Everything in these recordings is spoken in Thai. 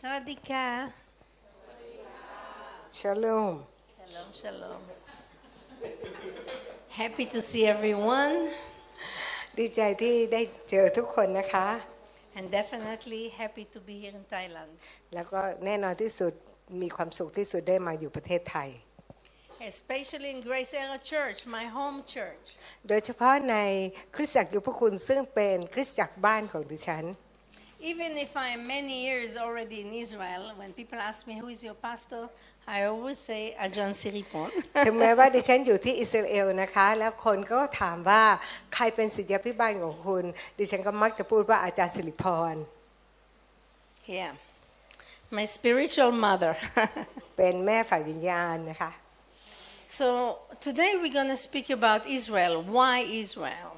สวัสดีค่ะ Shalom. Shalom, shalom. Happy to see everyone ดีใจที่ได้เจอทุกคนนะคะ and definitely happy to be here in Thailand. แล้วก็แน่นอนที่สุดมีความสุขที่สุดได้มาอยู่ประเทศไทย Especially in Grace Era Church, my home church. โดยเฉพาะในคริสตจักรยุพคุณซึ่งเป็นคริสตจักรบ้านของดิฉัน Even if I am many years already in Israel, when people ask me who is your pastor, I always say Ajahn Siripon. ถึงแม้ว่าดิฉันอยู่ที่อิสราเอลนะคะ แล้วคนก็ถามว่าใครเป็นศิษยาพิบาลของคุณ ดิฉันก็มักจะพูดว่าอาจารย์สิริพร yeah. My spiritual mother. เป็นแม่ฝ่ายวิญญาณนะคะ so today we're going to speak about Israel. Why Israel?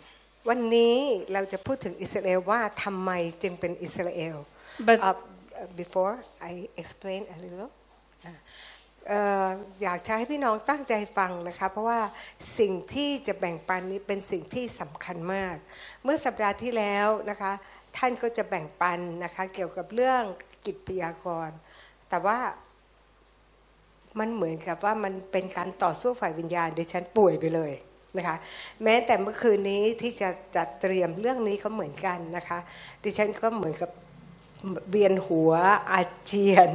วันนี้เราจะพูดถึงอิสราเอลว่าทำไมจึงเป็นอิสราเอล But Uh, before I explain a little อ่ะเอ่ออยากจะให้พี่น้องตั้งใจฟังนะคะ เพราะว่าสิ่งที่จะแบ่งปันนี้เป็นสิ่งที่สำคัญมาก เมื่อสัปดาห์ที่แล้วนะคะ ท่านก็จะแบ่งปันนะคะ เกี่ยวกับเรื่องกิจพยากรณ์ แต่ว่ามันเหมือนกับว่ามันเป็นการต่อสู้ฝ่ายวิญญาณดิฉันป่วยไปเลยนะคะ แม้แต่เมื่อคืนนี้ที่จะจัดเตรียมเรื่องนี้ก็เหมือนกันนะคะ ดิฉันก็เหมือนกับ เวียนหัวอาเจียน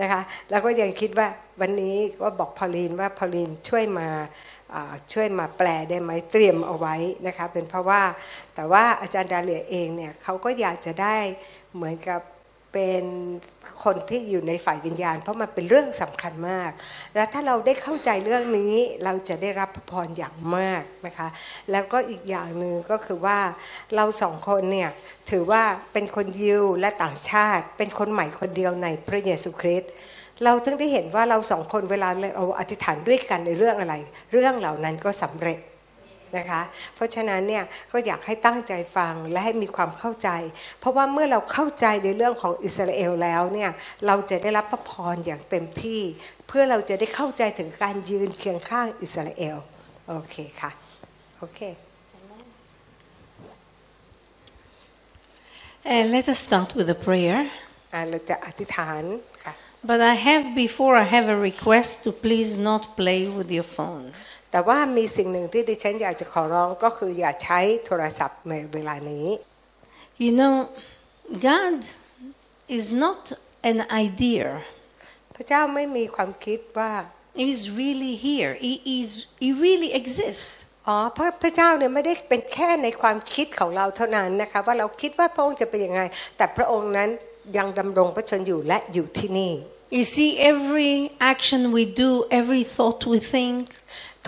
นะคะ แล้วก็ยังคิดว่าวันนี้ก็บอกพอลีนว่าพอลีนช่วยมาอ่าช่วยมาแปลได้ไหมเตรียมเอาไว้นะคะเป็นเพราะว่าแต่ว่าอาจารย์ดาเลียเองเนี่ยเขาก็อยากจะได้เหมือนกับเป็นคนที่อยู่ในฝ่ายวิญญาณ เพราะมันเป็นเรื่องสำคัญมาก และถ้าเราได้เข้าใจเรื่องนี้เราจะได้รับพระพรอย่างมากนะคะ แล้วก็อีกอย่างหนึ่งก็คือว่าเราสองคนเนี่ย ถือว่าเป็นคนยิวและต่างชาติ เป็นคนใหม่คนเดียวในพระเยซูคริสต์เราถึงได้เห็นว่าเราสองคนเวลาเราอธิษฐานด้วยกันในเรื่องอะไร เรื่องเหล่านั้นก็สำเร็จนะคะ เพราะฉะนั้นเนี่ยก็อยากให้ตั้งใจฟังและให้มีความเข้าใจ เพราะว่าเมื่อเราเข้าใจในเรื่องของอิสราเอลแล้วเนี่ยเราจะได้รับพระพรอย่างเต็มที่ เพื่อเราจะได้เข้าใจถึงการยืนเคียงข้างอิสราเอลโอเคค่ะโอเค Uh, let us start with a prayer. อ่ะเราจะอธิษฐานค่ะ But I have before I have a request to please not play with your phone. แต่ว่ามีสิ่งหนึ่งที่ดิฉันอยากจะขอร้องก็คืออย่าใช้โทรศัพท์ในเวลานี้ You know, God is not an idea. พระเจ้าไม่มีความคิดว่า He's really here. He is he really exists. อ๋อพระพระเจ้าเนี่ยไม่ได้เป็นแค่ในความคิดของเราเท่านั้นนะคะว่าเราคิดว่าพระองค์จะเป็นยังไง แต่พระองค์นั้นยังดำรงพระชนอยู่และอยู่ที่นี่ You see every action we do, every thought we think,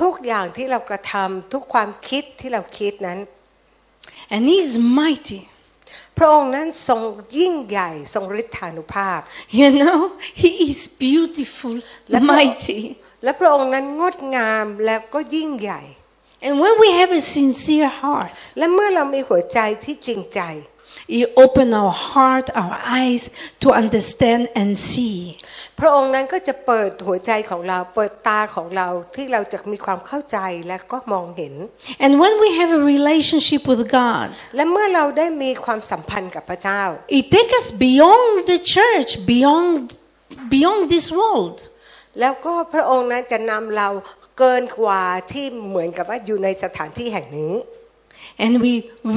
ทุกอย่างที่เรากระทำทุกความคิดที่เราคิดนั้น and he's mighty. พระองค์นั้นทรงยิ่งใหญ่ทรงฤทธานุภาพ You know, he is beautiful, Let me- mighty. และพระองค์นั้นงดงามและก็ยิ่งใหญ่ And when we have a sincere heart, และเมื่อเรามีหัวใจที่จริงใจ You open our heart, our eyes to understand and see. พระองค์นั้นก็จะเปิดหัวใจของเรา เปิดตาของเราที่เราจะมีความเข้าใจและก็มองเห็น And when we have a relationship with God, และเมื่อเราได้มีความสัมพันธ์กับพระเจ้า it takes us beyond the church, beyond beyond this world. แล้วก็พระองค์นั้นจะนำเราเกินกว่าที่เหมือนกับว่าอยู่ในสถานที่แห่งนี้ And we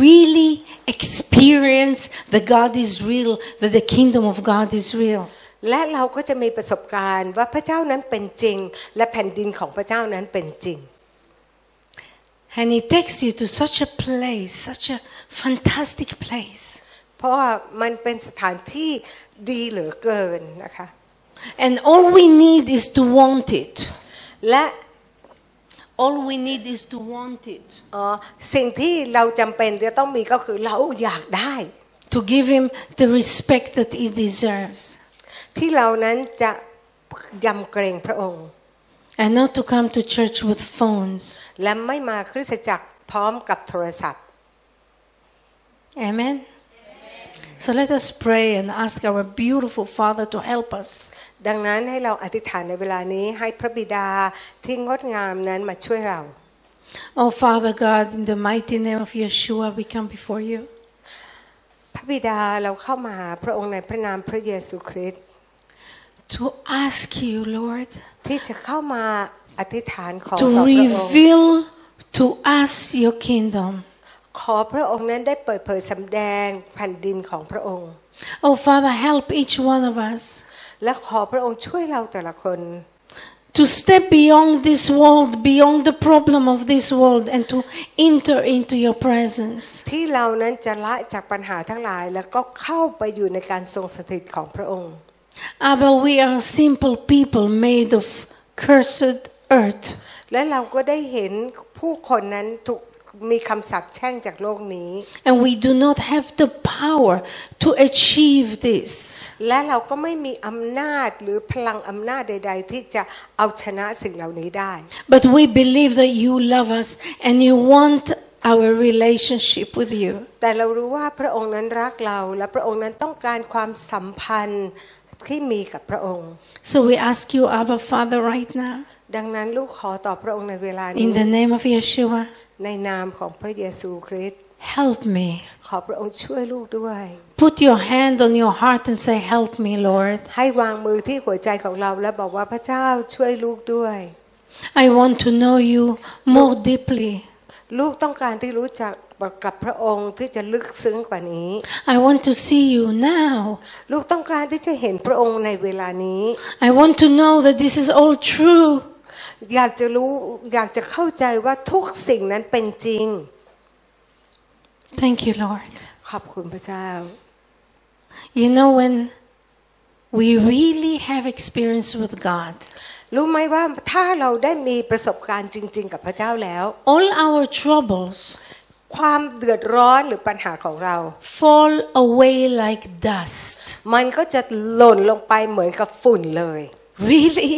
really experience that God is real, that the kingdom of God is real. และเราก็จะมีประสบการณ์ว่าพระเจ้านั้นเป็นจริง และแผ่นดินของพระเจ้านั้นเป็นจริง And it takes you to such a place, such a fantastic place. เพราะว่ามันเป็นสถานที่ดีเหลือเกินนะคะ And all we need is to want it. และ All we need is to want it. เอ่อสิ่งที่เราจำเป็นจะต้องมีก็คือเราอยากได้ to give him the respect that he deserves ที่เรานั้นจะยำเกรงพระองค์ and not to come to church with phones. และไม่มาคริสตจักรพร้อมกับโทรศัพท์ Amen? So let us pray and ask our beautiful Father to help us. ดังนั้นให้เราอธิษฐานในเวลานี้ให้พระบิดาที่งดงามนั้นมาช่วยเรา Oh, Father God, in the mighty name of Yeshua, we come before you. พระบิดาเราเข้ามาหาพระองค์ในพระนามพระเยซูคริสต์ to ask you, Lord, ที่จะเข้ามาอธิษฐานขอต่อ to พระองค์ reveal to us your kingdom. ขอพระองค์นั้นได้เปิดเผยสำแดงแผ่นดินของพระองค์ Oh, Father, help each one of us และขอพระองค์ช่วยเราแต่ละคน to step beyond this world, beyond the problem of this world, and to enter into your presence. ที่เรานั้นจะละจากปัญหาทั้งหลายแล้วก็เข้าไปอยู่ในการทรงสถิตของพระองค์ Abba, we are simple people made of cursed earth. และเราก็ได้เห็นผู้คนนั้นถูกมีคำสาปแช่งจากโลกนี้ And we do not have the power to achieve this. และเราก็ไม่มีอำนาจหรือพลังอำนาจใด ๆ ที่จะเอาชนะสิ่งเหล่านี้ได้ But we believe that you love us and you want our relationship with you. แต่เรารู้ว่าพระองค์นั้นรักเราและพระองค์นั้นต้องการความสัมพันธ์ที่มีกับพระองค์ So we ask you, Abba Father, right now, ดังนั้นลูกขอต่อพระองค์ในเวลานี้ in the name of Yeshua, ในนามของพระเยซูคริสต์ help me. ขอพระองค์ช่วยลูกด้วย Put your hand on your heart and say, Help me, Lord. ให้วางมือที่หัวใจของเราและบอกว่าพระเจ้าช่วยลูกด้วย I want to know you more deeply. ลูกต้องการที่รู้จักกับพระองค์ที่จะลึกซึ้งกว่านี้ I want to see you now. ลูกต้องการที่จะเห็นพระองค์ในเวลานี้ I want to know that this is all true. อยากจะรู้อยากจะเข้าใจว่าทุกสิ่งนั้นเป็นจริง Thank you, Lord. ขอบคุณพระเจ้า You know, when we really have experience with God, รู้ไหมว่าถ้าเราได้มีประสบการณ์จริง ๆ กับพระเจ้าแล้ว all our troubles ความเดือดร้อนหรือปัญหาของเรา fall away like dust. มันก็จะหล่นลงไปเหมือนกับฝุ่นเลย Really?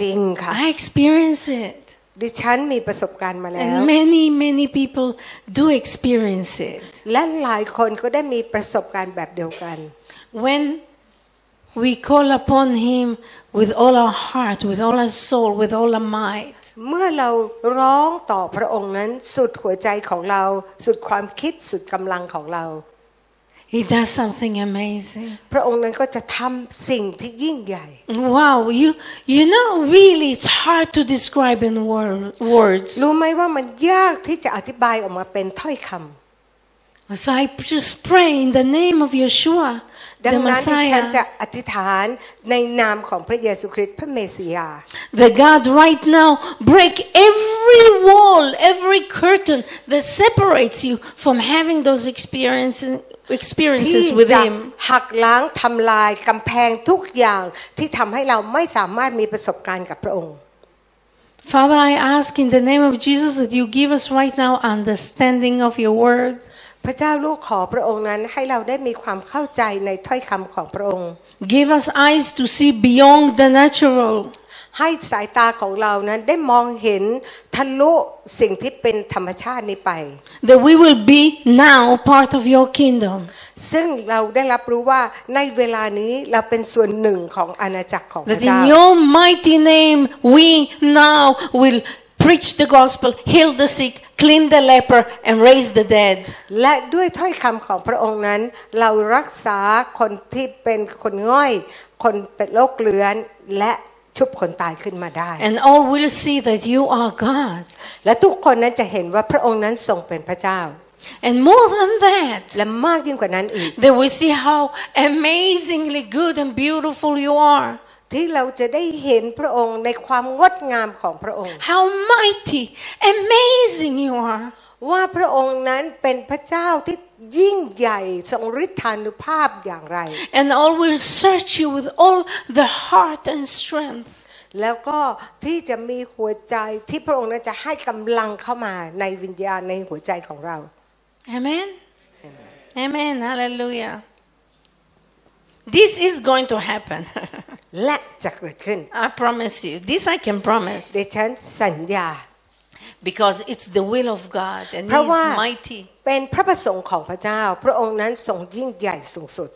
จริงค่ะ I experience it. ดิฉันมีประสบการณ์มาแล้ว And many, many people do experience it. และหลายคนก็ได้มีประสบการณ์แบบเดียวกัน When we call upon Him with all our heart, with all our soul, with all our might, เมื่อเราร้องต่อพระองค์นั้นสุดหัวใจของเรา สุดความคิดสุดกำลังของเรา He does something amazing. พระองค์นั้นก็จะทำสิ่งที่ยิ่งใหญ่ Wow, you you know really it's hard to describe in wor- words. รู้ไหมว่ามันยากที่จะอธิบายออกมาเป็นถ้อยค So I just pray in the name of Yeshua, ำดั the งนั้นดิฉัน Messiah, จะอธิษฐานในนามของพระเยซูคริสต์พระเมสสิยา the God right now break every wall, every curtain that separates you from having those experiences ที่ experiences with จะ him. หักล้างทำลายกำแพงทุกอย่างที่ทำให้เราไม่สามารถมีประสบการณ์กับพระองค์ Father, I ask in the name of Jesus that you give us right now understanding of your word. พระเจ้าลูกขอพระองค์นั้นให้เราได้มีความเข้าใจในถ้อยคำของพระองค์ Give us eyes to see beyond the natural. ให้สายตาของเรานั้นได้มองเห็นทะลุสิ่งที่เป็นธรรมชาตินี้ไป that we will be now part of your kingdom, ซึ่งเราได้รับรู้ว่าในเวลานี้เราเป็นส่วนหนึ่งของอาณาจักรของพ that ระเจ้า in your mighty name we now will preach the gospel, heal the sick, clean the leper, and raise the dead. และด้วยถ้อยคำของพระองค์นั้น เรารักษาคนที่เป็นคนง่อย คนเป็นโรคเรื้อนและชุบคนตายขึ้นมาได้ And all will see that you are God. และทุกคนนั้นจะเห็นว่าพระองค์นั้นทรงเป็นพระเจ้า And more than that, และมากยิ่งกว่านั้นอีก they will see how amazingly good and beautiful you are, ที่เราจะได้เห็นพระองค์ในความงดงามของพระองค์ how mighty, amazing you are. ว่าพระองค์นั้นเป็นพระเจ้าที่ยิ่งใหญ่ทรงฤทธานุภาพอย่างไร And all will search you with all the heart and strength. แล้วก็ที่จะมีหัวใจที่พระองค์นั้นจะให้กำลังเข้ามาในวิญญาณในหัวใจของเรา Amen? Amen. Hallelujah. This is going to happen. และจะเกิดขึ้น I promise you. This I can promise. ดิฉันสัญญา Because it's the will of God and เพ He ราะ is ว่า mighty. เป็นพระประสงค์ของพระเจ้า พระองค์นั้นทรงยิ่งใหญ่สูงสุด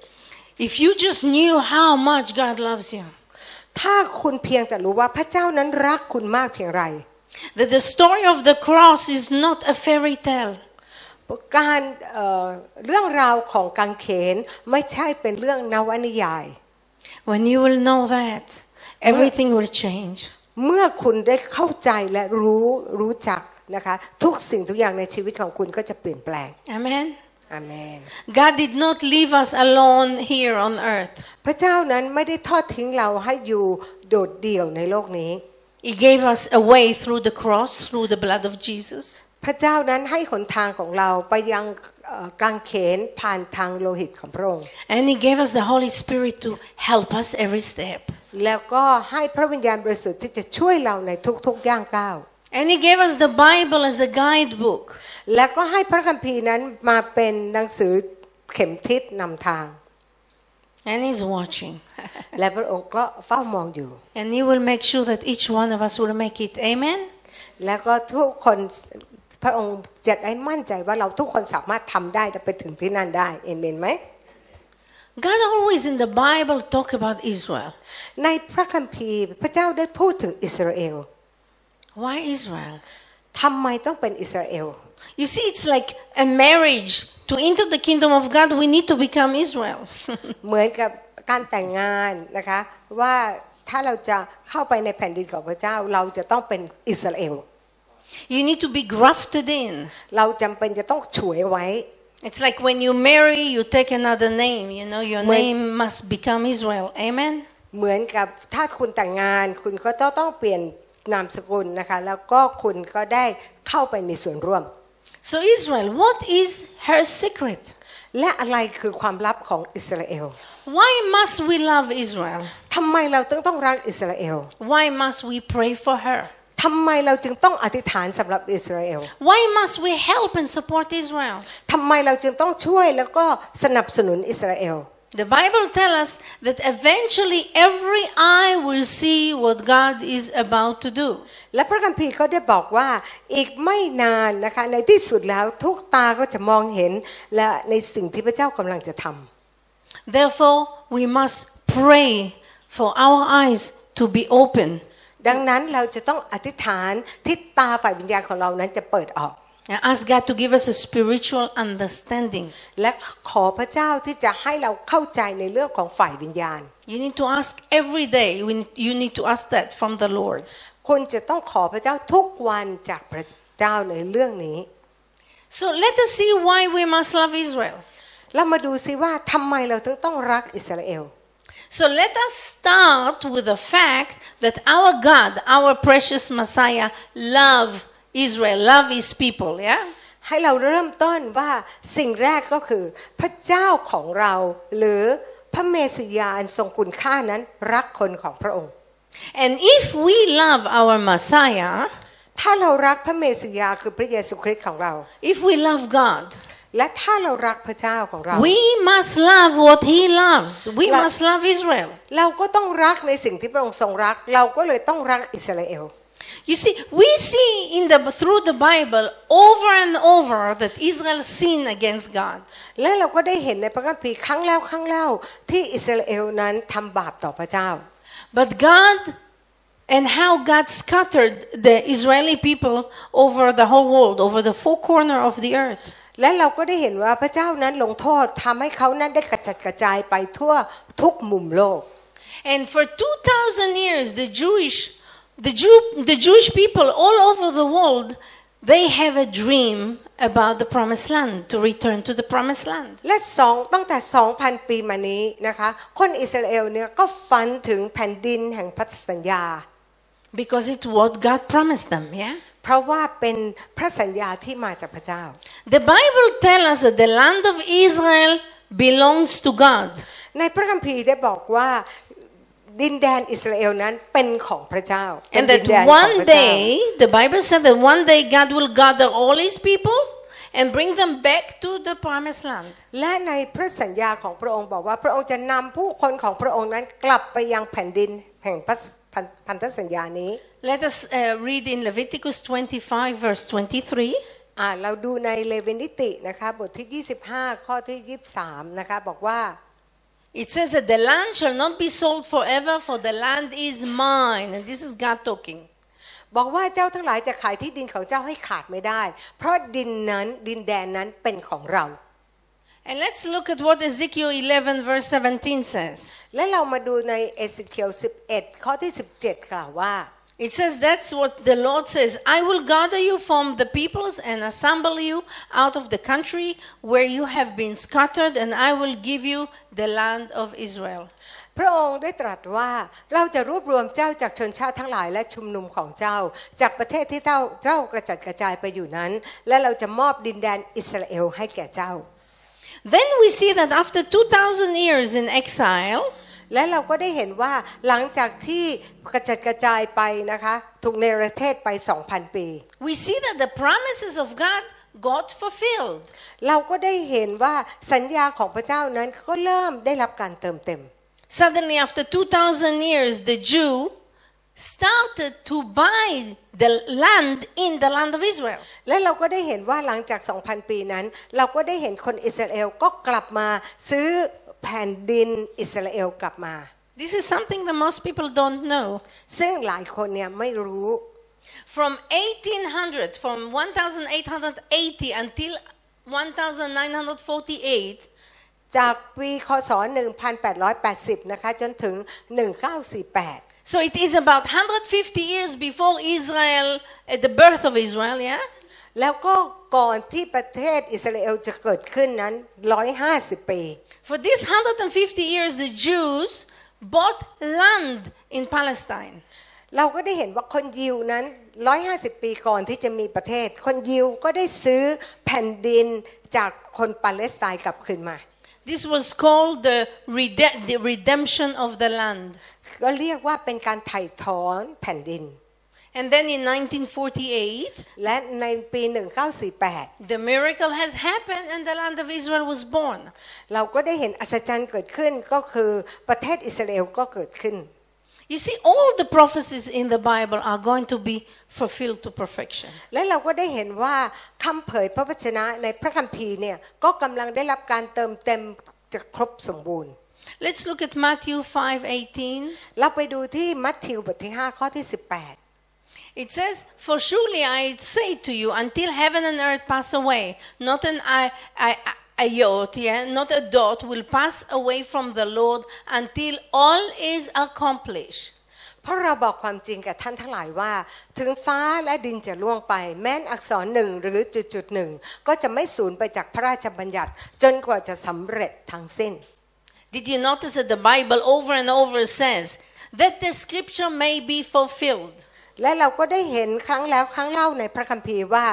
If you just knew how much God loves you, ถ้าคุณเพียงแต่รู้ว่าพระเจ้านั้นรักคุณมากเพียงไร that the story of the cross is not a fairy tale, การเอ่อเรื่องราวของกังเขนไม่ใช่เป็นเรื่องนวนิยาย When you will know that, everything will change. เมื่อคุณได้เข้าใจและรู้รู้จักนะคะ ทุกสิ่งทุกอย่างในชีวิตของคุณก็จะเปลี่ยนแปลง Amen. อาเมน God did not leave us alone here on earth. พระเจ้านั้นไม่ได้ทอดทิ้งเราให้อยู่โดดเดี่ยวในโลกนี้ He gave us a way through the cross, through the blood of Jesus. พระเจ้านั้นให้หนทางของเราไปยังเอ่อกางเขนผ่านทางโลหิตของพระองค์ And He gave us the Holy Spirit to help us every step. แล้วก็ให้พระวิญญาณบริสุทธิ์ที่จะช่วยเราในทุกๆย่างก้าว And He gave us the Bible as a guidebook. และก็ให้พระคัมภีร์นั้นมาเป็นหนังสือเข็มทิศนำทาง And He's watching. และพระองค์ก็เฝ้ามองอยู่ and He will make sure that each one of us will make it. Amen. แล้วก็ทุกคนพระองค์จะได้มั่นใจว่าเราทุกคนสามารถทำได้และไปถึงที่นั่นได้เอเมนไหม God always in the Bible talk about Israel. ในพระคัมภีร์พระเจ้าได้พูดถึงอิสราเอล Why Israel? ทำไมต้องเป็นอิสราเอล You see, it's like a marriage. To enter the kingdom of God, we need to become Israel. เหมือนกับการแต่งงานนะคะ ว่าถ้าเราจะเข้าไปในแผ่นดินของพระเจ้าเราจะต้องเป็นอิสราเอล you need to be grafted in. เราจำเป็นจะต้องฉวยไว้ It's like when you marry, you take another name. You know, your When- name must become Israel. Amen. เหมือนกับถ้าคุณแต่งงาน คุณก็ต้องต้องเปลี่ยนนามสกุลนะคะ แล้วก็คุณก็ได้เข้าไปมีส่วนร่วม So Israel, what is her secret? และอะไรคือความลับของอิสราเอล Why must we love Israel? ทำไมเราต้องต้องรักอิสราเอล Why must we pray for her? ทำไมเราจึงต้องอธิษฐานสำหรับอิสราเอล Why must we help and support Israel? ทำไมเราจึงต้องช่วยแล้วก็สนับสนุนอิสราเอล The Bible tells us that eventually every eye will see what God is about to do. และพระคัมภีร์ก็ได้บอกว่าอีกไม่นานนะคะในที่สุดแล้วทุกตาก็จะมองเห็นและในสิ่งที่พระเจ้ากำลังจะทำ Therefore, we must pray for our eyes to be open. ดังนั้นเราจะต้องอธิษฐานที่ตาฝ่ายวิญญาณของเรานั้นจะเปิดออก And ask God to give us a spiritual understanding. และขอพระเจ้าที่จะให้เราเข้าใจในเรื่องของฝ่ายวิญญาณ You need to ask every day. We- You need to ask that from the Lord. คุณจะต้องขอพระเจ้าทุกวันจากพระเจ้าในเรื่องนี้ So let us see why we must love Israel. เรามาดูซิว่าทำไมเราถึงต้องรักอิสราเอล So let us start with the fact that our God, our precious Messiah, love Israel, love his people, yeah? ให้เราเริ่มต้นว่าสิ่งแรกก็คือ พระเจ้าของเรา หรือพระเมสสิยาอันทรงคุณค่านั้นรักคนของพระองค์ And if we love our Messiah, ถ้าเรารักพระเมสสิยาคือพระเยซูคริสต์ของเรา if we love God, และถ้าเรารักพระเจ้าของเรา we must love what he loves. We Love- must love Israel. เราก็ต้องรักในสิ่งที่พระองค์ทรงรัก เราก็เลยต้องรักอิสราเอล You see, we see in the through the Bible over and over that Israel sinned against God. และเราก็ได้เห็นในพระคัมภีร์ครั้งแล้วครั้งเล่าที่อิสราเอลนั้นทำบาปต่อพระเจ้า But God and how God scattered the Israeli people over the whole world, over the four corner of the earth. และเราก็ได้เห็นว่าพระเจ้านั้นลงโทษทำให้เขานั้นได้กระจัดกระจายไปทั่วทุกมุมโลก And for 2000 years the Jewish the Jew the Jewish people all over the world they have a dream about the promised land to return to the promised land. และสองตั้งแต่ 2,000 ปีมานี้นะคะ คนอิสราเอลเนี่ยก็ฝันถึงแผ่นดินแห่งพันธสัญญา Because it's what God promised them, yeah? เพราะว่าเป็นพระสัญญาที่มาจากพระเจ้า The Bible tells us that the land of Israel belongs to God. ในพระคัมภีร์ได้บอกว่าดินแดนอิสราเอลนั้นเป็นของพระเจ้าเป็น And ดินแด that นของ one พระเจ้า day, the Bible said that one day God will gather all his people and bring them back to the promised land. และในพระสัญญาของพระองค์บอกว่าพระองค์จะนำผู้คนของพระองค์นั้นกลับไปยังแผ่นดินแห่งพันธพันพันธสัญญานี้ Let us uh, read in Leviticus 25, verse 23. อ่าเราดูในเลวินิตินะคะบทที่ 25 ข้อที่ 23 นะคะบอกว่า It says that the land shall not be sold forever, for the land is mine. And this is God talking. บอกว่าเจ้าทั้งหลายจะขายที่ดินของเจ้าให้ขาดไม่ได้ เพราะดินนั้นดินแดนนั้นเป็นของเรา And let's look at what Ezekiel 11, verse 17 says. และเรามาดูในเอสเคียว11 ข้อที่ 17 กล่าวว่า It says, That's what the Lord says. I will gather you from the peoples and assemble you out of the country where you have been scattered, and I will give you the land of Israel. พระองค์ได้ตรัสว่าเราจะรวบรวมเจ้าจากชนชาติทั้งหลายและชุมนุมของเจ้า จากประเทศที่เจ้าเจ้ากระจัดกระจายไปอยู่นั้น และเราจะมอบดินแดนอิสราเอลให้แก่เจ้า Then we see that after 2,000 years in exile, และเราก็ได้เห็นว่าหลังจากที่กระจัดกระจายไปนะคะถูกในประเทศไป 2,000 ปี we see that the promises of God got fulfilled. เราก็ได้เห็นว่าสัญญาของพระเจ้านั้นก็เริ่มได้รับการเติมเต็ม Suddenly, after 2,000 years, the Jew started to buy the land in the land of Israel. และเราก็ได้เห็นว่าหลังจาก 2,000 ปีนั้น เราก็ได้เห็นคนอิสราเอลก็กลับมาซื้อแผ่นดินอิสราเอลกลับมา This is something that most people don't know. ซึ่งหลายคนเนี่ยไม่รู้ From 1800, from 1880 until 1948, จากปีคศ 1880 นะคะจนถึง 1948 so it is about 150 years before Israel, at the birth of Israel, yeah? แล้วก็ก่อนที่ประเทศอิสราเอลจะเกิดขึ้นนั้น 150 ปี For these 150 years, the Jews bought land in Palestine. เราก็ได้เห็นว่าคนยิวนั้น 150 ปีก่อนที่จะมีประเทศ คนยิวก็ได้ซื้อแผ่นดินจากคนปาเลสไตน์กลับคืนมา This was called the, rede- the redemption of the land. ก็เรียกว่าเป็นการไถ่ถอนแผ่นดิน And then in 1948, และในปี 1948 the miracle has happened and the land of Israel was born. เราก็ได้เห็นอัศจรรย์เกิดขึ้นก็คือประเทศอิสราเอลก็เกิดขึ้น You see, all the prophecies in the Bible are going to be fulfilled to perfection. และเราก็ได้เห็นว่าคำเผยพระวจนะในพระคัมภีร์เนี่ยก็กำลังได้รับการเติมเต็มจะครบสมบูรณ์ Let's look at Matthew 5:18. เราไปดูที่มัทธิวบทที่ 5 ข้อที่ It says, "For surely I say to you, until heaven and earth pass away, not an i- i- i- iota, yeah, not a dot will pass away from the Lord until all is accomplished." 18 เพราะเราบอกความจริงกับท่านทั้งหลายว่า ถึงฟ้าและดินจะล่วงไป แม้นอักษรหนึ่งหรือจุดจุดๆหนึ่งก็จะไม่สูญไปจากพระราชบัญญัติ จนกว่าจะสำเร็จทั้งสิ้น Did you notice that the Bible over and over says that the scripture may be fulfilled? และเราก็ได้เห็นครั้งแล้วครั้งเล่าในพระคัมภีร์ว่า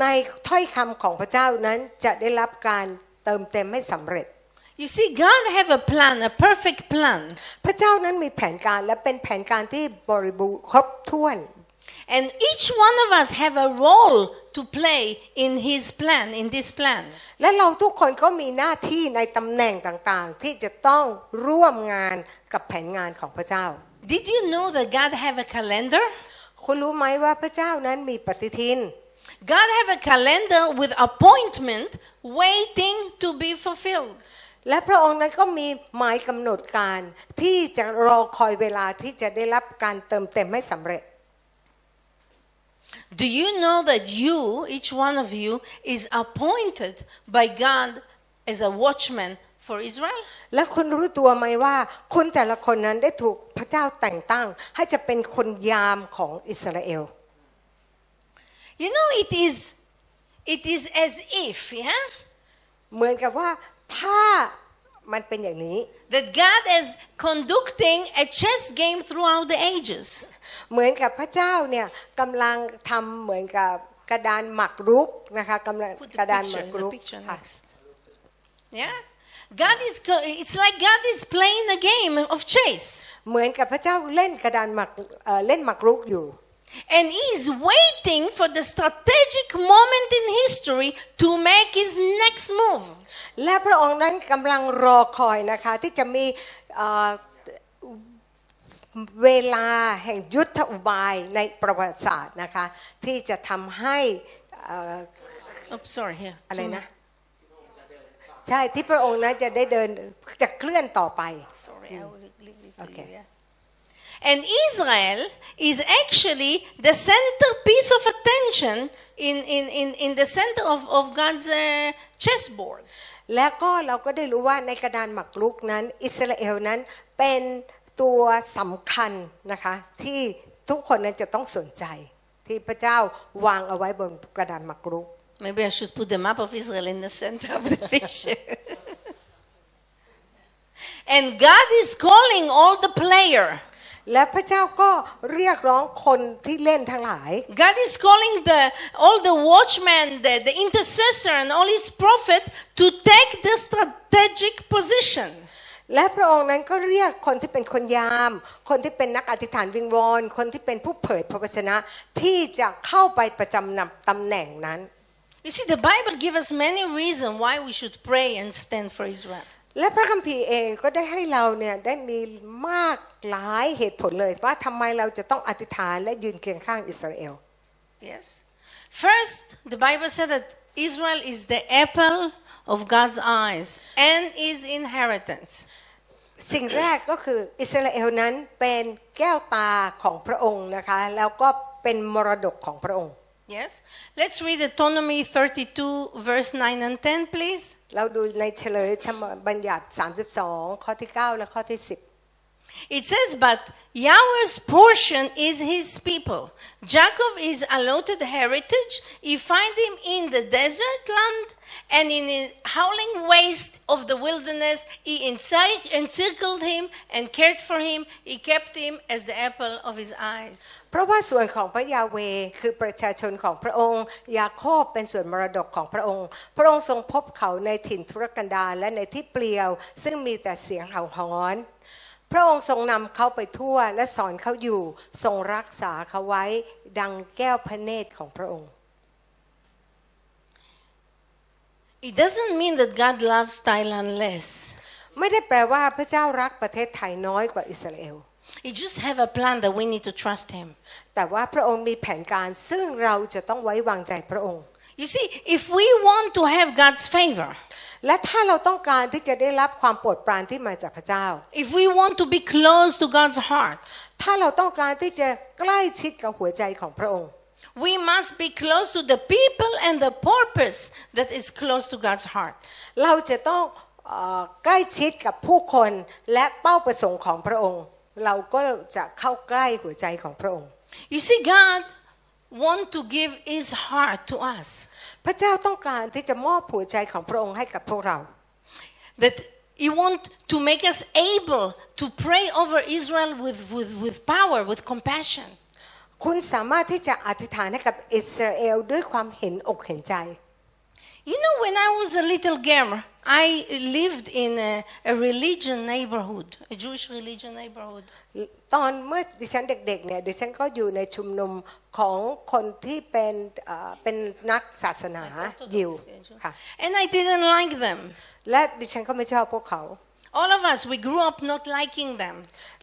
ในถ้อยคำของพระเจ้านั้นจะได้รับการเติมเต็มให้สำเร็จ You see, God have a plan, a perfect plan. พระเจ้านั้นมีแผนการและเป็นแผนการที่บริบูรณ์ครบถ้วน And each one of us have a role to play in his plan, in this plan. และเราทุกคนก็มีหน้าที่ในตำแหน่งต่างๆ ที่จะต้องร่วมงานกับแผนงานของพระเจ้า Did you know that God have a calendar? คุณรู้ไหมว่าพระเจ้านั้นมีปฏิทิน God have a calendar with appointment waiting to be fulfilled. และพระองค์นั้นก็มีหมายกำหนดการที่จะรอคอยเวลาที่จะได้รับการเติมเต็มให้สำเร็จ Do you know that you, each one of you, is appointed by God as a watchman for Israel? และคุณรู้ตัวไหมว่า คุณแต่ละคนนั้นได้ถูกพระเจ้าแต่งตั้ง ให้จะเป็นคนยามของอิสราเอล You know, it is, it is as if, yeah, เหมือนกับว่าถ้ามันเป็นอย่างนี้ that God is conducting a chess game throughout the ages. เหมือนกับพระเจ้าเนี่ยกำลังทำเหมือนกับกระดานหมักรุกนะคะกำลัง Put ก the ระดานห picture, มาก is the รุก picture ค่ะ next. Yeah, God is. Co- it's like God is playing a game of chess, เหมือนกับพระเจ้าเล่นกระดานหมักเอ่อเล่นหมากรุกอยู่ and He is waiting for the strategic moment in history to make His next move. และพระองค์นั้นกำลังรอคอยนะคะที่จะมีเอ่อเวลาแห่งยุทธอุบายในประวัติศาสตร์นะคะที่จะทำให้เอ่อ Oh, sorry, here. อะไรนะ ใช่ที่พระองค์นั้นจะได้เดินจะเคลื่อนต่อไป Sorry, I will leave it to Okay. you. Yeah. And Israel is actually the centerpiece of attention in, in, in, in the center of, of God's uh, chessboard. และก็เราก็ได้รู้ว่าในกระดานหมากรุกนั้น อิสราเอลนั้นเป็นตัวสำคัญนะคะ ที่ทุกคนนั้นจะต้องสนใจ ที่พระเจ้าวางเอาไว้บนกระดานหมากรุก Maybe I should put the map of Israel in the center of the picture. and God is calling all the player. และพระเจ้าก็เรียกร้องคนที่เล่นทั้งหลาย God is calling the all the watchmen, the, the intercessor, and all his prophet to take the strategic position. และพระองค์นั้นก็เรียกคนที่เป็นคนยาม คนที่เป็นนักอธิษฐานวิงวอน คนที่เป็นผู้เผยพระวจนะ ที่จะเข้าไปประจำนำตำแหน่งนั้น You see, the Bible gives us many reasons why we should pray and stand for Israel. และพระคัมภีร์เองก็ได้ให้เราเนี่ยได้มีมากหลายเหตุผลเลยว่าทำไมเราจะต้องอธิษฐานและยืนเคียงข้างอิสราเอล Yes. First, the Bible said that Israel is the apple of God's eyes and his inheritance. สิ่งแรกก็คืออิสราเอลนั้นเป็นแก้วตาของพระองค์นะคะ แล้วก็เป็นมรดกของพระองค์ Yes. Let's read Deuteronomy 32, verse 9 and 10, please. เราดูในเฉลยธรรมบัญญัติ 32 ข้อที่ 9 และข้อที่ It says, But Yahweh's portion is his people. Jacob is allotted heritage. You find him in the desert land and in the howling waste of the wilderness. He enci- encircled him and cared for him. He kept him as the apple of his eyes. 10 เพราะว่าส่วนของพระยาเวคือประชาชนของพระองค์ ยาโคบเป็นส่วนมรดกของพระองค์ พระองค์ทรงพบเขาในถิ่นทุรกันดารและในที่เปลี่ยว ซึ่งมีแต่เสียงเห่าหอน พระองค์ทรงนำเขาไปทั่วและสอนเขาอยู่ ทรงรักษาเขาไว้ดังแก้วพระเนตรของพระองค์ It doesn't mean that God loves Thailand less. ไม่ได้แปลว่าพระเจ้ารักประเทศไทยน้อยกว่าอิสราเอล He just have a plan that we need to trust him. แต่ว่าพระองค์มีแผนการซึ่งเราจะต้องไว้วางใจพระองค์ You see, if we want to have God's favor, และถ้าเราต้องการที่จะได้รับความโปรดปรานที่มาจากพระเจ้า if we want to be close to God's heart, ถ้าเราต้องการที่จะใกล้ชิดกับหัวใจของพระองค์ We must be close to the people and the purpose that is close to God's heart. เราจะต้องเอ่อใกล้ชิดกับผู้คนและเป้าประสงค์ของพระองค์ เราก็จะเข้าใกล้หัวใจของพระองค์ You see, God want to give His heart to us. พระเจ้าต้องการที่จะมอบหัวใจของพระองค์ให้กับพวกเรา That He want to make us able to pray over Israel with, with, with power, with compassion. คุณสามารถที่จะอธิษฐานให้กับอิสราเอลด้วยความเห็นอกเห็นใจ You know, when I was a little girl, I lived in a, a religion neighborhood, a Jewish religion neighborhood. ตอนเมื่อดิฉันเด็กๆเนี่ยดิฉันก็อยู่ในชุมนุมของคนที่เป็นเอ่อเป็นนักศาสนายิวค่ะ And I didn't like them. และดิฉันก็ไม่ชอบพวกเขา All of us, we grew up not liking them.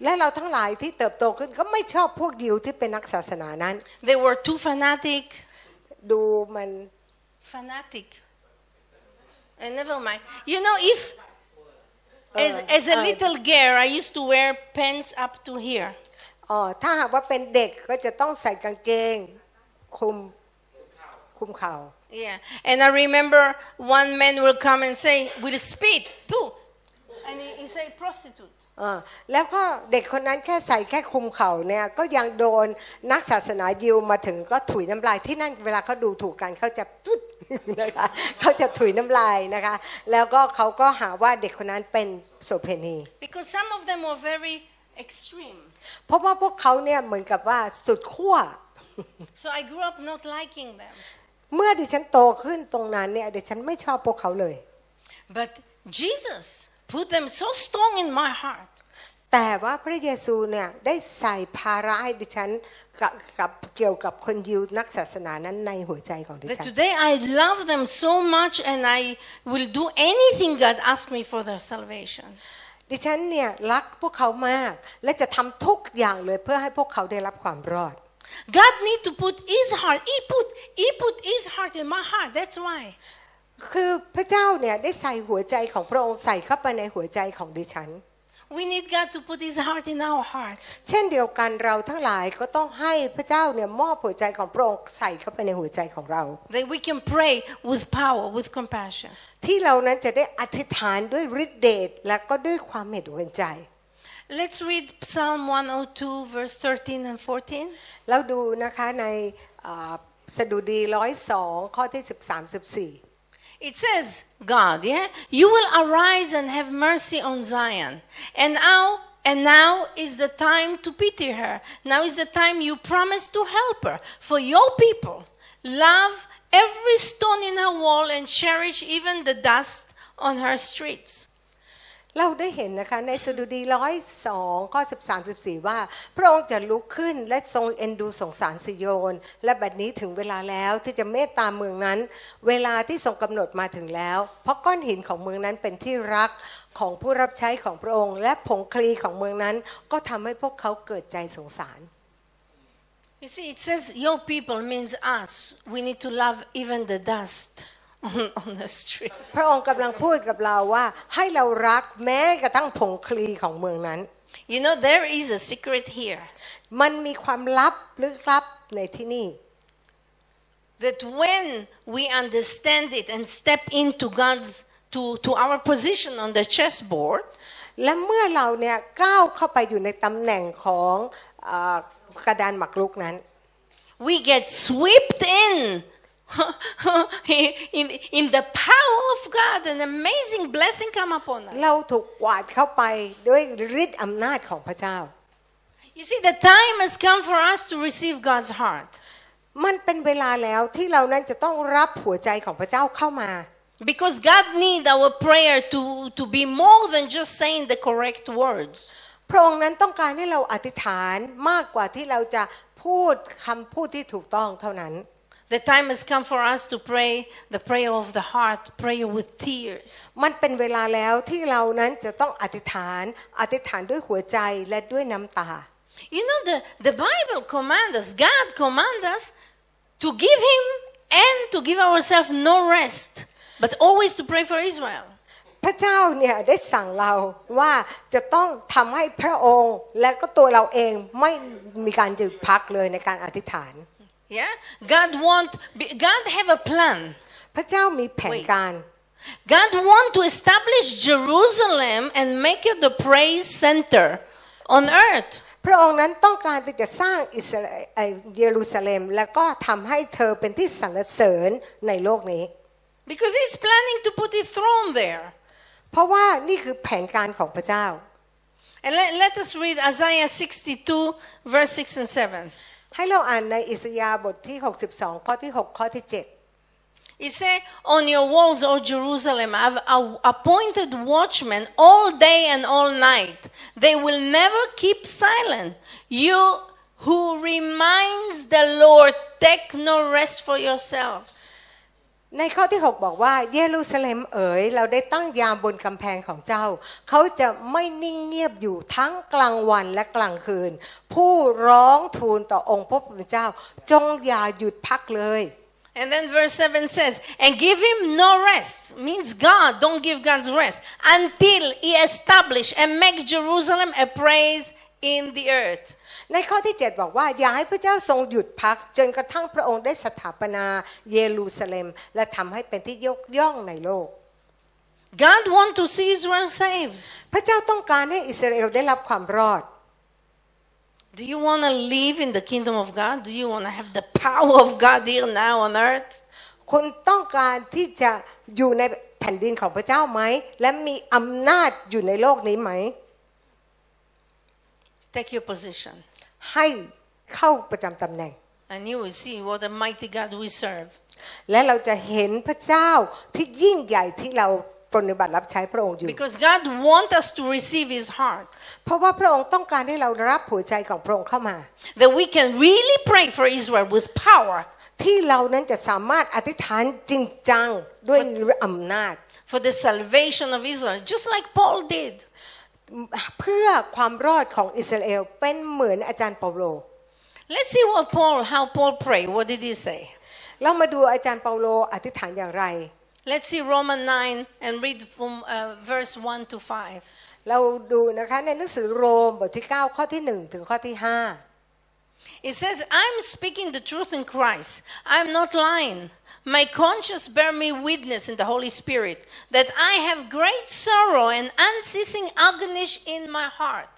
และเราทั้งหลายที่เติบโตขึ้นก็ไม่ชอบพวกยิวที่เป็นนักศาสนานั้น They were too fanatic. ดูมัน fanatic. Uh, never mind. You know, if as, as a uh, little girl, I used to wear pants up to here. อ๋อถ้าหากว่าเป็นเด็กก็จะต้องใส่กางเกงคุมคุมเข่า Yeah. And I remember one man will come and say, "We'll spit, poo," and he, he say, "Prostitute." อ่าแล้วก็เด็กคนนั้นแค่ใส่แค่คลุมเข่าเนี่ยก็ยังโดนนักศาสนายิวมาถึงก็ถุยน้ำลายที่นั่นเวลาเขาดูถูกกันเขาจะ ตุ๊ด นะคะเขาจะถุยน้ำลายนะคะ แล้วก็เขาก็หาว่าเด็กคนนั้นเป็นโสเภณี Because some of them were very extreme. เพราะว่าพวกเขาเนี่ยเหมือนกับว่าสุดขั้ว So I grew up not liking them. เมื่อดิฉันโตขึ้นตรงนั้นเนี่ยดิฉันไม่ชอบพวกเขาเลย But Jesus put them so strong in my heart แต่ว่าพระเยซูเนี่ยได้ใส่ภาระให้ดิฉันกับกับเกี่ยวกับคนยิวนักศาสนานั้นในหัวใจของดิ that ฉัน today I love them so much and I will do anything God asks me for their salvation. ดิฉันเนี่ยรักพวกเขามาก และจะทำทุกอย่างเลยเพื่อให้พวกเขาได้รับความรอด God need to put his heart. He put he put his heart in my heart. That's why. คือพระเจ้าเนี่ยได้ใส่หัวใจของพระองค์ใส่เข้าไปในหัวใจของดิฉัน we need God to put His heart in our heart. เช่นเดียวกันเราทั้งหลายก็ต้องให้พระเจ้าเนี่ยมอบหัวใจของพระองค์ใส่เข้าไปในหัวใจของเรา That we can pray with power, with compassion. ที่เรานั้นจะได้อธิษฐานด้วยฤทธิเดชและก็ด้วยความเห็นหัวใจ Let's read Psalm 102, verse 13 and 14. แล้วดูนะคะในอ่าสดุดีร้อยสองข้อที่ 13 14 It says, God, yeah, you will arise and have mercy on Zion. And now, and now is the time to pity her. Now is the time you promised to help her for your people. Love every stone in her wall and cherish even the dust on her streets. เราได้เห็นนะคะในสดุดีร้อยสองข้อสิบสามสิบสี่ว่า พระองค์จะลุกขึ้นและทรงเอ็นดูสงสารสิโยน และบัดนี้ถึงเวลาแล้วที่จะเมตตาเมืองนั้น เวลาที่ทรงกำหนดมาถึงแล้ว เพราะก้อนหินของเมืองนั้นเป็นที่รักของผู้รับใช้ของพระองค์ และผงคลีของเมืองนั้น ก็ทำให้พวกเขาเกิดใจสงสาร You see, it says your people means us. We need to love even the dust on, on the street. พระองค์กำลังพูดกับเราว่าให้เรารักแม้กระทั่งผงคลีของเมืองนั้น You know, there is a secret here มันมีความลับลึกลับในที่นี่ that when we understand it and step into God's, to, to our position on the chessboard, และเมื่อเราเนี่ยก้าวเข้าไปอยู่ในตำแหน่งของเอ่อกระดานหมากรุกนั้น we get swept in. in, in the power of God, an amazing blessing come upon us. เราถูกกวาดเข้าไปด้วยฤทธิ์อำนาจของพระเจ้า You see, the time has come for us to receive God's heart. มันเป็นเวลาแล้วที่เรานั้นจะต้องรับหัวใจของพระเจ้าเข้ามา Because God needs our prayer to, to be more than just saying the correct words. พระองค์นั้นต้องการให้เราอธิษฐานมากกว่าที่เราจะพูดคำพูดที่ถูกต้องเท่านั้น The time has come for us to pray the prayer of the heart, prayer with tears. มันเป็นเวลาแล้วที่เรานั้นจะต้องอธิษฐาน อธิษฐานด้วยหัวใจและด้วยน้ำตา You know, the, the Bible commands us, God commands us to give Him and to give ourselves no rest, but always to pray for Israel. พระเจ้าเนี่ยได้สั่งเราว่าจะต้องทำให้พระองค์และก็ตัวเราเองไม่มีการหยุดพักเลยในการอธิษฐาน Yeah? God want, God have a plan. พระเจ้ามีแผนการ God want to establish Jerusalem and make it the praise center on earth. พระองค์นั้นต้องการที่จะสร้างอิสราเอ่อเยรูซาเล็ม แล้วก็ทำให้เธอเป็นที่สรรเสริญในโลกนี้ Because he's planning to put a throne there. เพราะว่านี่คือแผนการของพระเจ้า And let, let us read Isaiah 62, verse 6 and 7. ให้เราอ่านในอิสยาห์บทที่ 62 ข้อที่ 6 ข้อที่ 7 He said, On your walls, O Jerusalem, I've a- appointed watchmen all day and all night. They will never keep silent. You who reminds the Lord, take no rest for yourselves. ในข้อที่ 6 บอกว่าเยรูซาเล็มเอ๋ยเราได้ตั้งยามบนกำแพงของเจ้า เขาจะไม่นิ่งเงียบอยู่ทั้งกลางวันและกลางคืน ผู้ร้องทูลต่อองค์พระผู้เป็นเจ้า จงอย่าหยุดพักเลย And then verse 7 says, And give him no rest. Means God, don't give God's rest until he establish and make Jerusalem a praise in the earth. ในข้อที่ 7 บอกว่าอย่าให้พระเจ้าทรงหยุดพัก จนกระทั่งพระองค์ได้สถาปนาเยรูซาเล็ม และทำให้เป็นที่ยกย่องในโลก God want to see Israel saved. พระเจ้าต้องการให้อิสราเอลได้รับความรอด Do you want to live in the kingdom of God? Do you want to have the power of God here now on earth? คุณต้องการที่จะอยู่ในแผ่นดินของพระเจ้าไหม และมีอำนาจอยู่ในโลกนี้ไหม Take your position ให้เข้าประจำตำแหน่ง and you will see what a mighty God we serve. และเราจะเห็นพระเจ้าที่ยิ่งใหญ่ที่เราปฏิบัติรับใช้พระองค์อยู่ Because God wants us to receive his heart. เพราะว่าพระองค์ต้องการให้เรารับหัวใจของพระองค์เข้ามา That we can really pray for Israel with power ที่เรานั้นจะสามารถอธิษฐานจริงจังด้วยอำนาจ for the salvation of Israel, just like Paul did. เพื่อความรอดของอิสราเอลเป็นเหมือนอาจารย์เปาโล Let's see what Paul, how Paul prayed. What did he say? เรามาดูอาจารย์เปาโลอธิษฐานอย่างไร Let's see Romans 9 and read from uh, verse 1 to 5. เราดูนะคะในหนังสือโรมบทที่ 9 ข้อที่ 1 ถึงข้อที่ It says, I'm speaking the truth in Christ. I'm not lying. My conscience bear me witness in the Holy Spirit that I have great sorrow and unceasing agony in my heart.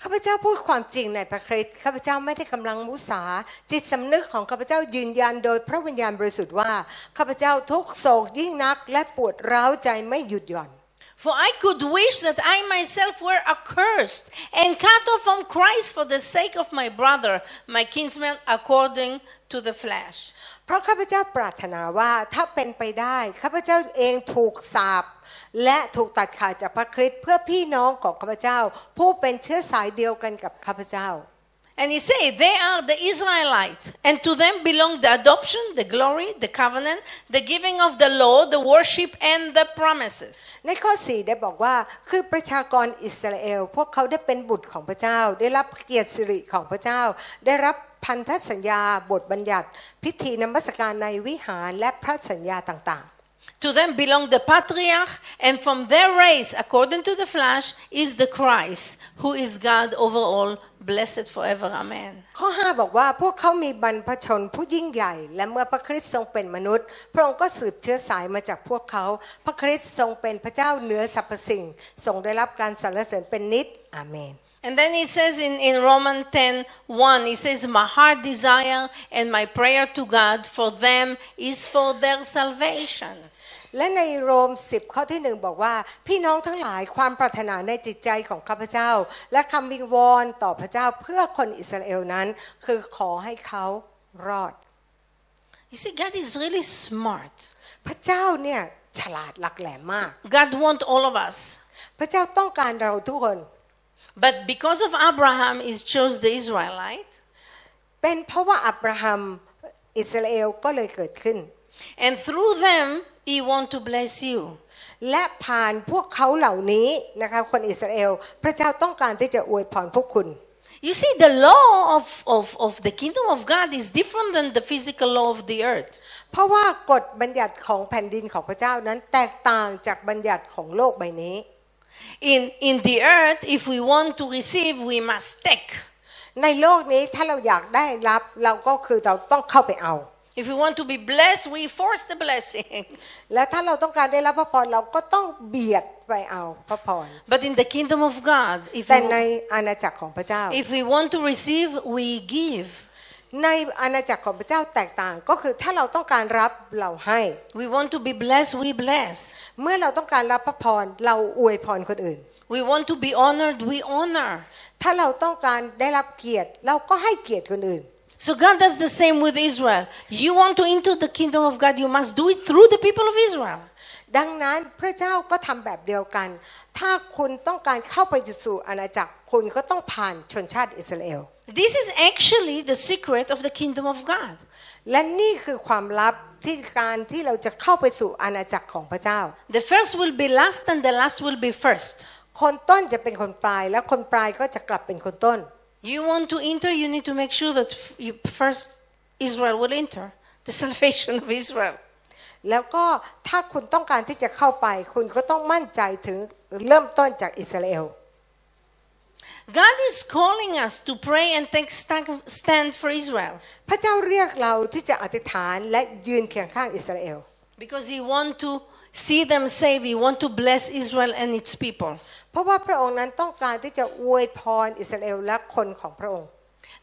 5ข้าพเจ้าพูดความจริงในพระคริสต์ข้าพเจ้าไม่ได้กำลังมุสา จิตสำนึกของข้าพเจ้ายืนยันโดยพระวิญญาณบริสุทธิ์ว่า ข้าพเจ้าทุกข์โศกยิ่งนัก และปวดร้าวใจไม่หยุดหย่อน For I could wish that I myself were accursed and cut off from Christ for the sake of my brother, my kinsman, according to the flesh. เพราะข้าพเจ้าปรารถนาว่าถ้าเป็นไปได้ข้าพเจ้าเองถูกสาปและถูกตัดขาดจากพระคริสต์เพื่อพี่น้องของข้าพเจ้า ผู้เป็นเชื้อสายเดียวกันกับข้าพเจ้า And he said, They are the Israelite, and to them belong the adoption, the glory, the covenant, the giving of the law, the worship, and the promises. ในข้อ 4 ได้บอกว่าคือประชากรอิสราเอล พวกเขาได้เป็นบุตรของพระเจ้า ได้รับเกียรติสิริของพระเจ้า ได้รับพันธสัญญาบทบัญญัติ พิธีนมัสการในวิหารและพระสัญญาต่างๆ To them belong the patriarch, and from their race, according to the flesh, is the Christ, who is God over all, blessed forever. Amen. ข้อ 5 บอกว่าพวกเขามีบรรพชนผู้ยิ่งใหญ่ และเมื่อพระคริสต์ทรงเป็นมนุษย์ พระองค์ก็สืบเชื้อสายมาจากพวกเขา พระคริสต์ทรงเป็นพระเจ้าเหนือสรรพสิ่ง ทรงได้รับการสรรเสริญเป็นนิดอาเมน And then he says in, in Romans 10 1, he says, My heart desire and my prayer to God for them is for their salvation. และในโรม 10 ข้อที่ 1 บอกว่า พี่น้องทั้งหลายความปรารถนาในจิตใจของข้าพเจ้า และคำวิงวอนต่อพระเจ้าเพื่อคนอิสราเอลนั้น คือขอให้เขารอด You see, God is really smart. พระเจ้าเนี่ยฉลาดหลักแหลมมาก God wants all of us. พระเจ้าต้องการเราทุกคน But because of Abraham, he chose the Israelite. เป็นเพราะว่าอับราฮัมอิสราเอลก็เลยเกิดขึ้น And through them, he wants to bless you. และผ่านพวกเขาเหล่านี้นะคะคนอิสราเอล พระเจ้าต้องการที่จะอวยพรพวกคุณ You see, the law of, of, of the kingdom of God is different than the physical law of the earth. เพราะว่ากฎบัญญัติของแผ่นดินของพระเจ้านั้นแตกต่างจากบัญญัติของโลกใบนี้ In, in the earth, if we want to receive, we must take. ในโลกนี้ถ้าเราอยากได้รับเราก็คือเราต้องเข้าไปเอา If we want to be blessed, we force the blessing. และถ้าเราต้องการได้รับพระพรเราก็ต้องเบียดไปเอาพระพร But in the kingdom of God, if แต่ใน we, อาณาจักรของพระเจ้า if we want to receive, we give. ในอาณาจักรของพระเจ้าแตกต่างก็คือถ้าเราต้องการรับเราให้ We want to be blessed, we bless. เมื่อเราต้องการรับพระพรเราอวยพรคนอื่น We want to be honored, we honor. ถ้าเราต้องการได้รับเกียรติ เราก็ให้เกียรติคนอื่น So God does the same with Israel. You want to enter the kingdom of God, you must do it through the people of Israel. ดังนั้นพระเจ้าก็ทำแบบเดียวกัน ถ้าคุณต้องการเข้าไปสู่อาณาจักรคุณก็ต้องผ่านชนชาติอิสราเอล This is actually the secret of the kingdom of God. และนี่คือความลับที่การที่เราจะเข้าไปสู่อาณาจักรของพระเจ้า The first will be last and the last will be first. คนต้นจะเป็นคนปลาย และคนปลายก็จะกลับเป็นคนต้น You want to enter, you need to make sure that f- you first Israel will enter, the salvation of Israel. แล้วก็ถ้าคุณต้องการที่จะเข้าไป คุณก็ต้องมั่นใจถึงเริ่มต้นจากอิสราเอล God is calling us to pray and take sta- stand for Israel พระเจ้าเรียกเราที่จะอธิษฐานและยืนเคียงข้างอิสราเอล because He want to see them saved. He want to bless Israel and its people. เพราะว่าพระองค์นั้นต้องการที่จะอวยพรอิสราเอลและคนของพระองค์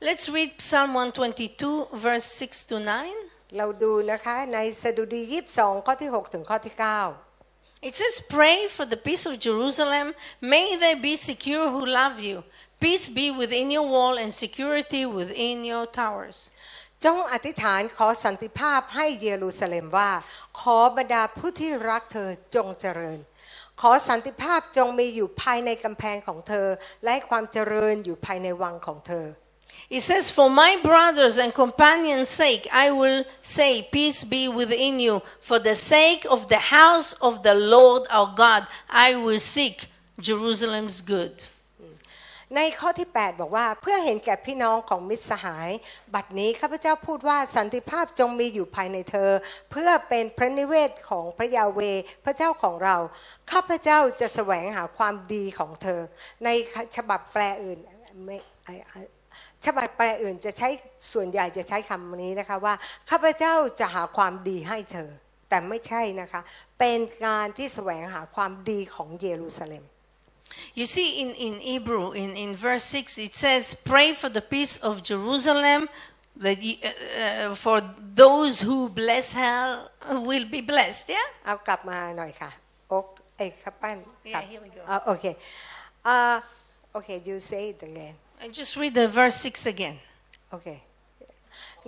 Let's read Psalm 122, verse 6 to 9. เราดูนะคะในสดุดี 22 ข้อที่ 6 ถึงข้อที่ 9 It says, Pray for the peace of Jerusalem. May they be secure who love you. Peace be within your wall and security within your towers. จงอธิษฐานขอสันติภาพให้เยรูซาเล็มว่า ขอบรรดาผู้ที่รักเธอจงเจริญ ขอสันติภาพจงมีอยู่ภายในกำแพงของเธอ และให้ความเจริญอยู่ภายในวังของเธอ It says, For my brothers and companions' sake, I will say, Peace be within you. For the sake of the house of the Lord our God, I will seek Jerusalem's good. ในข้อที่ 8 บอกว่าเพื่อเห็นแก่พี่น้องของมิตรสหาย บัดนี้ข้าพเจ้าพูดว่าสันติภาพจงมีอยู่ภายในเธอ เพื่อเป็นพระนิเวศของพระยาเวห์พระเจ้าของเรา ข้าพเจ้าจะแสวงหาความดีของเธอ ในฉบับแปลอื่นไม่ไอ้ไอ้ฉบับแปลอื่นจะใช้ส่วนใหญ่จะใช้คำนี้นะคะว่าข้าพเจ้าจะหาความดีให้เธอ แต่ไม่ใช่นะคะ เป็นการที่แสวงหาความดีของเยรูซาเล็ม You see, in, in Hebrew, in, in verse 6, it says, Pray for the peace of Jerusalem, that ye, uh, uh, for those who bless her will be blessed. Yeah? เอากลับมาหน่อยค่ะโอ๊กเอ้ยข้าวปั้นกลั Yeah, บ here we go. อ่าโอเคอ่าโอเค you say it again And just read the verse 6 again. โอเค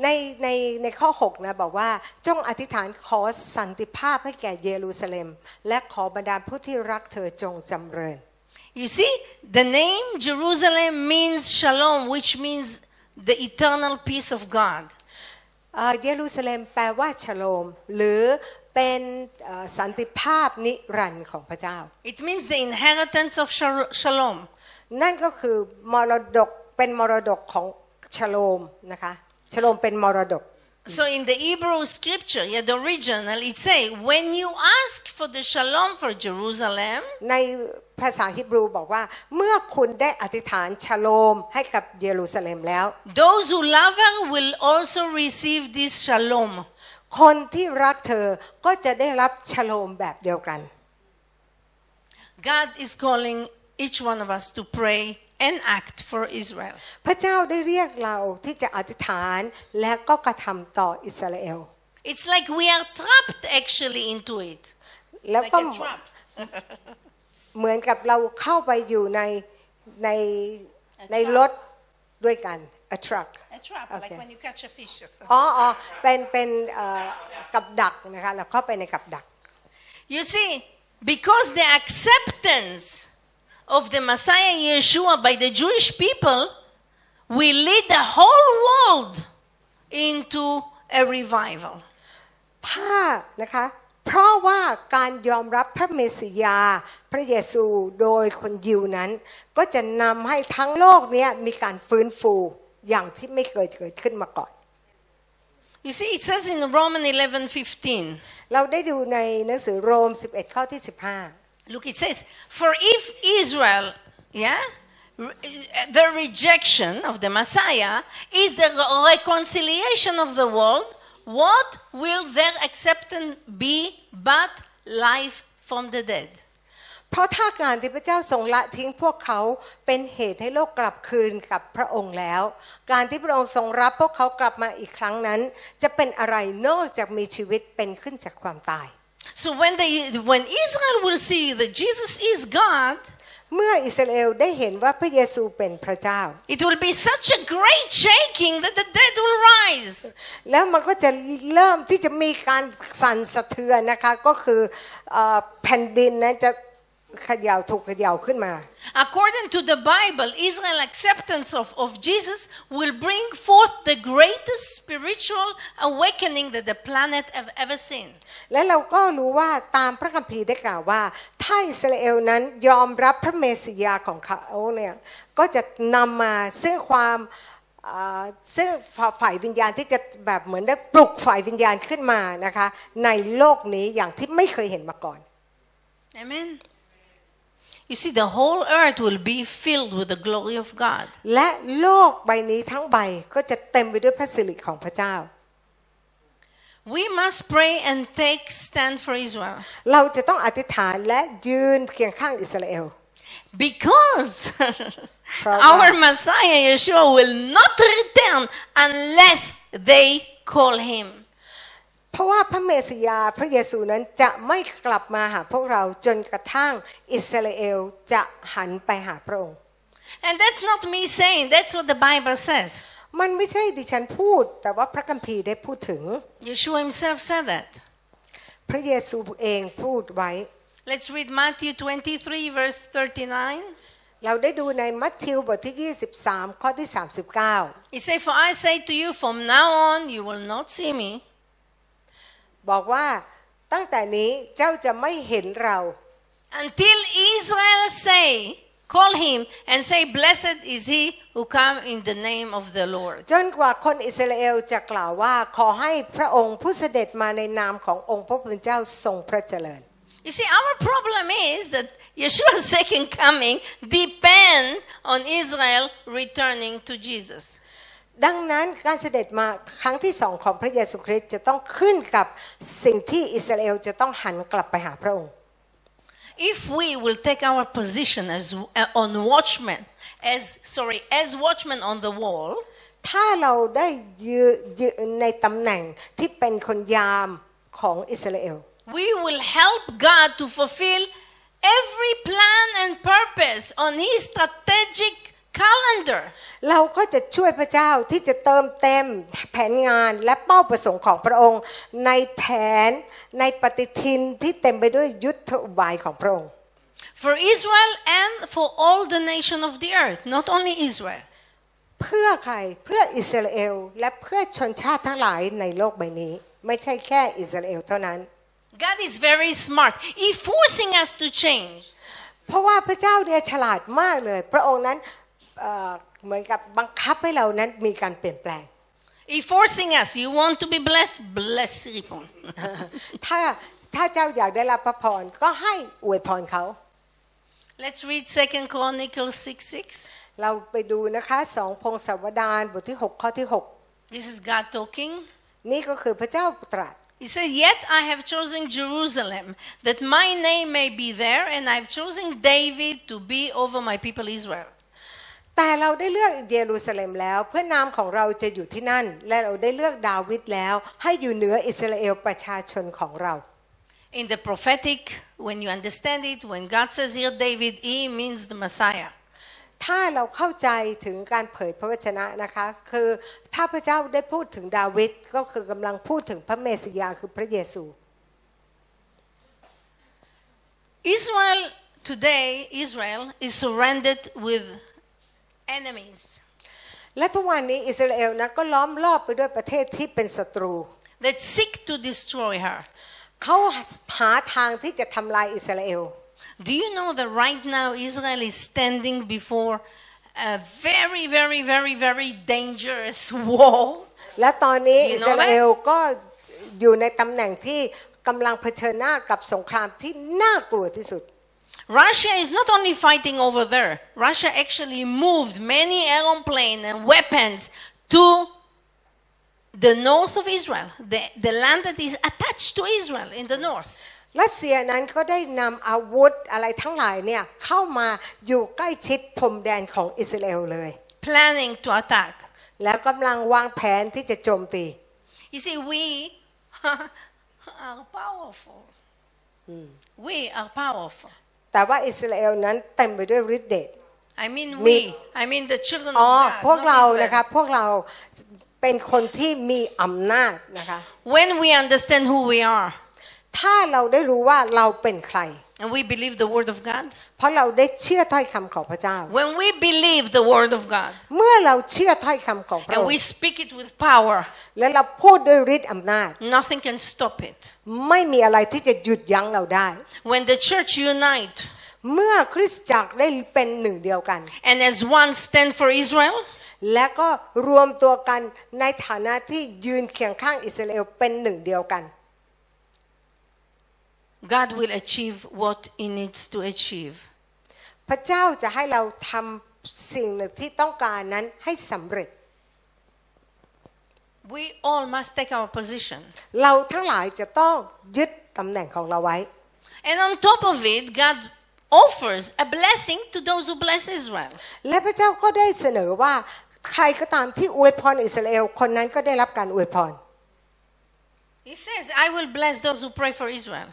ในในในข้อ 6 นะบอกว่า จงอธิษฐานขอสันติภาพให้แก่เยรูซาเล็ม และขอบรรดาผู้ที่รักเธอจงจำเริญ You see, the name Jerusalem means shalom, which means the eternal peace of God. เอ่อเยรูซาเล็มแปลว่าชโลม หรือเป็นเอ่อสันติภาพนิรันดร์ของพระเจ้า It means the inheritance of shal- shalom. นั่นก็คือมรดกเป็นมรดกของชโลมนะคะชโลมเป็นมรดก So in the Hebrew scripture, yeah, the original, it say, when you ask for the shalom for Jerusalem, ในภาษาฮิบรูบอกว่า เมื่อคุณได้อธิษฐานชโลมให้กับเยรูซาเล็มแล้ว Those who love her will also receive this shalom. คนที่รักเธอก็จะได้รับชโลมแบบเดียวกัน God is calling each one of us to pray and act for Israel. พระเจ้าได้เรียกเราที่จะอธิษฐานและก็กระทำต่ออิสราเอล It's like we are trapped actually into it. แล้ว Like ก็ a trap. เหมือนกับเราเข้าไปอยู่ในในในรถด้วยกัน a truck A trap, Okay. like when you catch a fish or something. อ๋ออ๋อเป็นเป็นเอ่อกับดักนะคะเราเข้าไปในกับดัก You see, because the acceptance of the Messiah Yeshua by the Jewish people will lead the whole world into a revival. ถ้านะคะเพราะว่าการยอมรับพระเมสสิยา พระเยซูโดยคนยิวนั้น ก็จะนำให้ทั้งโลกเนี้ยมีการฟื้นฟูอย่างที่ไม่เคยเกิดขึ้นมาก่อน You see, it says in Romans 11 15. เราได้ดูในหนังสือโรม 11 ข้อที่ Look, it says, For if Israel, yeah, re- the rejection of the Messiah is the re- reconciliation of the world, what will their acceptance be but life from the dead? 15 เพราะถ้าการที่พระเจ้าทรงละทิ้งพวกเขาเป็นเหตุให้โลกกลับคืนกับพระองค์แล้ว การที่พระองค์ทรงรับพวกเขากลับมาอีกครั้งนั้น จะเป็นอะไรนอกจากมีชีวิตเป็นขึ้นจากความตาย So when, they, when Israel will see that Jesus is God, เมื่ออิสราเอลได้เห็นว่าพระเยซูเป็นพระเจ้า it will be such a great shaking that the dead will rise. แล้วมันก็จะเริ่มที่จะมีการสั่นสะเทือนนะคะ ก็คือเอ่อแผ่นดินนั้นจะเขย่าถูกเขย่าขึ้นมา According to the Bible, Israel's acceptance of, of Jesus will bring forth the greatest spiritual awakening that the planet have ever seen. และเราก็รู้ว่าตามพระคัมภีร์ได้กล่าวว่า ถ้าอิสราเอลนั้นยอมรับพระเมสสิยาของเขาเนี่ยก็จะนำมาซึ่งความเอ่อซึ่งฝ่ายวิญญาณที่จะแบบเหมือนได้ปลุกฝ่ายวิญญาณขึ้นมานะคะ ในโลกนี้อย่างที่ไม่เคยเห็นมาก่อน Amen. You see, the whole earth will be filled with the glory of God. และโลกใบนี้ทั้งใบก็จะเต็มไปด้วยพระสิริของพระเจ้า We must pray and take stand for Israel เราจะต้องอธิษฐานและยืนเคียงข้างอิสราเอล because Proud our man. Messiah Yeshua will not return unless they call him. เพราะว่าพระเมสสิยาพระเยซูนั้นจะไม่กลับมาหาพวกเราจนกระทั่งอิสราเอลจะหันไปหาพระองค์ And that's not me saying, that's what the Bible says. มันไม่ใช่ดิฉันพูด แต่ว่าพระคัมภีร์ได้พูดถึง Yeshua himself said that. พระเยซูเองพูดไว้ Let's read Matthew 23, verse 39. เราได้ดูในมัทธิวบทที่ 23 ข้อที่ He said, For I say to you, from now on you will not see me 39 บอกว่าตั้งแต่นี้เจ้าจะไม่เห็นเรา until Israel say, Call him and say, Blessed is he who come in the name of the Lord. จนกว่าคนอิสราเอลจะกล่าวว่าขอให้พระองค์ผู้เสด็จมาในนามขององค์พระผู้เป็นเจ้าทรงพระเจริญ You see, our problem is that Yeshua's second coming depend on Israel returning to Jesus. ดังนั้นการเสด็จมาครั้งที่สองของพระเยซูคริสต์จะต้องขึ้นกับสิ่งที่อิสราเอลจะต้องหันกลับไปหาพระองค์ If we will take our position as uh, on watchmen, as sorry, as watchmen on the wall, ถ้าเราได้ยืยนในตำแหน่งที่เป็นคนยามของอิสราเอล we will help God to fulfill every plan and purpose on His strategic calendar. เราก็จะช่วยพระเจ้าที่จะเติมเต็มแผนงานและเป้าประสงค์ของพระองค์ ในแผนในปฏิทินที่เต็มไปด้วยยุทธอุบายของพระองค์ for Israel and for all the nation of the earth, not only Israel. เพื่อใครเพื่ออิสราเอล และเพื่อชนชาติทั้งหลายในโลกใบนี้ ไม่ใช่แค่อิสราเอลเท่านั้น God is very smart. He forcing us to change. เพราะว่าพระเจ้าเนี่ยฉลาดมากเลย พระองค์นั้นเอ่อเหมือนกับบังคับให้เรานั้นมีการเปลี่ยนแปลง He forcing us. You want to be blessed? Bless Ripon. ถ้าถ้าเจ้าอยากได้รับพระพรก็ให้อวยพรเขา Let's read 2 Chronicles 6 6. เราไปดูนะคะสองพงศาวดารบทที่ 6 ข้อที่ This is God talking. 6 นี่ก็คือพระเจ้าตรัส He said, Yet I have chosen Jerusalem, that my name may be there, and I have chosen David to be over my people Israel. แต่เราได้เลือกเยรูซาเล็มแล้ว เพื่อนามของเราจะอยู่ที่นั่น และเราได้เลือกดาวิดแล้ว ให้อยู่เหนืออิสราเอลประชาชนของเรา In the prophetic, when you understand it, when God says here David, he means the Messiah. ถ้าเราเข้าใจถึงการเผยพระวจนะนะคะ คือถ้าพระเจ้าได้พูดถึงดาวิดก็คือกำลังพูดถึงพระเมสสิยาคือพระเยซู Israel today, Israel is surrounded with enemies และทุกวันนี้อิสราเอลนะก็ล้อมรอบไปด้วยประเทศที่เป็นศัตรู that seek to destroy her. เขาหาทางที่จะทำลายอิสราเอล Do you know that right now Israel is standing before a very, very, very, very dangerous war? และตอนนี้ ดีเนอะ อิสราเอลก็อยู่ในตำแหน่งที่กำลังเผชิญหน้ากับสงครามที่น่ากลัวที่สุด Russia is not only fighting over there. Russia actually moved many airplanes and weapons to the north of Israel, the, the land that is attached to Israel in the north. รัสเซียนั้นก็ได้นำอาวุธอะไรทั้งหลายเนี่ยเข้ามาอยู่ใกล้ชิดพรมแดนของอิสราเอลเลย planning to attack. แล้วกำลังวางแผนที่จะโจมตี You see, we are powerful. We are powerful. แต่ว่าอิสราเอลนั้นเต็มไปด้วยฤทธิ์เดช I mean, We- we. I mean, the children อ๋อ of พวก God. เรา not นะคะ Israel. พวกเราเป็นคนที่มีอำนาจนะคะ When we understand who we are ถ้าเราได้รู้ว่าเราเป็นใคร and we believe the word of God, เพราะเราได้เชื่อถ้อยคำของพระเจ้า when we believe the word of God เมื่อเราเชื่อถ้อยคำของพระอ and ง we ค์ speak it with power, และเราพูดด้วยฤทธิ์อำนาจ nothing can stop it. ไม่มีอะไรที่จะหยุดยั้งเราได้ When the church unite เมื่อคริสตจักรได้เป็นหนึ่งเดียวกัน and as one stand for Israel, และก็รวมตัวกันในฐานะที่ยืนเคียงข้างอิสราเอลเป็นหนึ่งเดียวกัน God will achieve what he needs to achieve. พระเจ้าจะให้เราทำสิ่งหนึ่งที่ต้องการนั้นให้สำเร็จ We all must take our position. เราทั้งหลายจะต้องยึดตำแหน่งของเราไว้ And on top of it, God offers a blessing to those who bless Israel. และพระเจ้าก็ได้เสนอว่าใครก็ตามที่อวยพรอิสราเอลคนนั้นก็ได้รับการอวยพร He says, I will bless those who pray for Israel.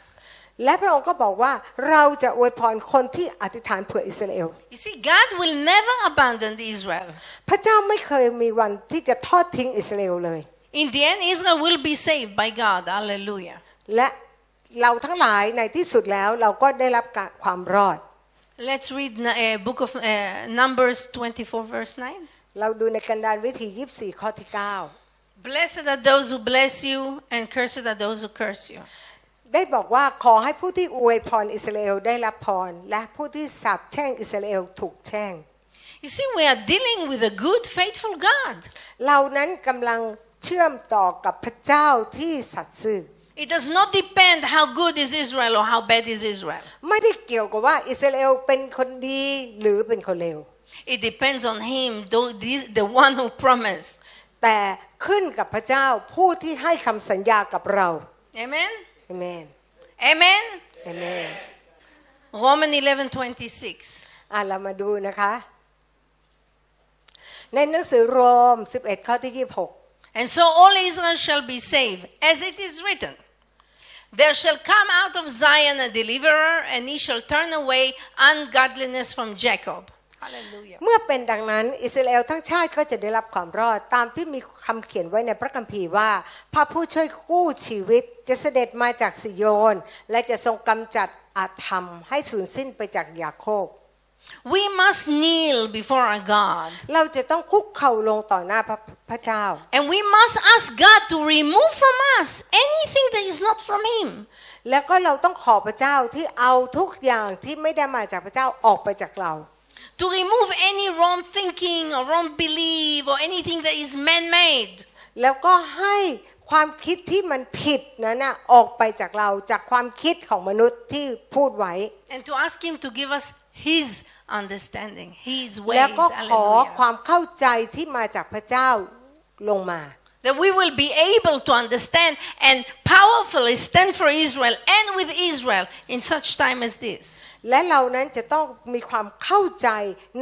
และพระองค์ก็บอกว่าเราจะอวยพรคนที่อธิษฐานเผื่ออิสราเอล You see, God will never abandon Israel. พระเจ้าไม่เคยมีวันที่จะทอดทิ้งอิสราเอลเลย In the end, Israel will be saved by God. Hallelujah. และเราทั้งหลายในที่สุดแล้วเราก็ได้รับการความรอด Let's read uh, book of uh, Numbers 24, verse 9. เราดูในกันดารวิธี 24 ข้อที่ Blessed are those who bless you, and cursed are those who curse you. 9 ได้บอกว่าขอให้ผู้ที่อวยพรอิสราเอลได้รับพร และผู้ที่สาปแช่งอิสราเอลถูกแช่ง You see, we are dealing with a good, faithful God. เรานั้นกำลังเชื่อมต่อกับพระเจ้าที่สัตย์ซื่อ It does not depend how good is Israel or how bad is Israel. ไม่ได้เกี่ยวกับว่าอิสราเอลเป็นคนดีหรือเป็นคนเลว It depends on Him, though this- the one who promised. แต่ขึ้นกับพระเจ้าผู้ที่ให้คำสัญญากับเรา Amen? เอเมน Amen? เอเมน Romans 11 26. อ่ะเรามาดูนะคะ ในหนังสือโรม 11 ข้อที่ And so all Israel shall be saved, as it is written. There shall come out of Zion a deliverer, and he shall turn away ungodliness from Jacob. Hallelujah. 26 เมื่อเป็นดังนั้นอิสราเอลทั้งชาติก็จะได้รับความรอดตามที่มีคำเขียนไว้ในพระคัมภีร์ว่า พระผู้ช่วยกู้ชีวิตจะเสด็จมาจากสิโยน และจะทรงกำจัดอาธรรม ให้สูญสิ้นไปจากยาโคบ We must kneel before our God, เราจะต้องคุกเข่าลงต่อหน้าพระพระเจ้า and we must ask God to remove from us anything that is not from Him. แล้วก็เราต้องขอพระเจ้าที่เอาทุกอย่างที่ไม่ได้มาจากพระเจ้าออกไปจากเรา to remove any wrong thinking or wrong belief or anything that is man made. แล้วก็ให้ความคิดที่มันผิดนั้นนะออกไปจากเราจากความคิดของมนุษย์ที่พูดไว้ And to ask Him to give us His understanding, His แล้ว ways. ก็ขอ Hallelujah. ความเข้าใจที่มาจากพระเจ้าลงมา That we will be able to understand and powerfully stand for Israel and with Israel in such time as this. และเรานั้นจะต้องมีความเข้าใจ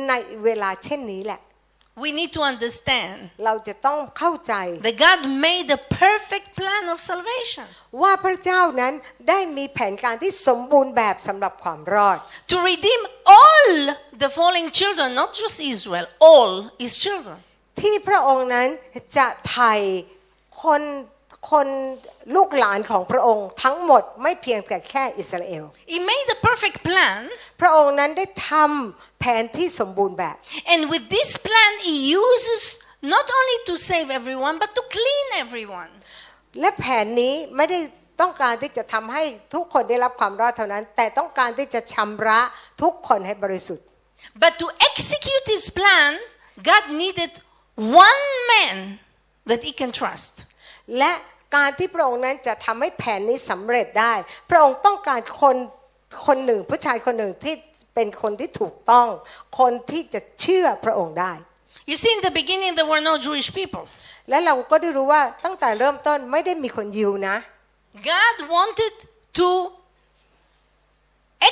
ในเวลาเช่นนี้แหละ We need to understand เราจะต้องเข้าใจ that God made a perfect plan of salvation ว่าพระเจ้านั้นได้มีแผนการที่สมบูรณ์แบบสำหรับความรอด to redeem all the falling children, not just Israel, all His children. ที่พระองค์นั้นจะไถ่คนคนลูกหลานของพระองค์ทั้งหมดไม่เพียงแต่แค่อิสราเอล He made a perfect plan พระองค์นั้นได้ทำแผนที่สมบูรณ์แบบ And with this plan, he uses not only to save everyone, but to clean everyone. และแผนนี้ไม่ได้ต้องการที่จะทำให้ทุกคนได้รับความรอดเท่านั้น แต่ต้องการที่จะชำระทุกคนให้บริสุทธิ์ But to execute his plan, God needed one man that he can trust. และการที่พระองค์นั้นจะทำให้แผนนี้สำเร็จได้ พระองค์ต้องการคนคนหนึ่งผู้ชายคนหนึ่งที่เป็นคนที่ถูกต้อง คนที่จะเชื่อพระองค์ได้ You see, in the beginning, there were no Jewish people. และเราก็ได้รู้ว่าตั้งแต่เริ่มต้นไม่ได้มีคนยิวนะ God wanted to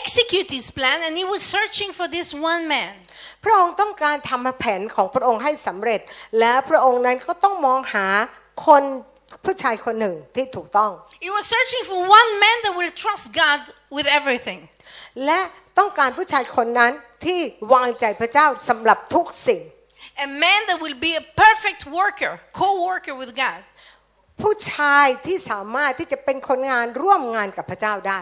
execute his plan, and he was searching for this one man. พระองค์ต้องการทำแผนของพระองค์ให้สำเร็จ และพระองค์นั้นก็ต้องมองหาคนผู้ชายคนหนึ่งที่ถูกต้อง He was searching for one man that will trust God with everything. และต้องการผู้ชายคนนั้นที่วางใจพระเจ้าสำหรับทุกสิ่ง A man that will be a perfect worker, co worker with God. ผู้ชายที่สามารถที่จะเป็นคนงานร่วมงานกับพระเจ้าได้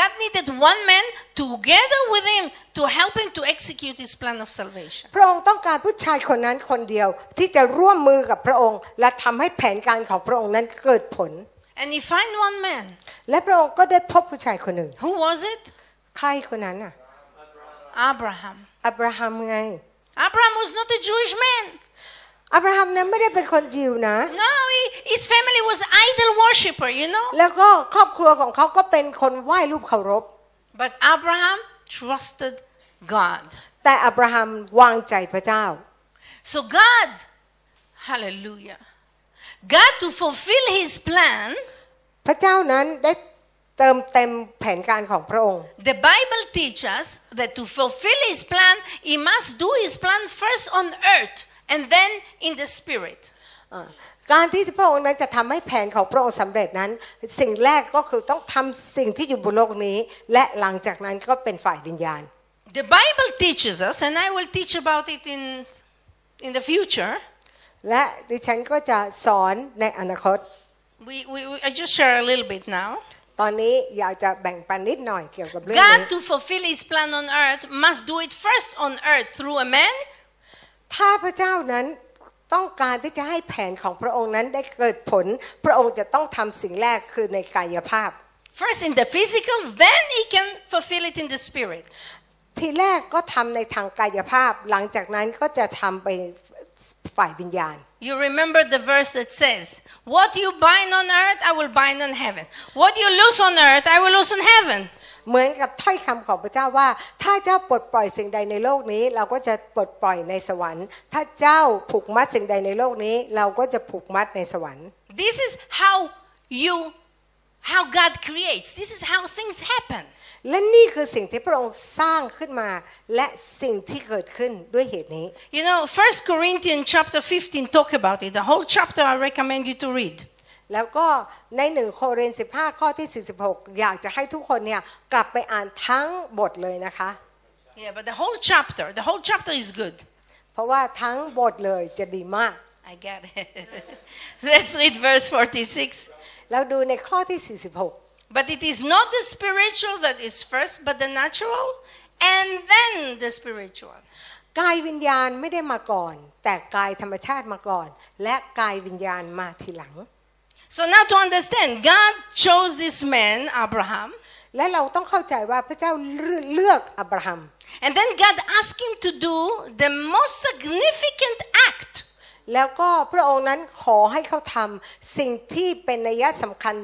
God needed one man together with him to help him to execute his plan of salvation. พระองค์ต้องการผู้ชายคนนั้นคนเดียวที่จะร่วมมือกับพระองค์ และทำให้แผนการของพระองค์นั้นเกิดผล And he found one man. และพระองค์ก็ได้พบผู้ชายคนหนึ่ง Who was it? ใครคนนั้นน่ะ Abraham. อับราฮัมไง Abraham was not a Jewish man. อับราฮัมนั้นไม่ได้เป็นคนยิวนะ No, he, his family was idol worshiper, you know. แล้วก็ครอบครัวของเขาก็เป็นคนไหว้รูปเคารพ But Abraham trusted God. แต่อับราฮัมวางใจพระเจ้า So God, hallelujah. God to fulfill his plan, พระเจ้านั้นได้เติมเต็มแผนการของพระองค์ the Bible teaches us that to fulfill his plan, he must do his plan first on earth and then in the spirit. อ่าการที่พระองค์นั้นจะทำให้แผนของพระองค์สำเร็จนั้น สิ่งแรกก็คือต้องทำสิ่งที่อยู่บนโลกนี้ และหลังจากนั้นก็เป็นฝ่ายวิญญาณ The Bible teaches us, and I will teach about it in, in the future. และดิฉันก็จะสอนในอนาคต We, we, we- I just share a little bit now. ตอนนี้อยากจะแบ่งปันนิดหน่อยเกี่ยวกับเรื่องนี้ God, to fulfill his plan on earth, must do it first on earth through a man, ถ้าพระเจ้านั้นต้องการที่จะให้แผนของพระองค์นั้นได้เกิดผล พระองค์จะต้องทำสิ่งแรกคือในกายภาพ First in the physical, then he can fulfill it in the spirit. ทีแรกก็ทำในทางกายภาพ หลังจากนั้นก็จะทำไปฝ่ายวิญญาณ You remember the verse that says, What you bind on earth, I will bind on heaven. What you loose on earth, I will loose on heaven. เหมือนกับถ้อยคำของพระเจ้าว่า ถ้าเจ้าปลดปล่อยสิ่งใดในโลกนี้ เราก็จะปลดปล่อยในสวรรค์ ถ้าเจ้าผูกมัดสิ่งใดในโลกนี้ เราก็จะผูกมัดในสวรรค์ This is how you, how God creates. This is how things happen. และนี่คือสิ่งที่พระองค์สร้างขึ้นมา และสิ่งที่เกิดขึ้นด้วยเหตุนี้ You know, 1 Corinthians chapter 15 talk about it. The whole chapter I recommend you to read. แล้วก็ในหนึ่งโครินธ์15 ข้อที่ 46 อยากจะให้ทุกคนเนี่ยกลับไปอ่านทั้งบทเลยนะคะ Yeah, but the whole chapter, the whole chapter is good. เพราะว่าทั้งบทเลยจะดีมาก I get it. Let's read verse 46. แล้วดูในข้อที่ 46 But it is not the spiritual that is first, but the natural, and then the spiritual. กายวิญญาณไม่ได้มาก่อน แต่กายธรรมชาติมาก่อน และกายวิญญาณมาทีหลัง So now to understand, God chose this man, Abraham, และเราต้องเข้าใจว่าพระเจ้าเลือกอับราฮัม and then God asked him to do the most significant act. แล้วก็พระองค์นั้นขอให้เขาทำสิ่งที่เป็นนัยสำคัญ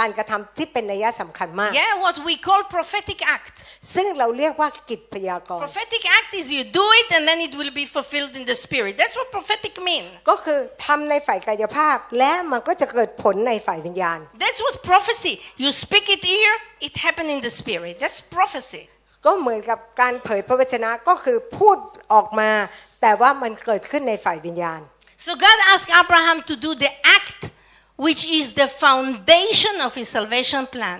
การกระทำที่เป็นนัยสำคัญมาก Yeah, what we call prophetic act. ซึ่งเราเรียกว่ากิจพยากรณ์ Prophetic act is you do it and then it will be fulfilled in the spirit. That's what prophetic mean. ก็คือทำในฝ่ายกายภาพ และมันก็จะเกิดผลในฝ่ายวิญญาณ That's what prophecy. You speak it here, it happen in the spirit. That's prophecy. ก็เหมือนกับการเผยพระวจนะก็คือพูดออกมา แต่ว่ามันเกิดขึ้นในฝ่ายวิญญาณ So God asked Abraham to do the act which is the foundation of his salvation plan.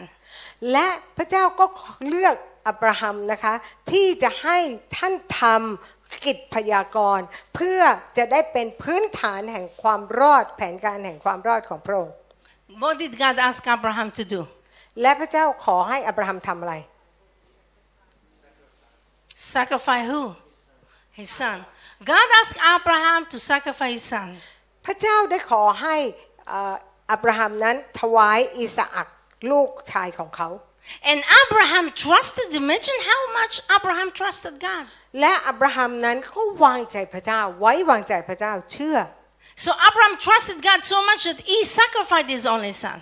และพระเจ้าก็เลือกอับราฮัมนะคะ ที่จะให้ท่านทำกิจพยากรณ์ เพื่อจะได้เป็นพื้นฐานแห่งความรอดแผนการแห่งความรอดของพระองค์ What did God ask Abraham to do? และพระเจ้าขอให้อับราฮัมทำอะไร Sacrifice who? His son. God asked Abraham to sacrifice his son. พระเจ้าได้ขอให้เอ่ออับราฮัมนั้นถวายอิสอักลูกชายของเขา And Abraham trusted. Imagine how much Abraham trusted God. และอับราฮัมนั้นก็วางใจพระเจ้าไว้วางใจพระเจ้าเชื่อ So Abraham trusted God so much that he sacrificed his only son.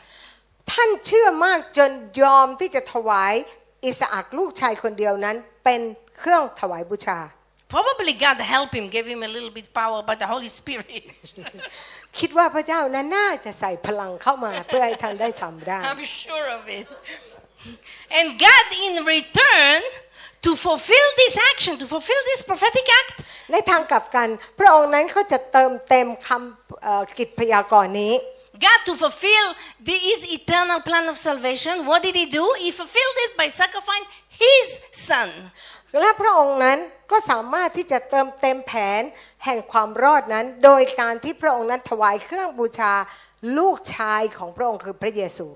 ท่านเชื่อมากจนยอมที่จะถวายอิสอักลูกชายคนเดียวนั้น เป็นเครื่องถวายบูชา Probably God helped him, gave him a little bit power by the Holy Spirit. คิดว่าพระเจ้านั้นน่าจะใส่พลังเข้ามา เพื่อให้ท่านได้ทำได้ I'm sure of it. And God, in return, to fulfill this action, to fulfill this prophetic act, ในทางกลับกัน พระองค์นั้นก็จะเติมเต็มคำเอ่อกิจพยากรณ์นี้ God to fulfill the, his eternal plan of salvation, what did he do? He fulfilled it by sacrificing his son. และพระองค์นั้นก็สามารถที่จะเติมเต็มแผนแห่งความรอดนั้น โดยการที่พระองค์นั้นถวายเครื่องบูชาลูกชายของพระองค์คือพระเยซู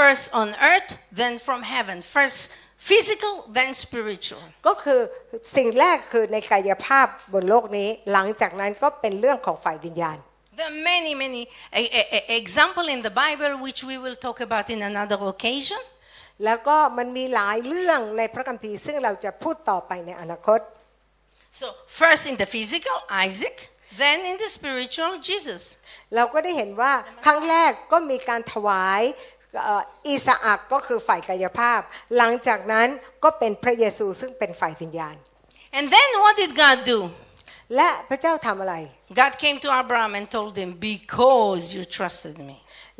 First on earth, then from heaven. First physical, then spiritual. ก็คือสิ่งแรกคือในกายภาพบนโลกนี้ หลังจากนั้นก็เป็นเรื่องของฝ่ายวิญญาณ There are many, many eh, eh, eh, example in the Bible which we will talk about in another occasion. แล้วก็มันมีหลายเรื่องในพระคัมภีร์ซึ่งเราจะพูดต่อไปในอนาคต So first in the physical, Isaac, then in the spiritual, Jesus. เราก็ได้เห็นว่าครั้งแรกก็มีการถวายเอ่ออิสอักก็คือฝ่ายกายภาพ หลังจากนั้นก็เป็นพระเยซูซึ่งเป็นฝ่ายวิญญาณ And then what did God do? และพระเจ้าทำอะไร God came to Abraham and told him, Because you trusted me.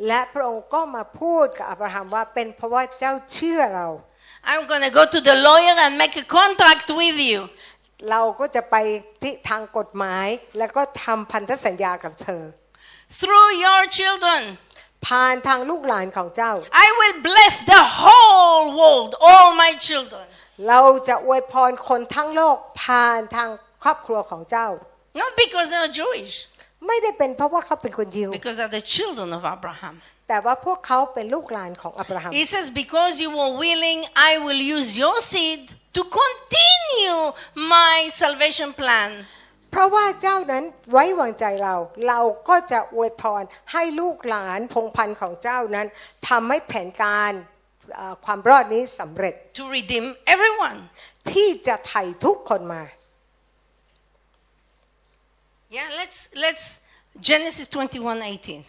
และพระองค์ก็มาพูดกับอับราฮัมว่าเป็นเพราะว่าเจ้าเชื่อเรา I'm going to go to the lawyer and make a contract with you. เราก็จะไปที่ทางกฎหมาย แล้วก็ทำพันธสัญญากับเธอ Through your children, ผ่านทางลูกหลานของเจ้า I will bless the whole world, all my children. เราจะอวยพรคนทั้งโลกผ่านทางครอบครัวของเจ้า Not because they are Jewish, ไม่ได้เป็นเพราะว่าเขาเป็นคนยิว because they are the children of Abraham. แต่ว่าพวกเขาเป็นลูกหลานของอับราฮัม He says, Because you were willing, I will use your seed to continue my salvation plan. เพราะว่าเจ้านั้นไว้วางใจเรา เราก็จะอวยพรให้ลูกหลานพงศ์พันธุ์ของเจ้านั้นทำให้แผนการเอ่อความรอดนี้สำเร็จ to redeem everyone. ที่จะไถ่ทุกคนมา Yeah, let's let's Genesis 21:18.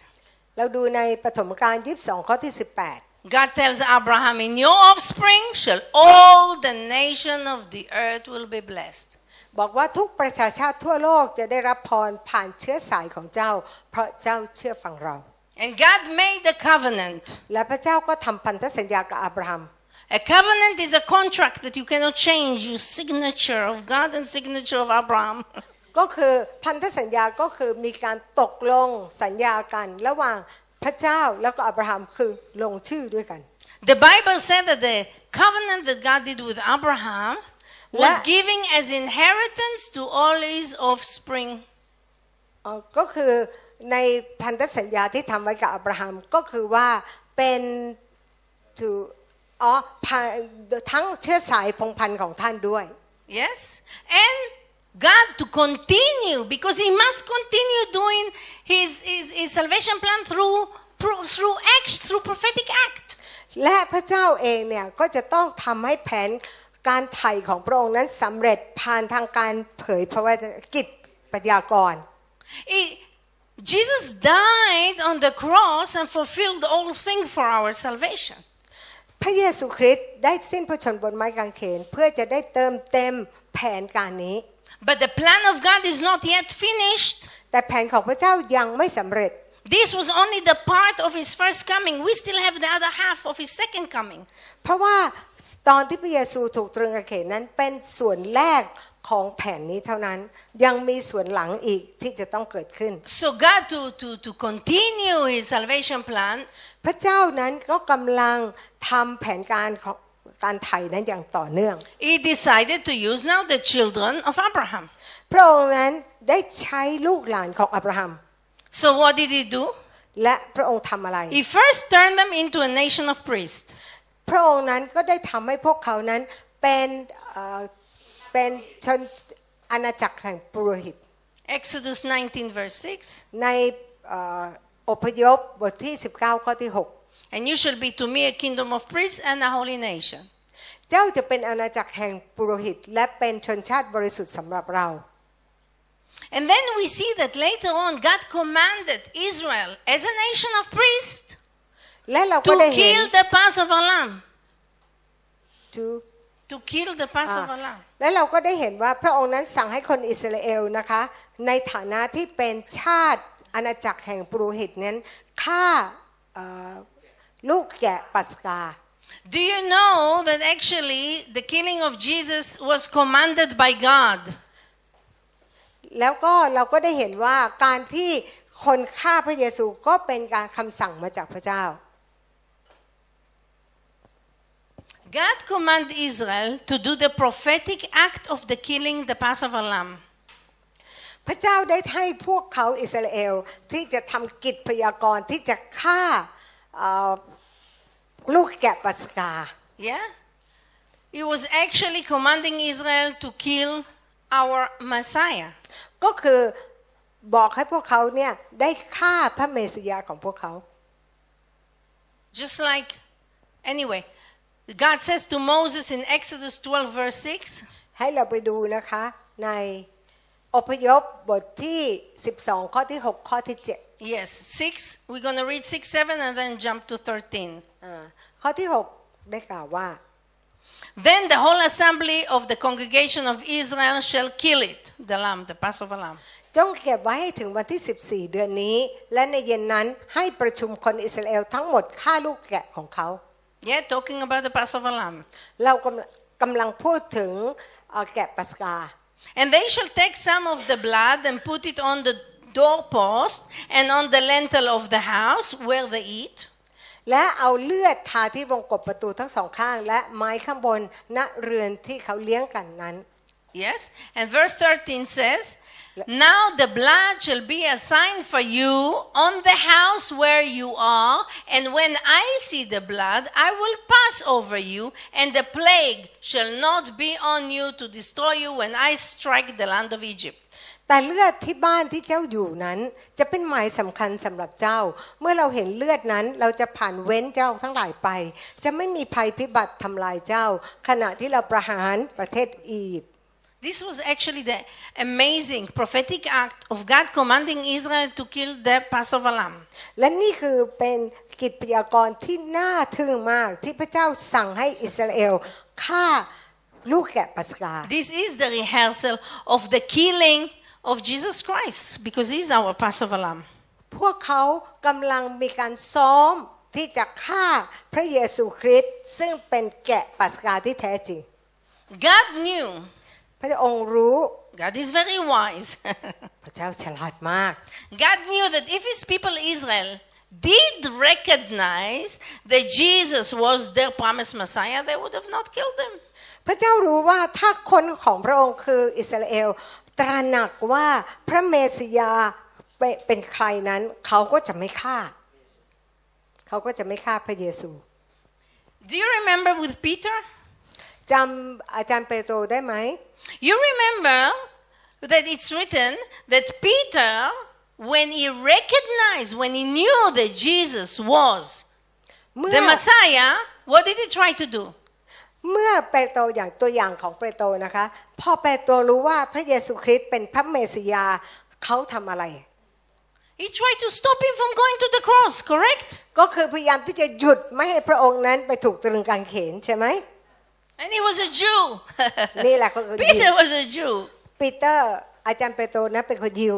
เราดูในปฐมกาล22 ข้อที่ God tells Abraham, "In your offspring shall all the nation of the earth will be blessed." 18 บอกว่าทุกประชาชาติทั่วโลกจะได้รับพรผ่านเชื้อสายของเจ้า เพราะเจ้าเชื่อฟังเรา And God made a covenant. และพระเจ้าก็ทำพันธสัญญากับอับราฮัม A covenant is a contract that you cannot change. Your signature of God and signature of Abraham. ก็คือพันธสัญญาก็คือมีการตกลงสัญญากัน ระหว่างพระเจ้าแล้วก็อับราฮัมคือลงชื่อด้วยกัน The Bible said that the covenant that God did with Abraham was La- giving as inheritance to all his offspring. เอ่อก็คือในพันธสัญญาที่ทำไว้กับอับราฮัมก็คือว่าเป็นถืออ๋อพันทั้งเชื้อสายพงศ์พันธุ์ของท่านด้วย Yes? And God to continue because he must continue doing his, his, his salvation plan through through through act through prophetic act. และพระเจ้าเองเนี่ยก็จะต้องทำให้แผนการไถ่ของพระองค์นั้นสำเร็จผ่านทางการเผยพระวจนะกิจปัญญากร He- Jesus died on the cross and fulfilled all things for our salvation. พระเยซูคริสต์ได้สิ้นพระชนม์บนไม้กางเขน เพื่อจะได้เติมเต็มแผนการนี้ But the plan of God is not yet finished. แต่แผนของพระเจ้ายังไม่สำเร็จ This was only the part of his first coming. We still have the other half of his second coming. เพราะว่าตอนที่พระเยซูถูกตรึงกางเขนนั้นเป็นส่วนแรกของแผนนี้เท่านั้น ยังมีส่วนหลังอีกที่จะต้องเกิดขึ้น So God to, to, to continue his salvation plan พระเจ้านั้นก็กำลังทำแผนการของการไถ่นั้นอย่างต่อเนื่อง He decided to use now the children of Abraham. พระองค์นั้นได้ใช้ลูกหลานของอับราฮัม So what did he do? และพระองค์ทำอะไร He first turned them into a nation of priests. พระองค์นั้นก็ได้ทำให้พวกเขานั้นเป็นเอ่อเป็นชนอาณาจักรแห่งปุโรหิต Exodus 19 verse 6. ในเอ่ออพยพบทที่ 19 ข้อที่ 6 And you shall be to me a kingdom of priests and a holy nation. เจ้าจะเป็นอาณาจักรแห่งปุโรหิต และเป็นชนชาติบริสุทธิ์สำหรับเรา And then we see that later on God commanded Israel as a nation of priests และเรา to ก็ได้เห็น kill the Passover lamb. to- to kill the Ah. Passover lamb. และเราก็ได้เห็นว่าพระองค์นั้นสั่งให้คนอิสราเอลนะคะ ในฐานะที่เป็นชาติอาณาจักรแห่งปุโรหิตนั้นฆ่าเอ่อลูกแกะปัสกา Do you know that actually the killing of Jesus was commanded by God? แล้วก็เราก็ได้เห็นว่าการที่คนฆ่าพระเยซูก็เป็นการคำสั่งมาจากพระเจ้า God commanded Israel to do the prophetic act of the killing the Passover lamb. พระเจ้าได้ให้พวกเขาอิสราเอลที่จะทำกิจพยากรณ์ที่จะฆ่าเอ่อลูกแกะปัสกา Yeah? He was actually commanding Israel to kill our Messiah. ก็คือบอกให้พวกเขาเนี่ยได้ฆ่าพระเมสสยาของพวกเขา Just like, anyway, God says to Moses in Exodus 12, verse 6, ให้เราไปดูนะคะในอพยพบทที่ 12 ข้อที่ 6 ข้อที่ 7 yes, 6, we're going to read 6, 7, and then jump to 13. อ่าข้อที่ 6 ได้กล่าวว่า Then the whole assembly of the congregation of Israel shall kill it, the lamb, the Passover lamb. จงเก็บไว้ให้ถึงวันที่ 14 เดือนนี้ และในเย็นนั้นให้ประชุมคนอิสราเอลทั้งหมดฆ่าลูกแกะของเขา Yeah, talking about the Passover lamb. เรากำลังกำลังพูดถึงเอ่อแกะปัสกา And they shall take some of the blood and put it on the doorpost and on the lintel of the house where they eat. และเอาเลือดทาที่วงกบประตูทั้งสองข้าง และไม้ข้างบนณเรือนที่เขาเลี้ยงกันนั้น Yes. And verse 13 says, Now the blood shall be a sign for you on the house where you are, and when I see the blood, I will pass over you, and the plague shall not be on you to destroy you when I strike the land of Egypt. แต่เลือดที่บ้านที่เจ้าอยู่นั้น จะเป็นหมายสำคัญสำหรับเจ้า เมื่อเราเห็นเลือดนั้นเราจะผ่านเว้นเจ้าทั้งหลายไป จะไม่มีภัยพิบัติทำลายเจ้า ขณะที่เราประหารประเทศอียิปต์ This was actually the amazing prophetic act of God commanding Israel to kill the Passover lamb. และนี่คือเป็นกิจพยากรณ์ที่น่าทึ่งมากที่พระเจ้าสั่งให้อิสราเอลฆ่าลูกแกะปัสกา This is the rehearsal of the killing of Jesus Christ because he's our Passover lamb. พวกเขากำลังมีการซ้อมที่จะฆ่าพระเยซูคริสต์ซึ่งเป็นแกะปัสกาที่แท้จริง God knew, พระองค์รู้ God is very wise. พระเจ้าฉลาดมาก God knew that if his people Israel did recognize that Jesus was their promised Messiah, they would have not killed him. พระเจ้ารู้ว่าถ้าคนของพระองค์คืออิสราเอล ตระหนักว่าพระเมสสยาเป็นเป็นใครนั้น เขาก็จะไม่ฆ่า เขาก็จะไม่ฆ่าพระเยซู Do you remember with Peter? จำอาจารย์เปโตรได้ไหม You remember that it's written that Peter, when he recognized, when he knew that Jesus was เมื่อ the Messiah, what did he try to do? เมื่อเปโตรอย่างตัวอย่างของเปโตรนะคะ พอเปโตรรู้ว่าพระเยซูคริสต์เป็นพระเมสสยาเขาทำอะไร He tried to stop him from going to the cross, correct? ก็คือพยายามที่จะหยุดไม่ให้พระองค์นั้นไปถูกตรึงกางเขนใช่ไหม And he was a Jew. นี่แหละก็คือยิว Peter was a Jew. ปีเตอร์อาจารย์เปโตรนะเป็นคนยิว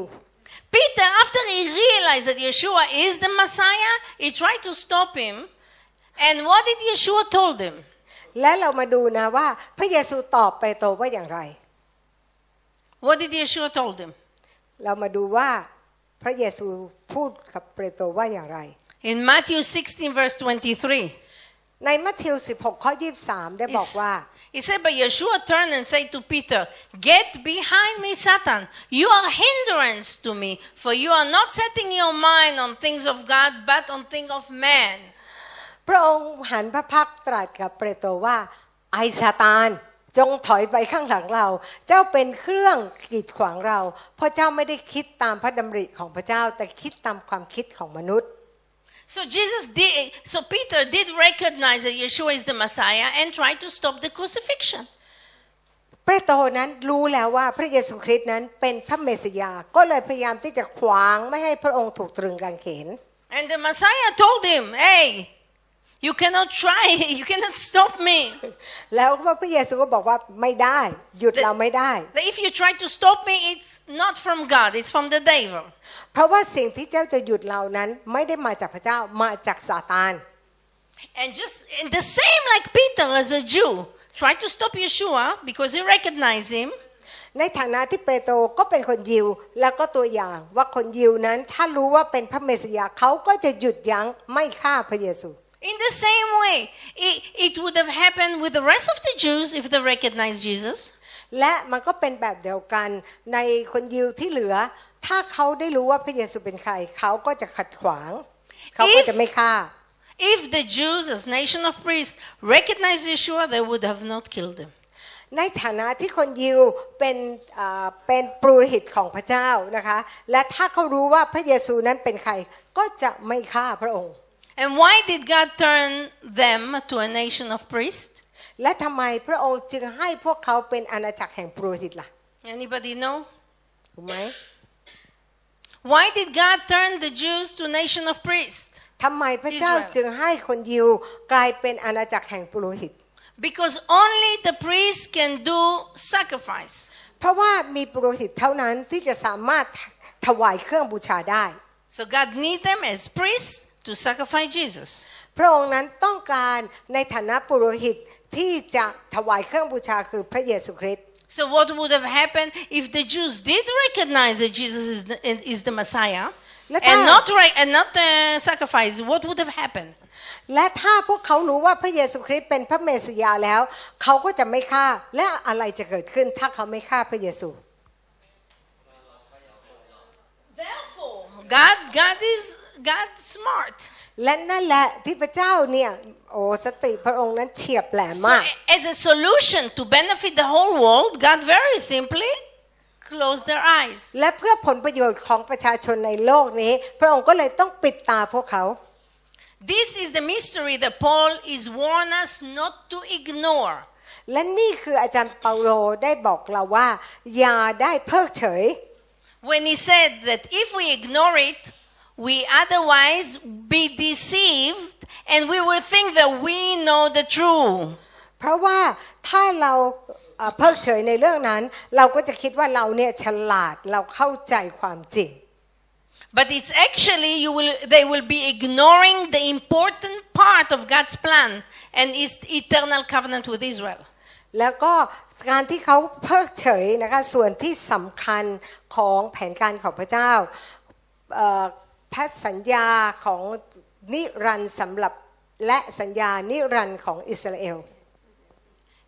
Peter, after he realized that Yeshua is the Messiah, he tried to stop him. And what did Yeshua told him? และเรามาดูนะว่าพระเยซูตอบเปโตรว่าอย่างไร What did Yeshua told him? เรามาดูว่าพระเยซูพูดกับเปโตรว่าอย่างไร In Matthew 16, verse 23. ในมัทธิว 16 ข้อ 23 ได้บอกว่า He said, but Yeshua turned and said to Peter, Get behind me, Satan. You are hindrance to me, for you are not setting your mind on things of God, but on things of man. พระองค์หันพระพักตร์ตรัสกับเปโตรว่า ไอซาตาน จงถอยไปข้างหลังเรา เจ้าเป็นเครื่องกีดขวางเรา เพราะเจ้าไม่ได้คิดตามพระดำริของพระเจ้า แต่คิดตามความคิดของมนุษย์ So Jesus did, so Peter did recognize that Yeshua is the Messiah and tried to stop the crucifixion. เปโตรนั้นรู้แล้วว่าพระเยซูคริสต์นั้นเป็นพระเมสสยา ก็เลยพยายามที่จะขวางไม่ให้พระองค์ถูกตรึงกางเขน And the Messiah told him, Hey, you cannot try, you cannot stop me. แล้วพระเยซูก็บอกว่าไม่ได้หยุดเราไม่ได้ That If you try to stop me, it's not from God, it's from the devil. เพราะว่าสิ่งที่เจ้าจะหยุดเรานั้นไม่ได้มาจากพระเจ้ามาจากซาตาน And just and the same like Peter as a Jew, tried to stop Yeshua because he recognized him. ในฐานะที่เปโตรก็เป็นคนยิว แล้วก็ตัวอย่างว่าคนยิวนั้นถ้ารู้ว่าเป็นพระเมสสยาเขาก็จะหยุดยั้งไม่ฆ่าพระเยซู In the same way, it, it would have happened with the rest of the Jews if they recognized Jesus. และมันก็เป็นแบบเดียวกันในคนยิวที่เหลือ ถ้าเขาได้รู้ว่าพระเยซูเป็นใคร เขาก็จะขัดขวาง เขาก็จะไม่ฆ่า If the Jews, as nation of priests, recognized Yeshua, they would have not killed him. ในฐานะที่คนยิวเป็นอ่าเป็นปรุหิตของพระเจ้านะคะ และถ้าเขารู้ว่าพระเยซูนั้นเป็นใคร ก็จะไม่ฆ่าพระองค์ And why did God turn them to a nation of priests? และทำไมพระองค์จึงให้พวกเขาเป็นอาณาจักรแห่งปรุหิตล่ะ Anybody know? ถูกไหม Why did God turn the Jews to nation of priests? ทำไมพระเจ้า อิสราเอล จึงให้คนยิวกลายเป็นอาณาจักรแห่งปุโรหิต Because only the priests can do sacrifice. เพราะว่ามีปุโรหิตเท่านั้นที่จะสามารถถวายเครื่องบูชาได้ So God need them as priests to sacrifice Jesus. พระองค์นั้นต้องการในฐานะปุโรหิตที่จะถวายเครื่องบูชาคือพระเยซูคริสต์ So what would have happened if the Jews did recognize that Jesus is the, is the Messiah Let and us- not re- and not uh, sacrifice? What would have happened? และถ้าพวกเขารู้ว่าพระเยซูคริสต์เป็นพระเมสสยาแล้ว เขาก็จะไม่ฆ่าและอะไรจะเกิดขึ้นถ้าเขาไม่ฆ่าพระเยซู Therefore, God God is God smart. และนั่นแหละที่พระเจ้าเนี่ยโอ้สติพระองค์นั้นเฉียบแหลม So มาก as a solution to benefit the whole world, God very simply close their eyes. และเพื่อผลประโยชน์ของประชาชนในโลกนี้ พระองค์ก็เลยต้องปิดตาพวกเขา This is the mystery that Paul is warning us not to ignore. และนี่คืออาจารย์เปาโลได้บอกเราว่าอย่าได้เพิกเฉย When he said that if we ignore it, we otherwise be deceived and we will think that we know the truth. เพราะว่าถ้าเราเอ่อเพิกเฉยในเรื่องนั้น เราก็จะคิดว่าเราเนี่ยฉลาดเราเข้าใจความจริง But it's actually you will they will be ignoring the important part of God's plan and his eternal covenant with Israel. แล้วก็การที่เขาเพิกเฉยนะคะส่วนที่สำคัญของแผนการของพระเจ้าเอ่อพระสัญญาของนิรันดร์สำหรับและสัญญานิรันดร์ของอิสราเอล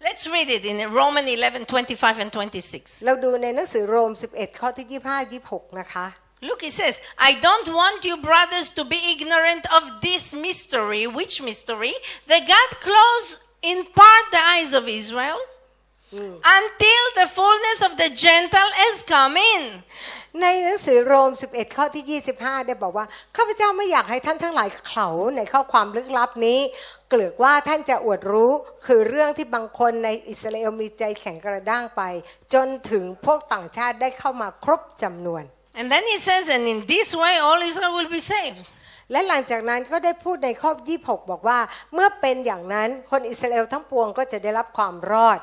Let's read it in Romans 11, 25 and 26. เราดูในหนังสือโรม 11 ข้อที่ 25 26 นะคะ Look, he says, I don't want you brothers to be ignorant of this mystery. Which mystery? That God closed in part the eyes of Israel until the fullness of the Gentile has come in. ในหนังสือโรม 11 ข้อที่ 25 ได้บอกว่าข้าพเจ้าไม่อยากให้ท่านทั้งหลายเขลาในข้อความลึกลับนี้ เกลือกว่าท่านจะอวดรู้คือเรื่องที่บางคนในอิสราเอลมีใจแข็งกระด้างไป จนถึงพวกต่างชาติได้เข้ามาครบจำนวน And then he says, and in this way all Israel will be saved. และหลังจากนั้นก็ได้พูดในข้อ 26 บอกว่า เมื่อเป็นอย่างนั้นคนอิสราเอลทั้งปวงก็จะได้รับความรอด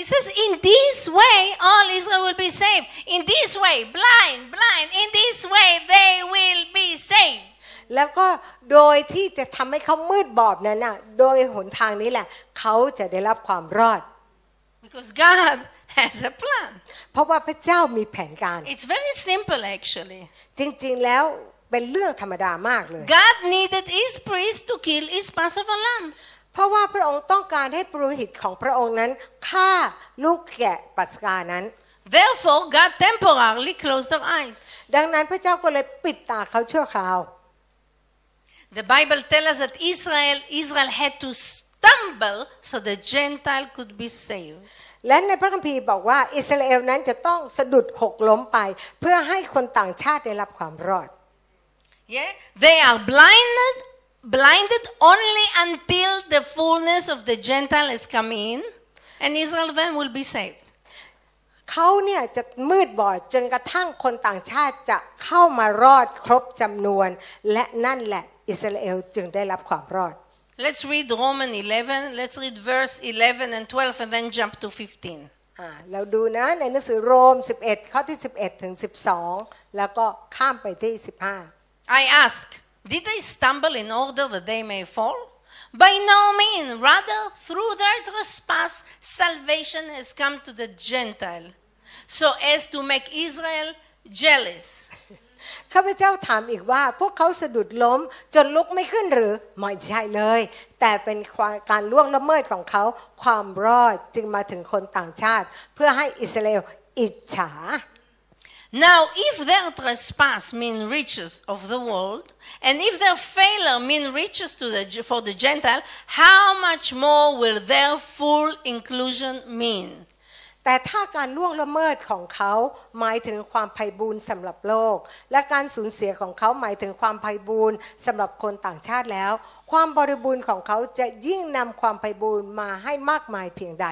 He says, in this way all Israel will be saved. In this way, blind, blind, in this way they will be saved. แล้วก็โดยที่จะทำให้เขามืดบอดนั้นน่ะโดยหนทางนี้แหละ เขาจะได้รับความรอด Because God has a plan. เพราะว่าพระเจ้ามีแผนการ It's very simple, actually. จริงๆ แล้วเป็นเรื่องธรรมดามากเลย God needed his priest to kill his Passover lamb. เพราะว่าพระองค์ต้องการให้ปุโรหิตของพระองค์นั้นฆ่าลูกแกะปัสกานั้น Therefore, God temporarily closed their eyes. ดังนั้นพระเจ้าก็เลยปิดตาเขาชั่วคราว The Bible tells us that Israel, Israel had to stumble so the Gentile could be saved. และในพระคัมภีร์บอกว่าอิสราเอลนั้นจะต้องสะดุดหกล้มไป เพื่อให้คนต่างชาติได้รับความรอด Yeah? They are blinded, blinded only until the fullness of the Gentile has come in, and Israel then will be saved. เขาเนี่ยจะมืดบอดจนกระทั่งคนต่างชาติจะเข้ามารอดครบจำนวน และนั่นแหละอิสราเอลจึงได้รับความรอด Let's read Romans 11. Let's read verse 11 and 12 and then jump to 15. อ่าเราดูนะในหนังสือโรม 11 ข้อที่ 11 ถึง 12 แล้วก็ข้ามไปที่ I ask, did they stumble in order that they may fall? By no means, rather, through their trespass, salvation has come to the Gentile, so as to make Israel jealous. 15 ข้าพเจ้าถามอีกว่าพวกเขาสะดุดล้มจนลุกไม่ขึ้นหรือไม่ใช่เลย แต่เป็นความการล่วงละเมิดของเขาความรอดจึงมาถึงคนต่างชาติ เพื่อให้อิสราเอลอิจฉา Now, if their trespass mean riches of the world, and if their failure mean riches to the, for the Gentile, how much more will their full inclusion mean? แต่ถ้าการล่วงละเมิดของเขาหมายถึงความไพบูลย์สำหรับโลก และการสูญเสียของเขาหมายถึงความไพบูลย์สำหรับคนต่างชาติแล้ว ความบริบูรณ์ของเขาจะยิ่งนำความไพบูลย์มาให้มากมายเพียงใด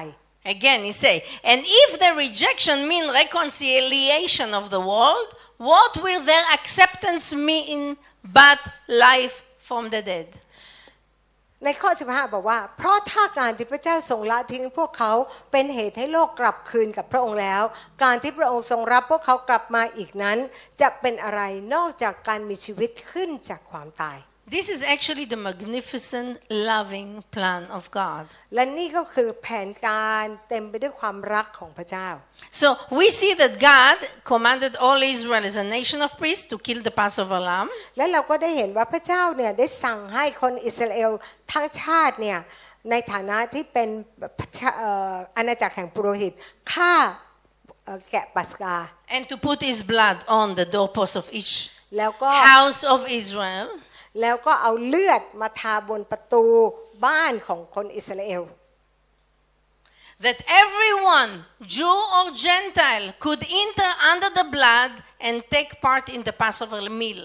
Again, he say, and if the rejection mean reconciliation of the world, what will their acceptance mean but life from the dead? ในข้อ 15 บอกว่า เพราะถ้าการที่พระเจ้าทรงละทิ้งพวกเขาเป็นเหตุให้โลกกลับคืนกับพระองค์แล้ว การที่พระองค์ทรงรับพวกเขากลับมาอีกนั้น จะเป็นอะไรนอกจากการมีชีวิตขึ้นจากความตาย This is actually the magnificent, loving plan of God. และนี่ก็คือแผนการเต็มไปด้วยความรักของพระเจ้า So we see that God commanded all Israel as a nation of priests to kill the Passover lamb. และเราก็ได้เห็นว่าพระเจ้าเนี่ยได้สั่งให้คนอิสราเอลทั้งชาติเนี่ยในฐานะที่เป็นประชาเอ่ออาณาจักรแห่งปุโรหิตฆ่าเอ่อแกะปัสกา And to put his blood on the doorpost of each แล้วก็ house of Israel, แล้วก็เอาเลือดมาทาบนประตูบ้านของคนอิสราเอล that everyone, Jew or Gentile, could enter under the blood and take part in the Passover meal.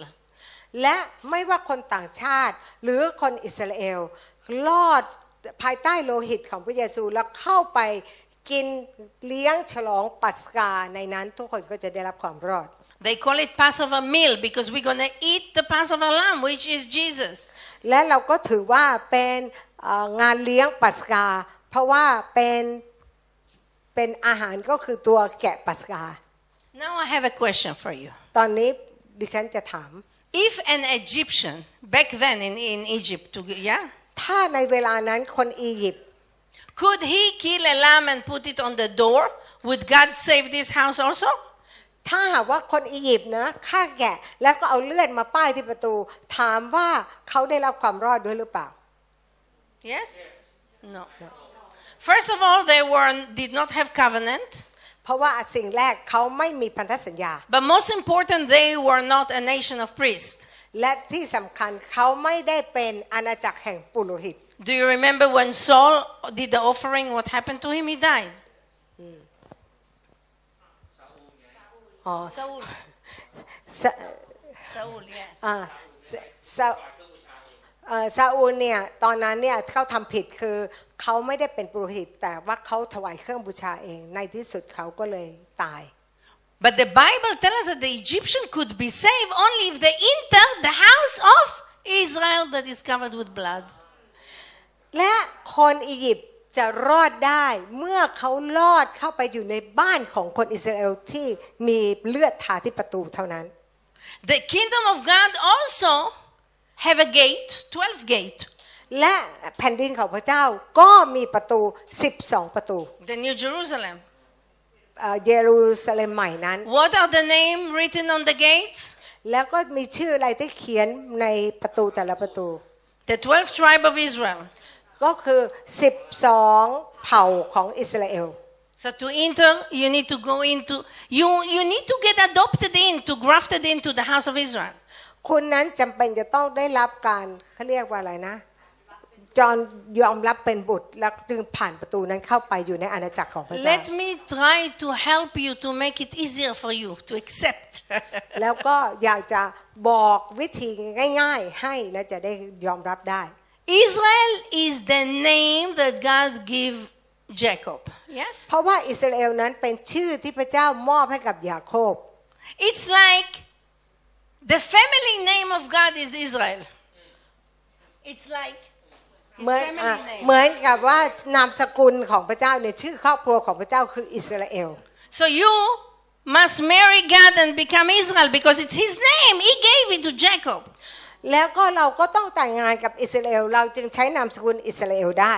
และไม่ว่าคนต่างชาติหรือคนอิสราเอลรอดภายใต้โลหิตของพระเยซูแล้วเข้าไปกินเลี้ยงฉลองปัสกาในนั้นทุกคนก็จะได้รับความรอด They call it Passover meal because we're going to eat the Passover lamb, which is Jesus. และเราก็ถือว่าเป็นเอ่องานเลี้ยงปัสกา เพราะว่าเป็นเป็นอาหารก็คือตัวแกะปัสกา Now I have a question for you. ตอนนี้ดิฉันจะถาม If an Egyptian, back then in, in Egypt, to- yeah, ถ้าในเวลานั้นคนอียิปต์ could he kill a lamb and put it on the door? Would God save this house also? ถ้าหากว่าคนอียิปต์นะฆ่าแกะแล้วก็เอาเลือดมาป้ายที่ประตู ถามว่าเขาได้รับความรอดด้วยหรือเปล่า Yes? No. First of all, they were, did not have covenant. เพราะว่าสิ่งแรกเขาไม่มีพันธสัญญา But most important, they were not a nation of priests. และที่สำคัญเขาไม่ได้เป็นอาณาจักรแห่งปุโรหิต Do you remember when Saul did the offering? What happened to him? He died. อ๋อ Saul. ซะ Saul, yeah. อ่าซะซะเอ่อซาอูลเนี่ยตอนนั้นเนี่ยเขาทำผิดคือเขาไม่ได้เป็นปุโรหิต แต่ว่าเขาถวายเครื่องบูชาเอง ในที่สุดเขาก็เลยตาย But the Bible tells us that the Egyptian could be saved only if they enter the house of Israel that is covered with blood. และคนอียิปต์จะรอดได้เมื่อเขาลอดเข้าไปอยู่ในบ้านของคนอิสราเอลที่มีเลือดทาที่ประตูเท่านั้น The kingdom of God also have a gate, 12 gate. และแผ่นดินของพระเจ้าก็มีประตู 12 ประตู The New Jerusalem. เอ่อเยรูซาเล็มใหม่นั้น What are the name written on the gates? แล้วก็มีชื่ออะไรที่เขียนในประตูแต่ละประตู The 12 tribe of Israel. ก็คือ 12 เผ่าของอิสราเอล So to enter, you need to go into, you, you need to get adopted into, grafted into the house of Israel. คุณนั้นจำเป็นจะต้องได้รับการเขาเรียกว่าอะไรนะจอนยอมรับเป็นบุตร แล้วจึงผ่านประตูนั้นเข้าไปอยู่ในอาณาจักรของพระเจ้า Let me try to help you to make it easier for you to accept. แล้วก็อยากจะบอกวิธีง่าย ๆ ให้นะจะได้ยอมรับได้ Israel is the name that God gave Jacob. Yes? เพราะว่าอิสราเอลนั้นเป็นชื่อที่พระเจ้ามอบให้กับยาโคบ It's like the family name of God is Israel. It's like his เหมือน family อ่ะ name. เหมือนกับว่านามสกุลของพระเจ้าเนี่ยชื่อครอบครัวของพระเจ้าคืออิสราเอล So you must marry God and become Israel because it's his name. He gave it to Jacob. แล้วก็เราก็ต้องแต่งงานกับอิสราเอล เราจึงใช้นามสกุลอิสราเอลได้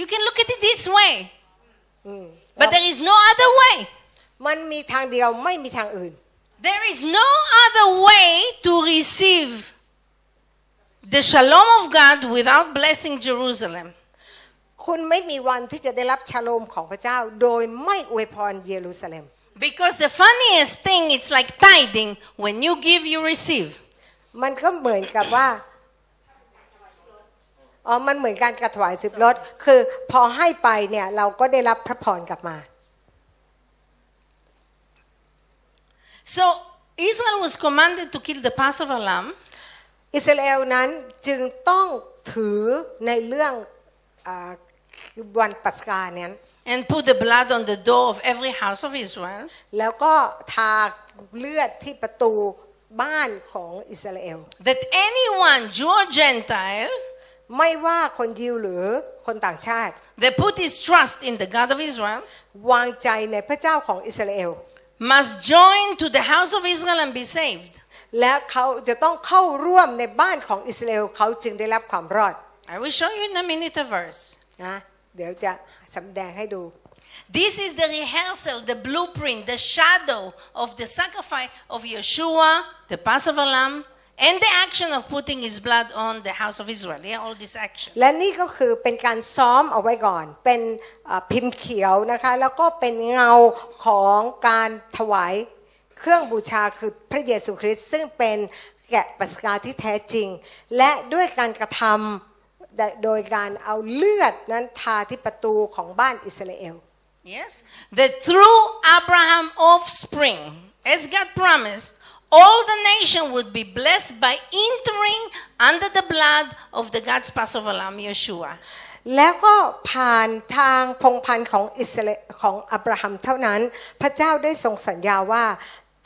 You can look at it this way, อืม but there is no other way. มันมีทางเดียวไม่มีทางอื่น There is no other way to receive the shalom of God without blessing Jerusalem. คุณไม่มีวันที่จะได้รับชาโลมของพระเจ้า โดยไม่อวยพรเยรูซาเล็ม Because the funniest thing, it's like tithing. When you give, you receive. มันก็เหมือนกับว่า อ๋อ มันเหมือนการกระถวายสิบรถ คือพอให้ไปเนี่ย เราก็ได้รับพระพรกลับมา So Israel was commanded to kill the Passover lamb. อิสราเอลนั้นจึงต้องถือในเรื่องอาวันปัสกาเนี่ย and put the blood on the door of every house of Israel. แล้วก็ทาเลือดที่ประตูบ้านของอิสราเอล That anyone, Jew or Gentile, ไม่ว่าคนยิวหรือคนต่างชาติ that put his trust in the God of Israel, วางใจในพระเจ้าของอิสราเอล must join to the house of Israel and be saved. และเขาจะต้องเข้าร่วมในบ้านของอิสราเอลเขาจึงได้รับความรอด I will show you in a minute a verse. นะเดี๋ยวจะสำแดงให้ดู This is the rehearsal, the blueprint, the shadow of the sacrifice of Yeshua, the Passover lamb, and the action of putting his blood on the house of Israel. Yeah, all this action. และนี่ก็คือเป็นการซ้อมเอาไว้ก่อน เป็นเอ่อพิมพ์เขียวนะคะ แล้วก็เป็นเงาของการถวายเครื่องบูชาคือพระเยซูคริสต์ซึ่งเป็นแกะปัสกาที่แท้จริง และด้วยการกระทำโดยการเอาเลือดนั้นทาที่ประตูของบ้านอิสราเอล Yes. That through Abraham offspring, as God promised, all the nation would be blessed by entering under the blood of the God's Passover Lamb Yeshua. แล้วก็ผ่านทางพงศ์พันธุ์ของอิสราเอลของอับราฮัมเท่านั้น พระเจ้าได้ทรงสัญญาว่า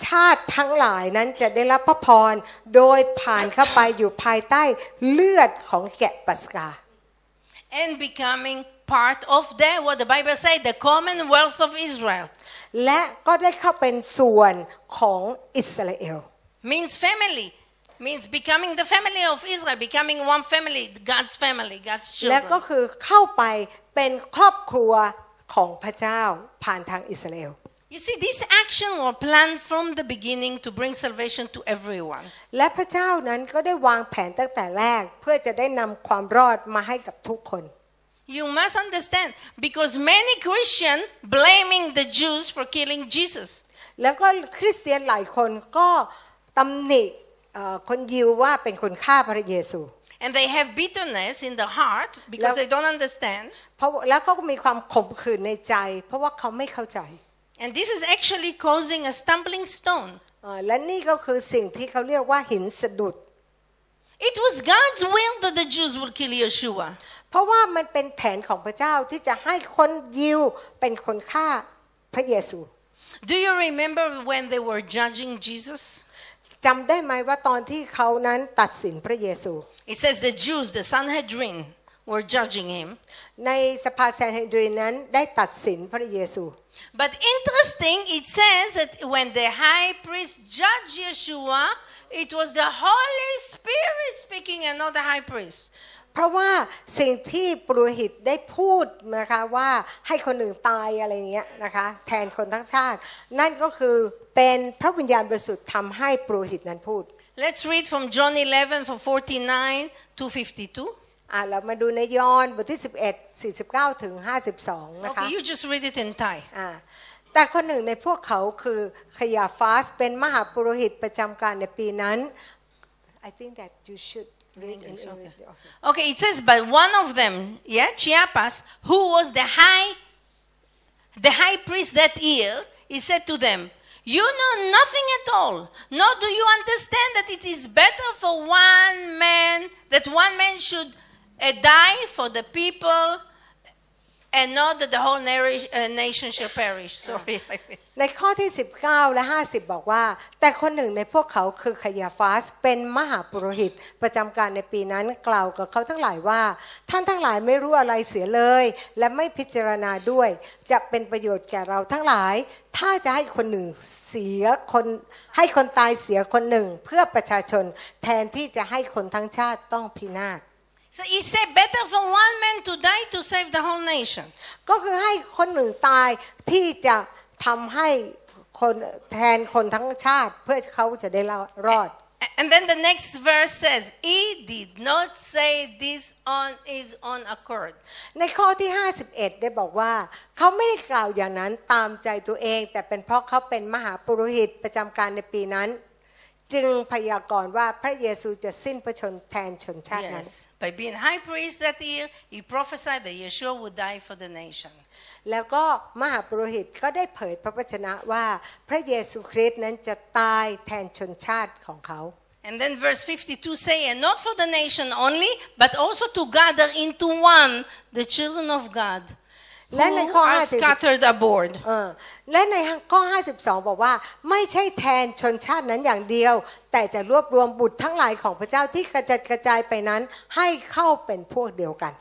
ชาติทั้งหลายนั้นจะได้รับพระพร โดยผ่านเข้าไปอยู่ภายใต้เลือดของแกะปัสกา and becoming part of the what the Bible says the commonwealth of Israel และก็ได้เข้าเป็นส่วนของอิสราเอล means family means becoming the family of Israel becoming one family God's family God's และ children ก็คือเข้าไปเป็นครอบครัวของพระเจ้าผ่านทางอิสราเอล you see this action was planned from the beginning to bring salvation to everyone และพระเจ้านั้นก็ได้วางแผนตั้งแต่แรกเพื่อจะได้นำความรอดมาให้กับทุกคน you must understand because many Christians blaming the Jews for killing Jesus แล้วก็คริสเตียนหลายคนก็ตำหนิเอ่อคนยิวว่าเป็นคนฆ่าพระเยซู and they have bitterness in the heart because Love- they don't understand เพราะแล้วก็มีความขมขื่นในใจ เพราะว่าเขาไม่เข้าใจ and this is actually causing a stumbling stone เอ่อและนี่ก็คือสิ่งที่เขาเรียกว่าหินสะดุด It was God's will that the Jews will kill Yeshua. เพราะว่ามันเป็นแผนของพระเจ้าที่จะให้คนยิวเป็นคนฆ่าพระเยซู Do you remember when they were judging Jesus? จำได้ไหมว่าตอนที่เขานั้นตัดสินพระเยซู It says the Jews, the Sanhedrin, were judging him. ในสภาแซนเฮดรีนนั้นได้ตัดสินพระเยซู But interesting, it says that when the high priest judged Yeshua, it was the Holy Spirit speaking and not the high priest. เพราะว่าสิ่งที่ปุโรหิตได้พูดนะคะว่าให้คนหนึ่งตายอะไรเงี้ยนะคะแทนคนทั้งชาติ นั่นก็คือเป็นพระวิญญาณบริสุทธิ์ทำให้ปุโรหิตนั้นพูด Let's read from John 11 from 49 to 52. อ่ะเรามาดูในยอห์นบทที่ 11 49ถึง52 นะคะ Okay, you just read it in Thai. อ่าแต่คนหนึ่งในพวกเขาคือขยาฟาสเป็นมหาปุโรหิตประจำการในปีนั้น I think that you should read in English, okay. English also Okay, it says, but one of them, yeah, Chiapas, who was the high, the high priest that year, he said to them, "You know nothing at all. Nor do you understand that it is better for one man that one man should uh, die for the people, and not that the whole nari- uh, nation shall perish." Sorry, I missed. ในข้อที่ 19 และ 50 บอกว่า แต่คนหนึ่งในพวกเขาคือขยาฟาสเป็นมหาปุโรหิต ประจำการในปีนั้นกล่าวกับเขาทั้งหลายว่า ท่านทั้งหลายไม่รู้อะไรเสียเลย และไม่พิจารณาด้วย จะเป็นประโยชน์แก่เราทั้งหลาย ถ้าจะให้คนหนึ่งเสียคนให้คนตายเสียคนหนึ่งเพื่อประชาชน แทนที่จะให้คนทั้งชาติต้องพินาศ So he said, "Better for one man to die to save the whole nation." ก็คือให้คนหนึ่งตายที่จะทำให้คนแทนคนทั้งชาติ เพื่อเขาจะได้รอด And then the next verse says, He did not say this on his own accord. ในข้อที่ 51 ได้บอกว่า เขาไม่ได้กล่าวอย่างนั้นตามใจตัวเอง แต่เป็นเพราะเขาเป็นมหาปุโรหิตประจำการในปีนั้น จึงพยากรณ์ว่าพระเยซูจะสิ้นพระชนแทนชนชาตินั้น Yes. By being high priest that year, he prophesied that Yeshua would die for the nation. แล้วก็มหาปุโรหิตก็ได้เผยพระวจนะว่า พระเยซูคริสต์นั้นจะตายแทนชนชาติของเขา And then verse 52 say, and not for the nation only, but also to gather into one the children of God who และในข้อ are 52 scattered abroad. เออและในข้อ 52 บอกว่า ไม่ใช่แทนชนชาตินั้นอย่างเดียว แต่จะรวบรวมบุตรทั้งหลายของพระเจ้าที่กระจัดกระจายไปนั้น ให้เข้าเป็นพวกเดียวกัน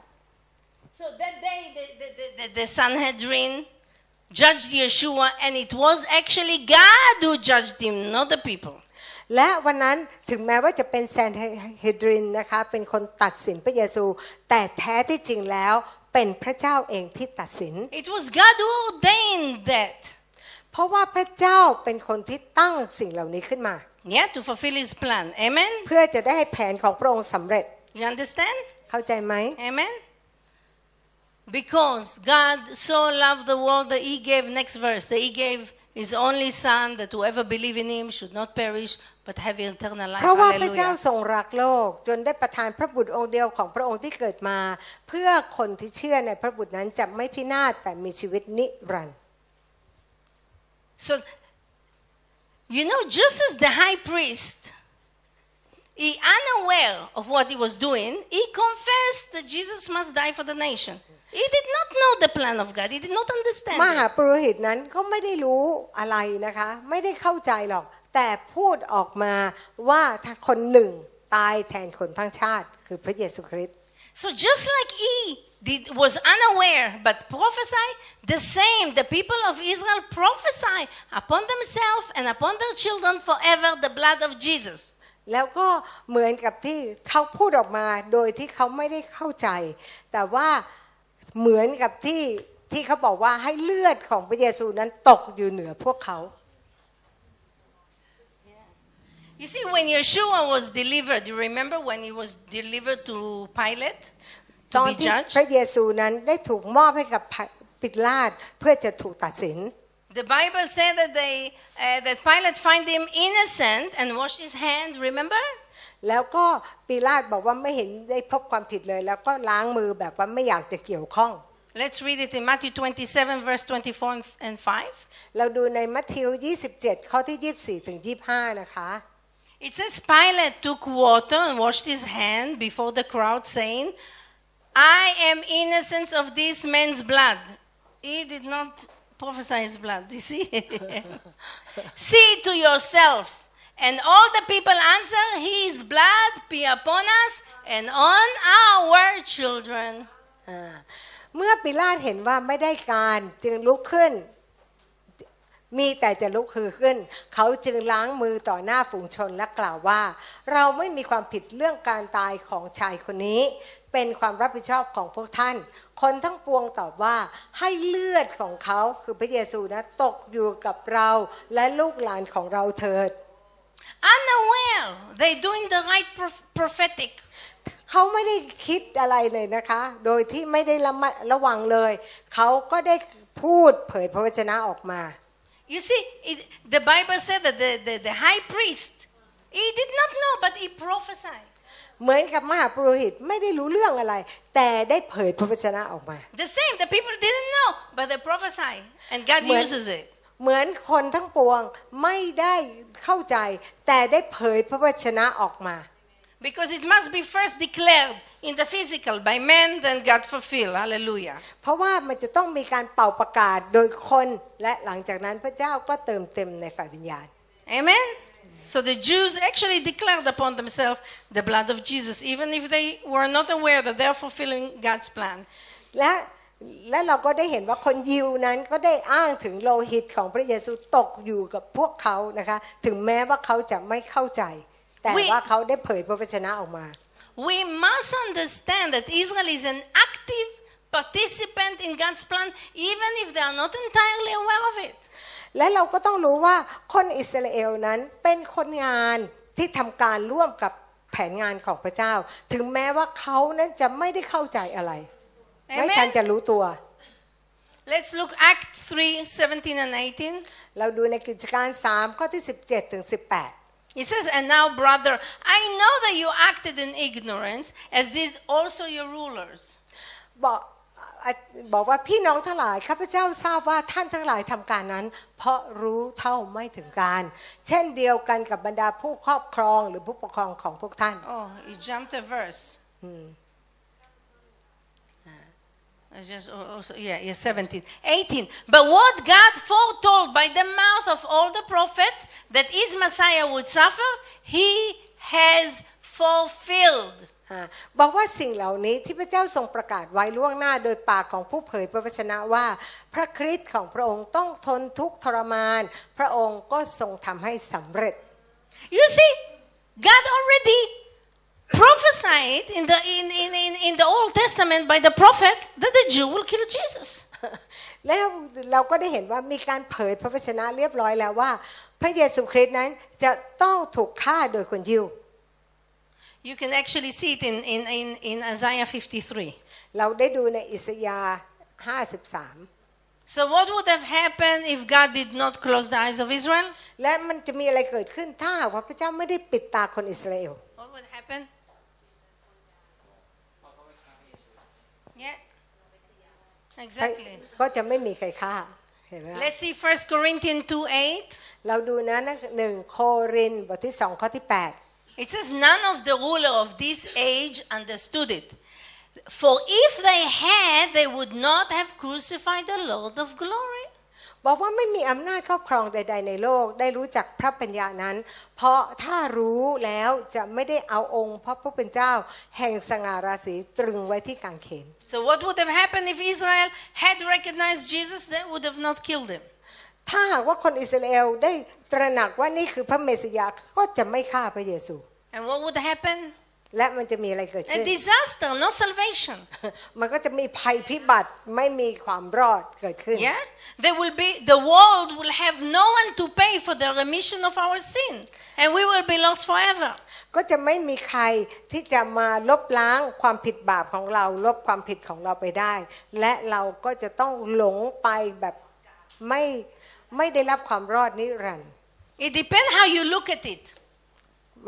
So that day, the, the, the, the Sanhedrin judged Yeshua, and it was actually God who judged him, not the people. และวันนั้นถึงแม้ว่าจะเป็นแซนเฮดรินนะคะเป็นคนตัดสินพระเยซู แต่แท้ที่จริงแล้วเป็นพระเจ้าเองที่ตัดสิน It was God who ordained that. เพราะว่าพระเจ้าเป็นคนที่ตั้งสิ่งเหล่านี้ขึ้นมา Yeah, to fulfill his plan. Amen? เพื่อจะได้ให้แผนของพระองค์สำเร็จ You understand? เข้าใจไหม Amen? Because God so loved the world that he gave, next verse, that he gave his only son, that whoever believe in him should not perish but have eternal life. เพราะว่าพระเจ้า Hallelujah. ทรงรักโลก จนได้ประทานพระบุตรองค์เดียวของพระองค์ที่เกิดมา เพื่อคนที่เชื่อในพระบุตรนั้นจะไม่พินาศแต่มีชีวิตนิรันดร์ So, you know, just as the high priest, he unaware of what he was doing, he confessed that Jesus must die for the nation. He did not know the plan of God. He did not ม understand. หา it. ปุโรหิตนั้นก็ไม่ได้รู้อะไรนะคะ ไม่ได้เข้าใจหรอก แต่พูดออกมาว่าถ้าคนหนึ่งตายแทนคนทั้งชาติ คือพระเยซูคริสต์ So just like he did, was unaware but prophesy, the same the people of Israel prophesy upon themselves and upon their children forever the blood of Jesus. แล้วก็เหมือนกับที่เขาพูดออกมาโดยที่เขาไม่ได้เข้าใจ แต่ว่าเหมือนกับที่ที่เขาบอกว่าให้เลือดของพระเยซูนั้นตกอยู่เหนือพวกเขา You see, when Yeshua was delivered, you remember when he was delivered to Pilate ต to อน be ที่ judged? พระเยซูนั้นได้ถูกมอบให้กับปิดลาดเพื่อจะถูกตัดสิน The Bible said that they uh, that Pilate find him innocent and washed his hand. Remember? แล้วก็ปิลาตบอกว่าไม่เห็นได้พบความผิดเลย แล้วก็ล้างมือแบบว่าไม่อยากจะเกี่ยวข้อง Let's read it in Matthew 27, verse 24 and- and 5. เราดูในมัทธิว 27 ข้อที่ 24 ถึง 25 นะคะ It says Pilate took water and washed his hand before the crowd, saying, I am innocent of this man's blood. He did not prophesy his blood, you see? see to yourself. And all the people answer, His blood be upon us and on our children. อ่าเมื่อปิลาตเห็นว่าไม่ได้การจึงลุกขึ้น มีแต่จะลุกฮือขึ้น เขาจึงล้างมือต่อหน้าฝูงชนและกล่าวว่า เราไม่มีความผิดเรื่องการตายของชายคนนี้ เป็นความรับผิดชอบของพวกท่าน คนทั้งปวงตอบว่าให้เลือดของเขาคือพระเยซูนะตกอยู่กับเราและลูกหลานของเราเถิด Unaware, they doing the right prof- prophetic. เขาไม่ได้คิดอะไรเลยนะคะ โดยที่ไม่ได้ระมัดระวังเลย เขาก็ได้พูดเผยพระวจนะออกมา You see, it, the Bible said that the, the, the high priest, he did not know, but he prophesied. เหมือนกับมหาปุโรหิตไม่ได้รู้เรื่องอะไร แต่ได้เผยพระวจนะออกมา The same, the people didn't know, but they prophesy, and God Well- uses it. เหมือนคนทั้งปวงไม่ได้เข้าใจ แต่ได้เผยพระวจนะออกมา Because it must be first declared in the physical by men, then God fulfill. Hallelujah. เพราะว่ามันจะต้องมีการเป่าประกาศโดยคนและหลังจากนั้นพระเจ้าก็เติมเต็มในฝ่ายวิญญาณ Amen. So the Jews actually declared upon themselves the blood of Jesus, even if they were not aware that they're fulfilling God's plan. และและเราก็ได้เห็นว่าคนยิวนั้นก็ได้อ้างถึงโลหิตของพระเยซูตกอยู่กับพวกเขานะคะ ถึงแม้ว่าเขาจะไม่เข้าใจ แต่ วิ ว่าเขาได้เผยพระวจนะออกมา We must understand that Israel is an active participant in God's plan, even if they are not entirely aware of it. และเราก็ต้องรู้ว่าคนอิสราเอลนั้นเป็นคนงานที่ทำการร่วมกับแผนงานของพระเจ้า ถึงแม้ว่าเขานั้นจะไม่ได้เข้าใจอะไร ไม่ทัน Amen. จะรู้ตัว Let's look Act 3 17 and 18. เราดูในกิจการ3ข้อที่ 17ถึง18 He says, And now, brother, I know that you acted in ignorance, as did also your rulers. บอกอ่ะบอกว่าพี่น้องทั้งหลายข้าพเจ้าทราบว่าท่านทั้งหลายทำการนั้น เพราะรู้เท่าไม่ถึงการ เช่นเดียวกันกับบรรดาผู้ครอบครองหรือผู้ปกครองของพวกท่าน Oh, he jumped a verse. I just oh, also yeah yeah 17 18 but what God foretold by the mouth of all the prophet that his Messiah would suffer he has fulfilled อ่ะบอกว่าสิ่งเหล่านี้ที่พระเจ้าทรงประกาศไว้ล่วงหน้าโดยปากของผู้เผยพระวจนะว่า พระคริสต์ของพระองค์ต้องทนทุกข์ทรมาน พระองค์ก็ทรงทำให้สำเร็จ You see, God already prophesied in the in, in, in, in the Old Testament by the prophet that the Jew will kill Jesus. แล้วเราก็ได้เห็นว่ามีการเผยพระวจนะเรียบร้อยแล้วว่า พระเยซูคริสต์นั้นจะต้องถูกฆ่าโดยคนยิว You can actually see it in, in, in, in Isaiah 53. เราได้ดูในอิสยาห์ So, what would have happened if God did not close the eyes of Israel? และมันจะมีอะไรเกิดขึ้นถ้าหากว่าพระเจ้าไม่ได้ปิดตาคนอิสราเอล What would happen? Yeah. Exactly. ก็จะไม่มีใครฆ่าเห็นไหมคะ Let's see 1 Corinthians 2 8. เราดูนะนะหนึ่งโครินธ์บทที่สองข้อที่ It says, None of the ruler of this age understood it. For if they had, they would not have crucified the Lord of glory. 8 บอกว่าไม่มีอำนาจครอบครองใด ๆ ในโลกได้รู้จักพระปัญญานั้น เพราะถ้ารู้แล้วจะไม่ได้เอาองค์พระผู้เป็นเจ้า แห่งสง่าราศีตรึงไว้ที่กางเขน So, what would have happened if Israel had recognized Jesus? They would have not killed him. ถ้าหากว่าคนอิสราเอลได้ตระหนักว่านี่คือพระเมสสยาก็จะไม่ฆ่าพระเยซู And what would happen? และมันจะมีอะไรเกิด A ขึ้น disaster, no salvation. มันก็จะมีภัยพิบัติไม่มีความรอดเกิดขึ้น Yeah? There will be the world will have no one to pay for the remission of our sin. And we will be lost forever. ก็จะไม่มีใครที่จะมาลบล้างความผิดบาปของเรา ลบความผิดของเราไปได้ และเราก็จะต้องหลงไปแบบไม่ไม่ได้รับความรอดนิรันดร์ It depends how you look at it.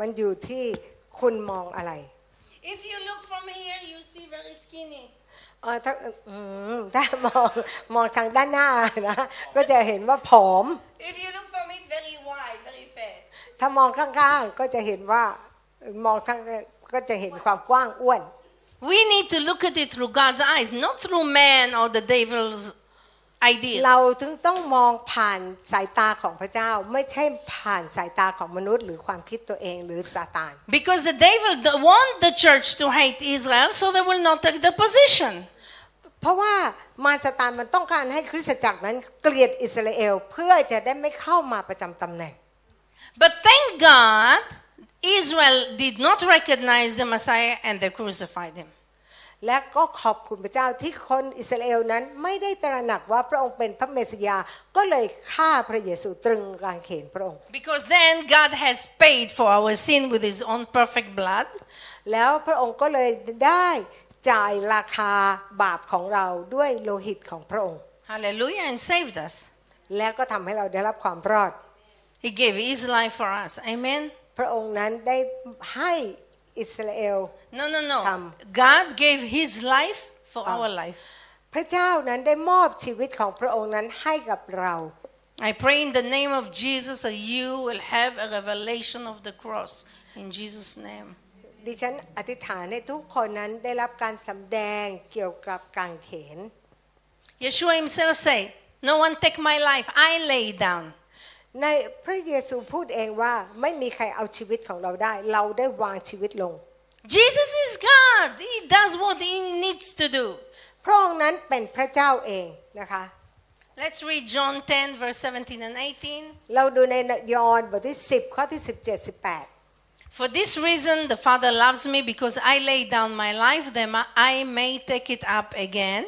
มันอยู่ที่คุณมองอะไร If you look from here, you see very skinny. เออถ้าอืมถ้ามองมองทางด้านหน้านะก็จะเห็นว่าผอม If you look from it, very wide, very fair. ถ้ามองข้างๆก็จะเห็นว่ามองทางก็จะเห็นความกว้างอ้วน We need to look at it through God's eyes, not through man or the devil's idea. เราถึงต้องมองผ่านสายตาของพระเจ้า ไม่ใช่ผ่านสายตาของมนุษย์ หรือความคิดตัวเองหรือซาตาน Because the devil do- want the church to hate Israel, so they will not take the position. เพราะว่ามารซาตานมันต้องการให้คริสตจักรนั้นเกลียดอิสราเอลเพื่อจะได้ไม่เข้ามาประจำตำแหน่ง But thank God, Israel did not recognize the Messiah and they crucified him. และก็ขอบคุณพระเจ้าที่คนอิสราเอลนั้นไม่ได้ตระหนักว่าพระองค์เป็นพระเมสยาก็เลยฆ่าพระเยซูตรึงกางเขนพระองค์ Because then God has paid for our sin with his own perfect blood. แล้วพระองค์ก็เลยได้จ่ายราคาบาปของเราด้วยโลหิตของพระองค์ Hallelujah, and saved us. และก็ทำให้เราได้รับความรอด He gave his life for us. Amen. พระองค์นั้นได้ให้อิสราเอล No, no, no. Come. God gave his life for our life. พระเจ้านั้นได้มอบชีวิตของพระองค์นั้นให้กับเรา I pray in the name of Jesus that you will have a revelation of the cross. In Jesus' name. ดิฉันอธิษฐานให้ทุกคนนั้นได้รับการสำแดงเกี่ยวกับกางเขน Yeshua himself say, No one take my life. I lay it down. ในพระเยซูพูดเองว่าไม่มีใครเอาชีวิตของเราได้ เราได้วางชีวิตลง Jesus is God. He does what he needs to do. พระองค์นั้นเป็นพระเจ้าเองนะคะ Let's read John 10, verse 17 and 18. เราดูในยอห์นบทที่ 10 ข้อที่ 17 18 For this reason, the Father loves me because I lay down my life that my- I may take it up again.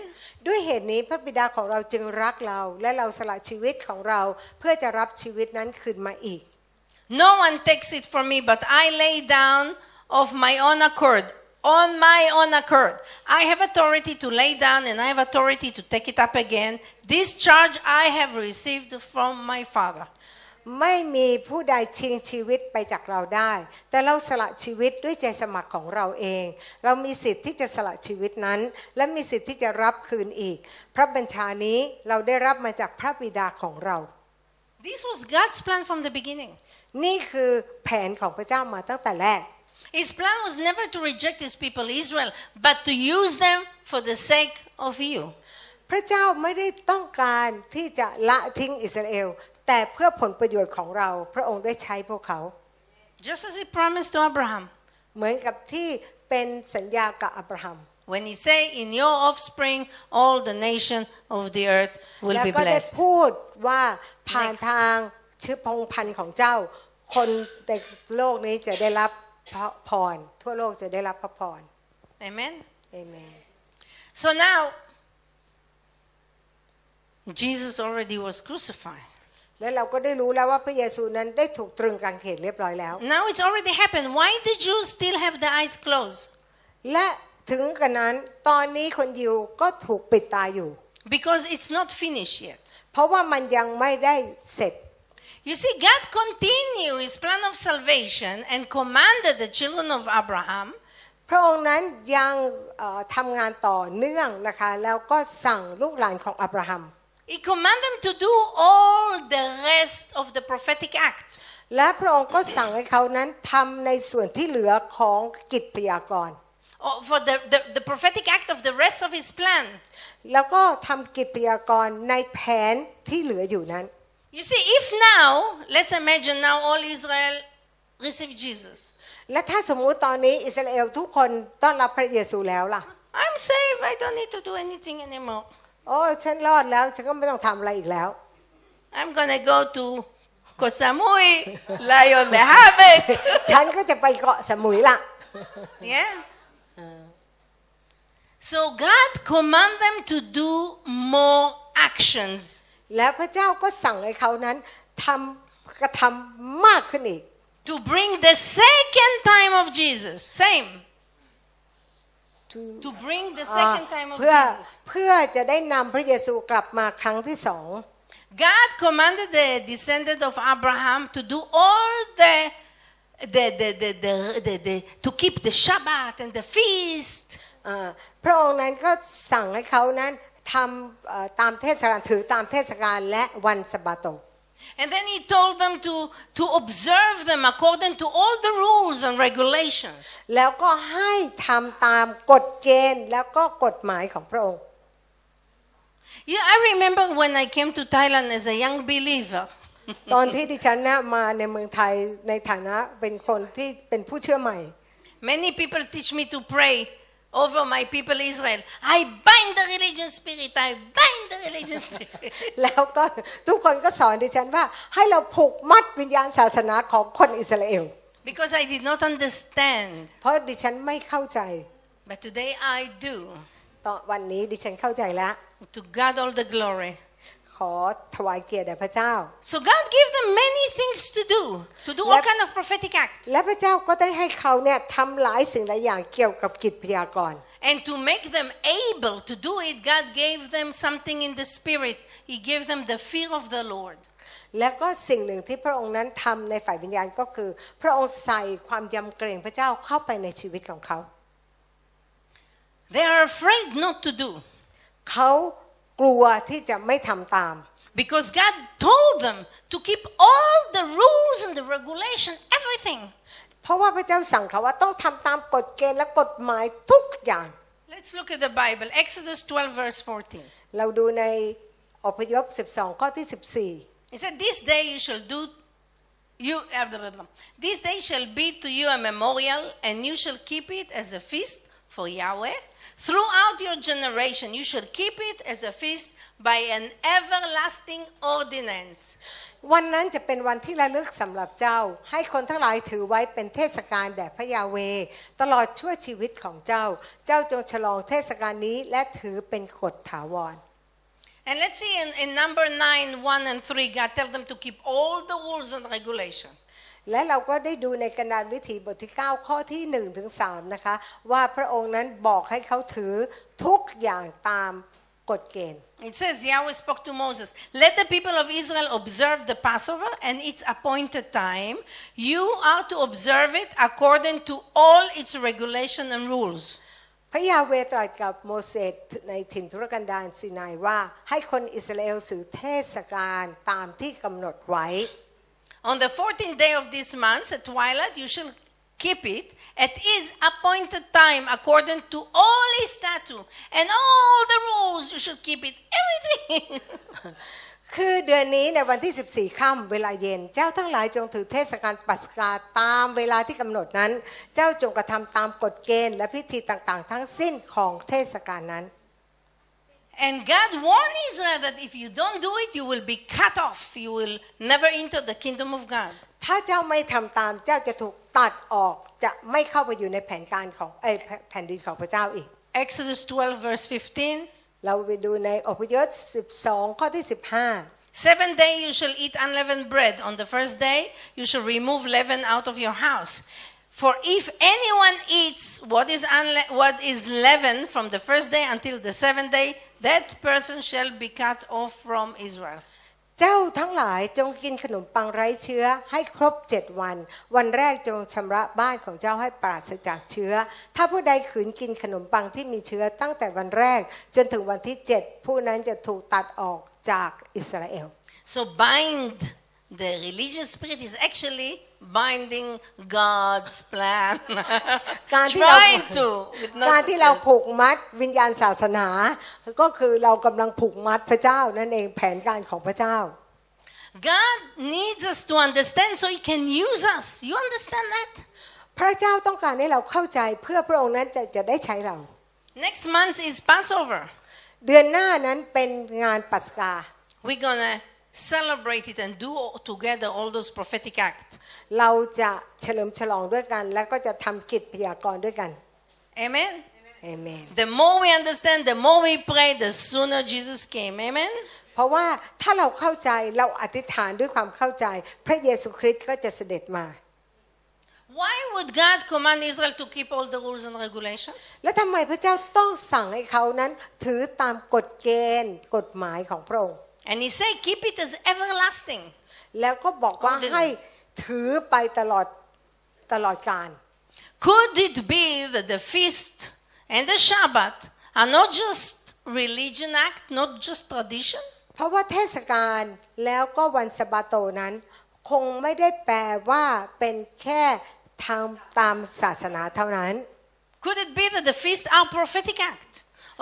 ด้วยเหตุนี้พระบิดาของเราจึงรักเรา และเราสละชีวิตของเรา เพื่อจะรับชีวิตนั้นคืนมาอีก No one takes it from me, but I lay down of my own accord. On my own accord. I have authority to lay down and I have authority to take it up again. This charge I have received from my Father. ไม่มีผู้ใดชิงชีวิตไปจากเราได้ แต่เราสละชีวิตด้วยใจสมัครของเราเอง เรามีสิทธิ์ที่จะสละชีวิตนั้น และมีสิทธิ์ที่จะรับคืนอีก พระบัญชานี้เราได้รับมาจากพระบิดาของเรา This was God's plan from the beginning. นี่คือแผนของพระเจ้ามาตั้งแต่แรก His plan was never to reject his people Israel, but to use them for the sake of you. พระเจ้าไม่ได้ต้องการที่จะละทิ้งอิสราเอล แต่เพื่อผลประโยชน์ของเรา พระองค์ได้ใช้พวกเขา Just as he promised to Abraham. เหมือนกับที่เป็นสัญญากับอับราฮัม When he say, in your offspring, all the nation of the earth แล้ will ว be ก็ได้ blessed. พูดว่าผ่านทางชื่อพงศ์พันธุ์ของเจ้า คนในโลกนี้จะได้รับพระพร ทั่วโลกจะได้รับพระพร Amen. เอเมน So now, Jesus already was crucified. แล้วเราก็ได้รู้แล้วว่าพระเยซูนั้นได้ถูกตรึงกางเขนเรียบร้อยแล้ว Now it's already happened. Why the Jews still have their eyes closed? และถึงกันนั้นตอนนี้คนยิวก็ถูกปิดตาอยู่ because it's not finished yet. เพราะว่ามันยังไม่ได้เสร็จ You see, God continued his plan of salvation and commanded the children of Abraham พระองค์นั้นยังเอ่อทำงานต่อเนื่องนะคะ แล้วก็สั่งลูกหลานของอับราฮัม He commanded them to do all the rest of the prophetic act. และพระองค์ก็สั่งให้เขานั้นทำในส่วนที่เหลือของกิจพยากรณ์ Or Oh, for the, the, the prophetic act of the rest of his plan. แล้วก็ทำกิจพยากรณ์ในแผนที่เหลืออยู่นั้น You see, if now, let's imagine now all Israel receive Jesus. และถ้าสมมุติตอนนี้อิสราเอลทุกคนต้อนรับพระเยซูแล้วล่ะ I'm saved, I don't need to do anything anymore. โอ้ฉันรอดแล้ว ฉันก็ไม่ต้องทำอะไรอีกแล้ว I'm gonna go to Koh Samui, lie on the havoc. ฉันก็จะไปเกาะสมุยละ yeah. So God command them to do more actions. แล้วพระเจ้าก็สั่งให้เขานั้นทำกระทำมากขึ้นอีก to bring the second time of Jesus. Same. To- Ah, To bring the อ่า second time of เพื่อ Jesus. เพื่อจะได้นำพระเยซูกลับมาครั้งที่สอง God commanded the descendant of Abraham to do all the the, the, the, the, the, the to keep the Shabbat and the feast. อ่าพระองค์นั้นก็สั่งให้เขานั้นทำเอ่อตามเทศกาลถือตามเทศกาลและวันสะบาโต And then he told them to, to observe them according to all the rules and regulations. แล้วก็ให้ทำตามกฎเกณฑ์แล้วก็กฎหมายของพระองค์ You know, I remember when I came to Thailand as a young believer. ตอนที่ดิฉันนะมาในเมืองไทยในฐานะเป็นคนที่เป็นผู้เชื่อใหม่ Many people teach me to pray over my people Israel. I bind the religion spirit. I bind the religion spirit. แล้วก็ทุกคนก็สอนดิฉันว่า ให้เราผูกมัดวิญญาณศาสนาของคนอิสราเอล because I did not understand. เพราะดิฉันไม่เข้าใจ But today I do. ตอนวันนี้ดิฉันเข้าใจแล้ว To God all the glory. ขอถวายเกียรติแด่พระเจ้า So God gave them many things to do, to do all Yep. kind of prophetic act, และพระเจ้าก็ได้ให้เขาเนี่ยทำหลายสิ่งหลายอย่างเกี่ยวกับกิจพยากรณ์ and to make them able to do it, God gave them something in the spirit. He gave them the fear of the Lord. และก็สิ่งหนึ่งที่พระองค์นั้นทำในฝ่ายวิญญาณก็คือ พระองค์ใส่ความยำเกรงพระเจ้าเข้าไปในชีวิตของเขา They are afraid not to do เขากลัวที่จะไม่ทำตาม Because God told them to keep all the rules and the regulation, everything. เพราะว่าพระเจ้าสั่งเขาว่าต้องทำตามกฎเกณฑ์และกฎหมายทุกอย่าง Let's look at the Bible, Exodus 12, verse 14. เราดูในอพยพ 12 ข้อที่ He said, This day you shall do, you, uh, blah, blah, blah. this day shall be to you a memorial, and you shall keep it as a feast for Yahweh. Throughout your generation, you shall keep it as a feast by an everlasting ordinance. 14 วันนั้นจะเป็นวันที่ระลึกสำหรับเจ้า ให้คนทั้งหลายถือไว้เป็นเทศกาลแด่พระยาเว ตลอดชั่วชีวิตของเจ้า เจ้าจงฉลองเทศกาลนี้และถือเป็นกฎถาวร And let's see in, in number 9, 1 and 3, God tell them to keep all the rules and regulation. และเราก็ได้ดูในกนานวิถีบทที่ 9 ข้อที่1ถึง3นะคะ ว่าพระองค์นั้นบอกให้เขาถือทุกอย่างตามกฎเกณฑ์ It says Yahweh spoke to Moses, Let the people of Israel observe the Passover and its appointed time. You are to observe it according to all its regulation and rules. พระยาเวตรัสกับโมเสสในถิ่นทุรกันดารซีนายว่าให้คนอิสราเอลสือเทศกาลตามที่กำหนดไว้ On the 14th day of this month at twilight, you shall keep it at its appointed time according to all his statute and all the rules. You should keep it, everything. คือเดือนนี้ในวันที่ 14 ค่ำเวลาเย็น เจ้าทั้งหลายจงถือเทศกาลปัสกาตามเวลาที่กำหนดนั้น เจ้าจงกระทำตามกฎเกณฑ์และพิธีต่างๆ ทั้งสิ้นของเทศกาลนั้น and God warned Israel that if you don't do it, you will be cut off. You will never enter the kingdom of God. ถ้าเจ้าไม่ทำตามเจ้าจะถูกตัดออกจะไม่เข้าไปอยู่ในแผนการของเอยแผแผ่นดินของพระเจ้าอีก Exodus 12, verse 15. เราไปดูในอพยพ12 ข้อที่ 15 Seven day you shall eat unleavened bread. On the first day you shall remove leaven out of your house. For if anyone eats what is, unle- what is leavened from the first day until the seventh day, that person shall be cut off from Israel. เจ้าทั้งหลายจงกินขนมปังไร้เชื้อให้ครบเจ็ดวัน วันแรกจงชำระบ้านของเจ้าให้ปราศจากเชื้อ ถ้าผู้ใดขืนกินขนมปังที่มีเชื้อตั้งแต่วันแรก จนถึงวันที่เจ็ดผู้นั้นจะถูกตัดออกจากอิสราเอล So bind the religious spirit is actually binding God's plan. Can't you Trying help- to with กา no รที่เรา success. ผูกมัดวิญญาณศาสนา ก็คือเรากำลังผูกมัดพระเจ้านั่นเองแผนการของพระเจ้า God needs us to understand so He can use us. You understand that? พระเจ้าต้องการให้เราเข้าใจเพื่อพระองค์นั้นจะจะได้ใช้เรา Next month is Passover. เดือนหน้านั้นเป็นงานปัสกา We're gonna celebrate it and do all- together all those prophetic acts. เราจะเฉลิมฉลองด้วยกัน และก็จะทำกิจพยากรณ์ด้วยกัน Amen. เอเมน The more we understand, the more we pray, the sooner Jesus came. Amen. เพราะว่าถ้าเราเข้าใจเราอธิษฐานด้วยความเข้าใจ พระเยซูคริสต์ก็จะเสด็จมา Why would God command Israel to keep all the rules and regulations? แล้วทำไมพระเจ้าต้องสั่งให้เขานั้น ถือตามกฎเกณฑ์กฎหมายของพระองค์ And He said, keep it as everlasting. แล้วก็บอกว่า เอาดิ ให้ถือไปตลอดตลอดการ Could it be that the feast and the Shabbat are not just religion act, not just tradition? เพราะว่าเทศกาลแล้วก็วันสะบาโตนั้น คงไม่ได้แปลว่าเป็นแค่ทำตามศาสนาเท่านั้น Could it be that the feasts are prophetic act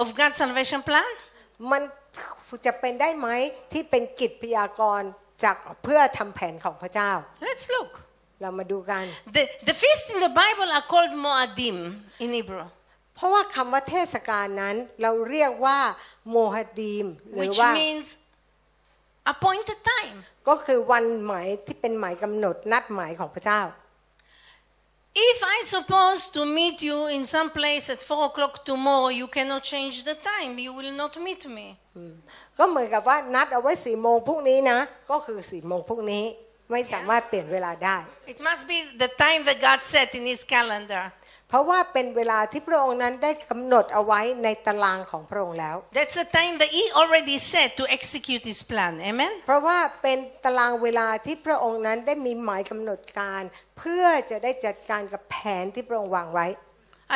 of God's salvation plan? มันจะเป็นได้ไหมที่เป็นกิจพยากรณ์จากเพื่อทำแผนของพระเจ้า Let's look. เรามาดูกัน The, the feasts in the Bible are called Moadim in Hebrew, เพราะว่าคำว่าเทศกาลนั้นเราเรียกว่าโมฮัดดีม หรือ which ว่า means appointed time. ก็คือวันหมายที่เป็นหมายกำหนดนัดหมายของพระเจ้า If I suppose to meet you in some place at four o'clock tomorrow, you cannot change the time. You will not meet me. ก็เหมือนกับว่านัดเอาไว้สี่โมงพรุ่งนี้นะ ก็คือสี่โมงพรุ่งนี้ไม่สามารถเปลี่ยนเวลาได้ It must be the time that God set in His calendar. เพราะว่าเป็นเวลาที่พระองค์นั้นได้กำหนดเอาไว้ในตารางของพระองค์แล้ว That's the time that He already set to execute His plan. Amen. เพราะว่าเป็นตารางเวลาที่พระองค์นั้นได้มีหมายกำหนดการ เพื่อจะได้จัดการกับแผนที่พระองค์วางไว้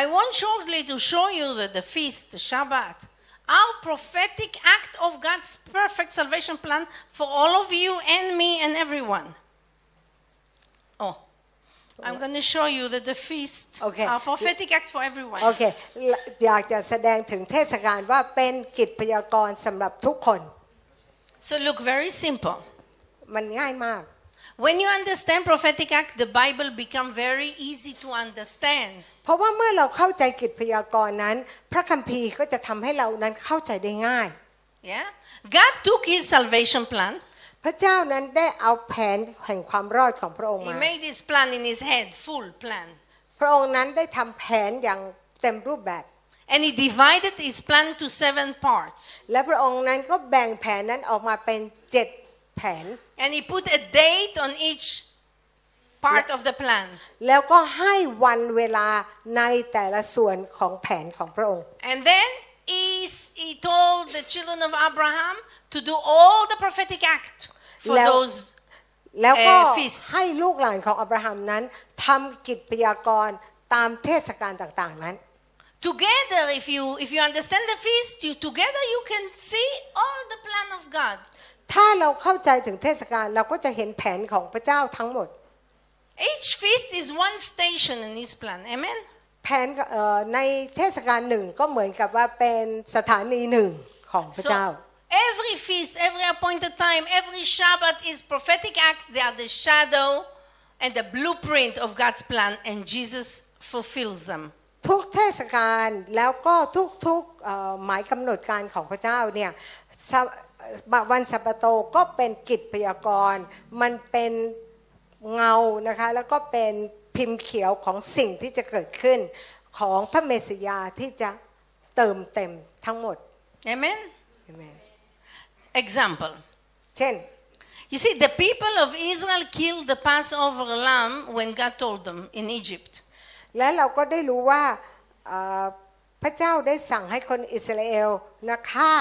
I want shortly to show you that the feast, the Shabbat, are prophetic act of God's perfect salvation plan for all of you and me and everyone. Oh, I'm going to show you that the feast Okay. are prophetic act for everyone. โอเคอยากจะแสดงถึงเทศกาลว่าเป็นกิจพยากรณ์สำหรับทุกคน So look, very simple. มันง่ายมาก When you understand prophetic act, the Bible become very easy to understand. เพราะว่าเมื่อเราเข้าใจกิจพยากรณ์นั้น พระคัมภีร์ก็จะทำให้เรานั้นเข้าใจได้ง่าย Yeah? God took his salvation plan. พระเจ้านั้นได้เอาแผนแห่งความรอดของพระองค์ He มา made his plan in his head, full plan. พระองค์นั้นได้ทำแผนอย่างเต็มรูปแบบ And he divided his plan to seven parts. และพระองค์นั้นก็แบ่งแผนนั้นออกมาเป็นเจ็ดแผน And he put a date on each part of the plan. แล้วก็ให้วันเวลาในแต่ละส่วนของแผนของพระองค์ And then he, s- he told the children of Abraham to do all the prophetic act for Now- those แล้วก็ เอ่อ feast ให้ลูกหลานของอับราฮัมนั้นทำกิจพยากรณ์ตามเทศกาลต่างๆนั้น together if you if you understand the feast you together you can see all the plan of god ถ้าเราเข้าใจถึงเทศกาลเราก็จะเห็นแผนของพระเจ้าทั้งหมด each feast is one station in his plan amen แผนเอ่อในเทศกาลหนึ่งก็เหมือนกับว่าเป็นสถานีหนึ่งของพระ so เจ้า every feast every appointed time every shabbat is prophetic act they are the shadow and the blueprint of god's plan and jesus fulfills them ทุกเทศกาลแล้วก็ทุกๆเอ่อหมายกำหนดการของพระเจ้าเนี่ยสะเอ่อวันสัปโตก็เป็นกิจพยากรณ์มันเป็นเงานะคะแล้วก็เป็นพิมพ์เขียวของสิ่งที่จะเกิดขึ้น ของพระเมสสยาที่จะเติมเต็มทั้งหมด amen Amen. example เช่น you see the people of israel killed the passover lamb when god told them in egypt และเราก็ได้รู้ว่าเอ่อพระเจ้าได้สั่งให้คนอิสราเอลนะฆ่า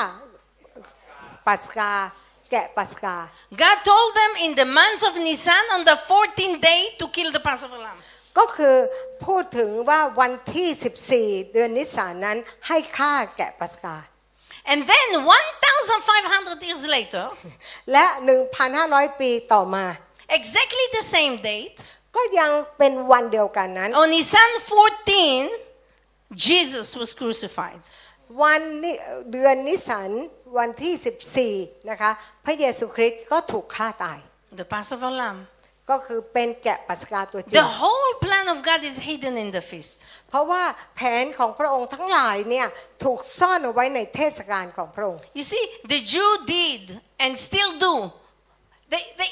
ปัสกา แกะปัสกา God told them in the month of Nisan on the 14th day to kill the Passover lamb. ก็คือพูดถึงว่าวันที่ 14 เดือนนิสานนั้นให้ฆ่าแกะปัสกา And then 1,500 years later, และ 1,500 ปีต่อมา exactly the same date, ก็ยังเป็นวันเดียวกันนั้น on Nisan 14, Jesus was crucified. วันนี้เดือนนิสันวันที่ 14 นะคะ พระเยซูคริสต์ก็ถูกฆ่าตาย The Passover lamb. ก็คือเป็นแกะปัสกาตัวจริ The ง whole plan of God is hidden in the feast. เพราะว่าแผนของพระองค์ทั้งหลายเนี่ยถูกซ่อนเอาไว้ในเทศกาลของพระองค์ You see, the Jew did and still do. They, they,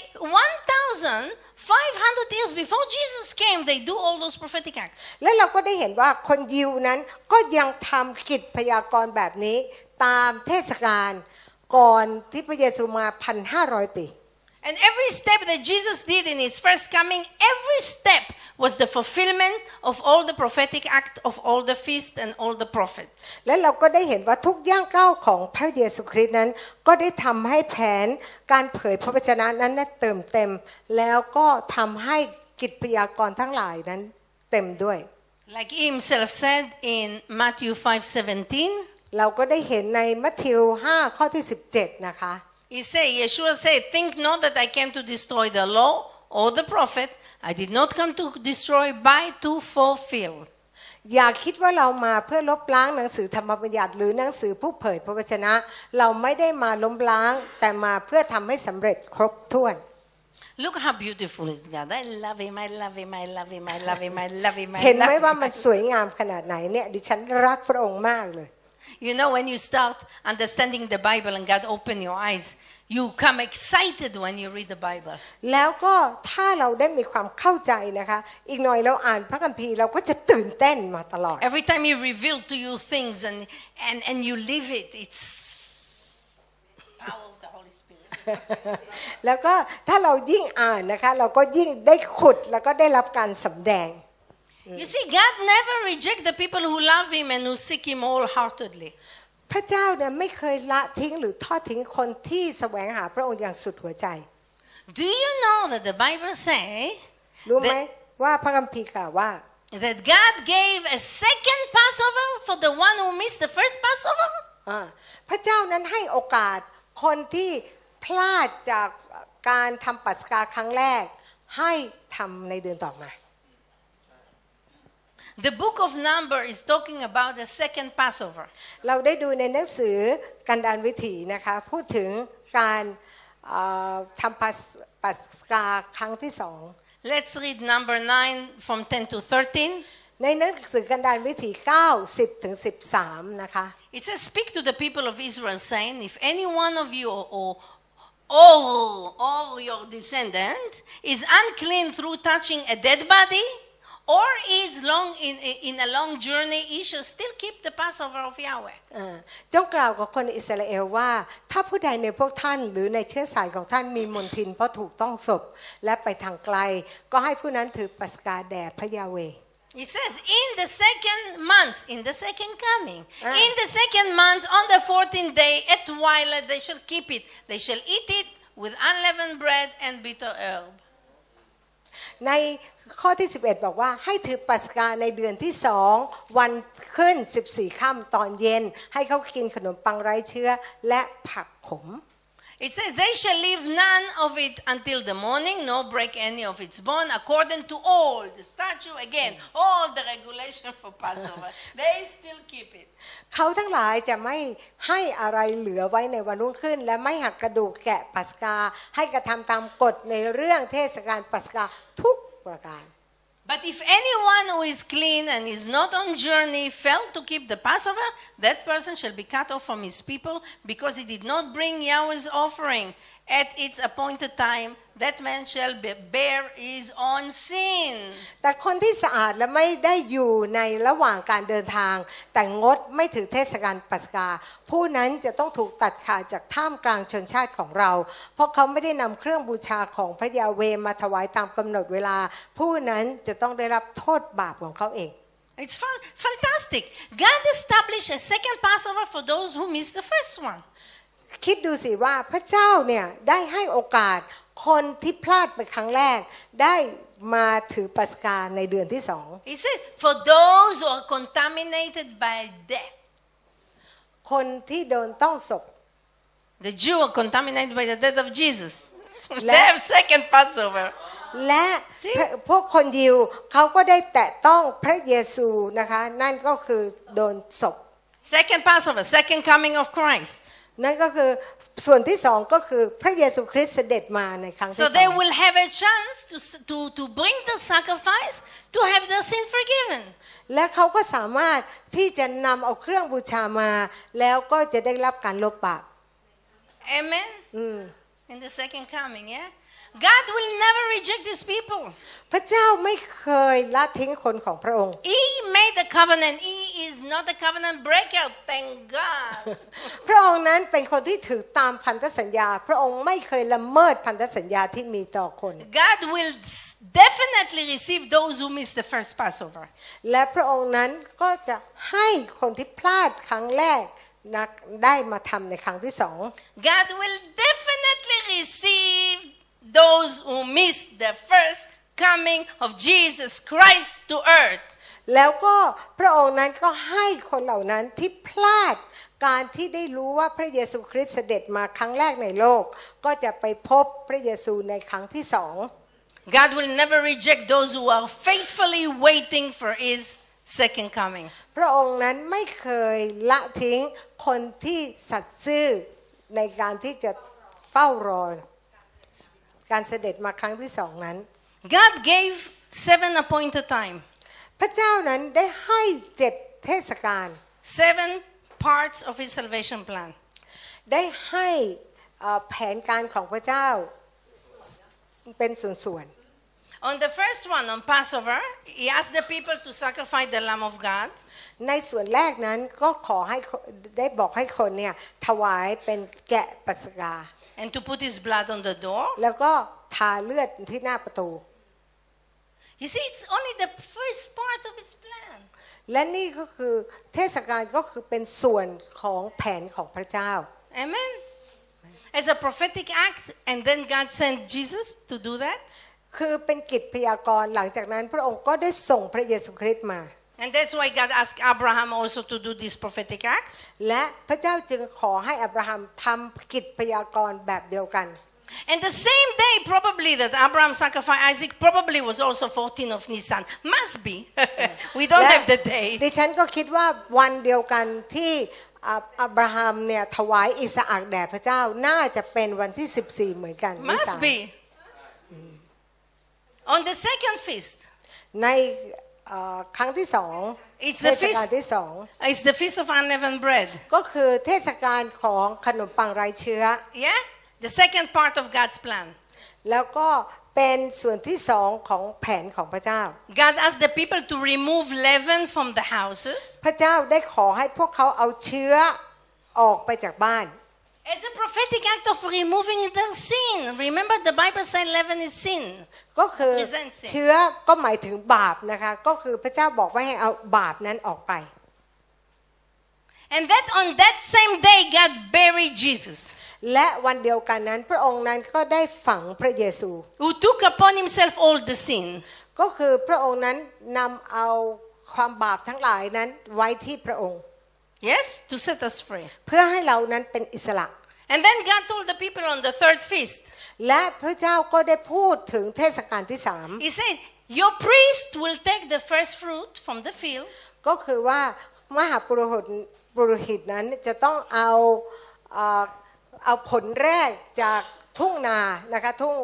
1,500 years before Jesus came, they do all those prophetic acts. และเราก็ได้เห็นว่าคนยิวนั้นก็ยังทำกิจพยากรณ์แบบนี้ตามเทศกาลก่อนที่พระเยซูมา 1,500 ปี And every step that Jesus did in his first coming, every step was the fulfillment of all the prophetic act of all the feast and all the prophets. และเราก็ได้เห็นว่าทุกย่างก้าวของพระเยซูคริสต์นั้น ก็ได้ทำให้แผนการเผยพระวจนะนั้นได้เติมเต็ม แล้วก็ทำให้กิจพยากรณ์ทั้งหลายนั้นเต็มด้วย Like he himself said in Matthew 5:17, เราก็ได้เห็นในมัทธิว 5 ข้อที่ 17 นะคะ he said, Yeshua said, Think not that I came to destroy the law or the prophet. I did not come to destroy, but to fulfill. อย่าคิดว่าเรามาเพื่อลบล้างหนังสือธรรมบัญญัติหรือหนังสือผู้เผยพระวจนะ เราไม่ได้มาล้มล้าง แต่มาเพื่อทำให้สำเร็จครบถ้วน Look how beautiful is God. I love him, I love him, I love him, I love him, I love him, I เห็น love ไหม him. ว่ามันสวยงามขนาดไหนเนี่ยดิฉันรักพระองค์มากเลย You know, when you start understanding the Bible and God open your eyes, you come excited when you read the Bible. แล้วก็ถ้าเราได้มีความเข้าใจนะคะ อีกหน่อยเราอ่านพระคัมภีร์เราก็จะตื่นเต้นมาตลอด Every time He reveals to you things and, and, and you live it, it's power of the Holy Spirit. แล้วก็ถ้าเรายิ่งอ่านนะคะ เราก็ยิ่งได้ขุดแล้วก็ได้รับการสำแดง You see, God never reject the people who love Him and who seek Him wholeheartedly. พระเจ้าเนี่ยไม่เคยละทิ้งหรือทอดทิ้งคนที่แสวงหาพระองค์อย่างสุดหัวใจ Do you know that the Bible say รู้ไหม that, ว่าพระคัมภีร์กล่าวว่า that God gave a second Passover for the one who missed the first Passover? อ่าพระเจ้านั้นให้โอกาสคนที่พลาดจากการทำปัสกาครั้งแรก ให้ทำในเดือนต่อมา The book of Number is talking about the second Passover. เราได้ดูในหนังสือกันดานวิถีนะคะ พูดถึงการเอ่อทำปัสปัสกาครั้งที่สอง Let's read number 9 from 10 to 13. ในหนังสือกันดานวิถี9 10ถึง13 นะคะ It says, Speak to the people of Israel, saying, If any one of you or all, all your descendant is unclean through touching a dead body, or is long in, in a long journey, he shall still keep the Passover of Yahweh. อ่าจงกล่าวกับคนอิสราเอลว่า ถ้าผู้ใดในพวกท่านหรือในเชื้อสายของท่านมีมนทินเพราะถูกต้องศพ และไปทางไกล ก็ให้ผู้นั้นถือปัสกาแด่พระยาเว It says, in the second month, in the second coming, Ah. in the second month, on the 14th day, at twilight, they shall keep it. They shall eat it with unleavened bread and bitter herb. ในข้อที่ 11 บอกว่าให้ถือปัสกาในเดือนที่สองวันขึ้น 14ค่ำตอนเย็น ให้เขากินขนมปังไร้เชื้อและผักขม It says, They shall leave none of it until the morning, nor break any of its bone, according to all the statute, again, all the regulation for Passover. they still keep it. เขาทั้งหลายจะไม่ให้อะไรเหลือไว้ในวันรุ่งขึ้น และไม่หักกระดูกแกะปัสกา ให้กระทำตามกฎในเรื่องเทศกาลปัสกาทุกประการ But if anyone who is clean and is not on journey fail to keep the Passover, that person shall be cut off from his people because he did not bring Yahweh's offering At its appointed time, that man shall be- bear his own sin. แต่คนที่สะอาดและไม่ได้อยู่ในระหว่างการเดินทาง แต่งดไม่ถือเทศกาลปัสกา ผู้นั้นจะต้องถูกตัดขาดจากท่ามกลางชนชาติของเรา เพราะเขาไม่ได้นำเครื่องบูชาของพระยาเวมาถวายตามกำหนดเวลา ผู้นั้นจะต้องได้รับโทษบาปของเขาเอง It's fun, fantastic. God established a second Passover for those who missed the first one. คิดดูสิว่าพระเจ้าเนี่ยได้ให้โอกาสคนที่พลาดไปครั้งแรก ได้มาถือปัสกาในเดือนที่สอง He says, for those who are contaminated by death. คนที่โดนต้องศพ The Jew are contaminated by the death of Jesus. Let- Their second Passover. และ จริง พระพวกคนยิวเขาก็ได้แตะต้องพระเยซูนะคะ นั่นก็คือโดนศพ Second Passover, second coming of Christ. นั่นก็คือส่วนที่สองก็คือพระเยซูคริสต์เสด็จมาในครั้งที่ส So they อง will have a chance to, s- to, to bring the sacrifice to have their sin forgiven. และเขาก็สามารถที่จะนำเอาเครื่องบูชามา แล้วก็จะได้รับการลบบาป Amen. อืม In the second coming, yeah? God will never reject his people. พระเจ้าไม่เคยละทิ้งคนของพระองค์ He made the covenant. He is not a covenant breaker. Thank God. พระองค์นั้นเป็นคนที่ถือตามพันธสัญญา พระองค์ไม่เคยละเมิดพันธสัญญาที่มีต่อคน God will s- definitely receive those who miss the first Passover. และพระองค์นั้นก็จะให้คนที่พลาดครั้งแรกนักได้มาทำในครั้งที่สอง God will definitely receive those who miss the first coming of Jesus Christ to earth. แล้วก็พระองค์นั้นก็ให้คนเหล่านั้นที่พลาดการที่ได้รู้ว่าพระเยซูคริสต์เสด็จมาครั้งแรกในโลก ก็จะไปพบพระเยซูในครั้งที่สอง God will never reject those who are faithfully waiting for his second coming. พระองค์นั้นไม่เคยละทิ้งคนที่สัตย์ซื่อในการที่จะเฝ้ารอ การเสด็จมาครั้งที่สองนั้น God gave seven appointed time, พระเจ้านั้นได้ให้เจ็ดเทศกาล seven parts of his salvation plan. ได้ให้เอ่อแผนการของพระเจ้าเป็นส่วน On the first one, on Passover, he asked the people to sacrifice the Lamb of God. ๆ ในส่วนแรกนั้นก็ขอให้คนได้บอกให้คนเนี่ยถวายเป็นแกะปัสกา and to put his blood on the door. แล้วก็ทาเลือดที่หน้าประตู You see, it's only the first part of his plan. และนี่ก็คือเทศกาลก็คือเป็นส่วนของแผนของพระเจ้า Amen. As a prophetic act, and then God sent Jesus to do that. คือเป็นกิจพยากรณ์หลังจากนั้นพระองค์ก็ได้ส่งพระเยซูคริสต์มา And that's why God asked Abraham also to do this prophetic act. และพระเจ้าจึงขอให้อับราฮัมทำกิจพยากรณ์แบบเดียวกัน And the same day, probably, that Abraham sacrificed Isaac, probably was also 14 of Nisan. Must be. we don't และ have the date. ดิฉันก็คิดว่าวันเดียวกันที่อ่ะอับราฮัมเนี่ยถวายอิสอักแด่พระเจ้าน่าจะเป็นวันที่ 14 เหมือนกันนิสา Must be. On the second feast, ในเอ่อครั้งที่สอง It's เท the ศกาล feast- ที่สอง it's the feast of unleavened bread. ก็คือเทศกาลของขนมปังไร้เชื้อ Yeah? The second part of God's plan. แล้วก็เป็นส่วนที่สองของแผนของพระเจ้า God asked the people to remove leaven from the houses. พระเจ้าได้ขอให้พวกเขาเอาเชื้อออกไปจากบ้าน As a prophetic act of removing their sin. Remember, the Bible said leaven is sin. ก็คือ Represent sin เชื้อก็หมายถึงบาปนะคะก็คือพระเจ้าบอกว่าให้เอาบาปนั้นออกไป And that on that same day, God buried Jesus, และวันเดียวกันนั้นพระองค์นั้นก็ได้ฝังพระเยซู who took upon himself all the sin. ก็คือพระองค์นั้นนำเอาความบาปทั้งหลายนั้นไว้ที่พระองค์ Yes? To set us free. เพื่อให้เรานั้นเป็นอิสระ And then God told the people on the third feast, และพระเจ้าก็ได้พูดถึงเทศกาลที่สาม He said, Your priest will take the first fruit from the field ก็คือว่ามหาปุโรหิตปุโรหิตนั้นจะต้องเอาเอ่อเอาผลแรกจากทุ่งนานะคะทุ่ง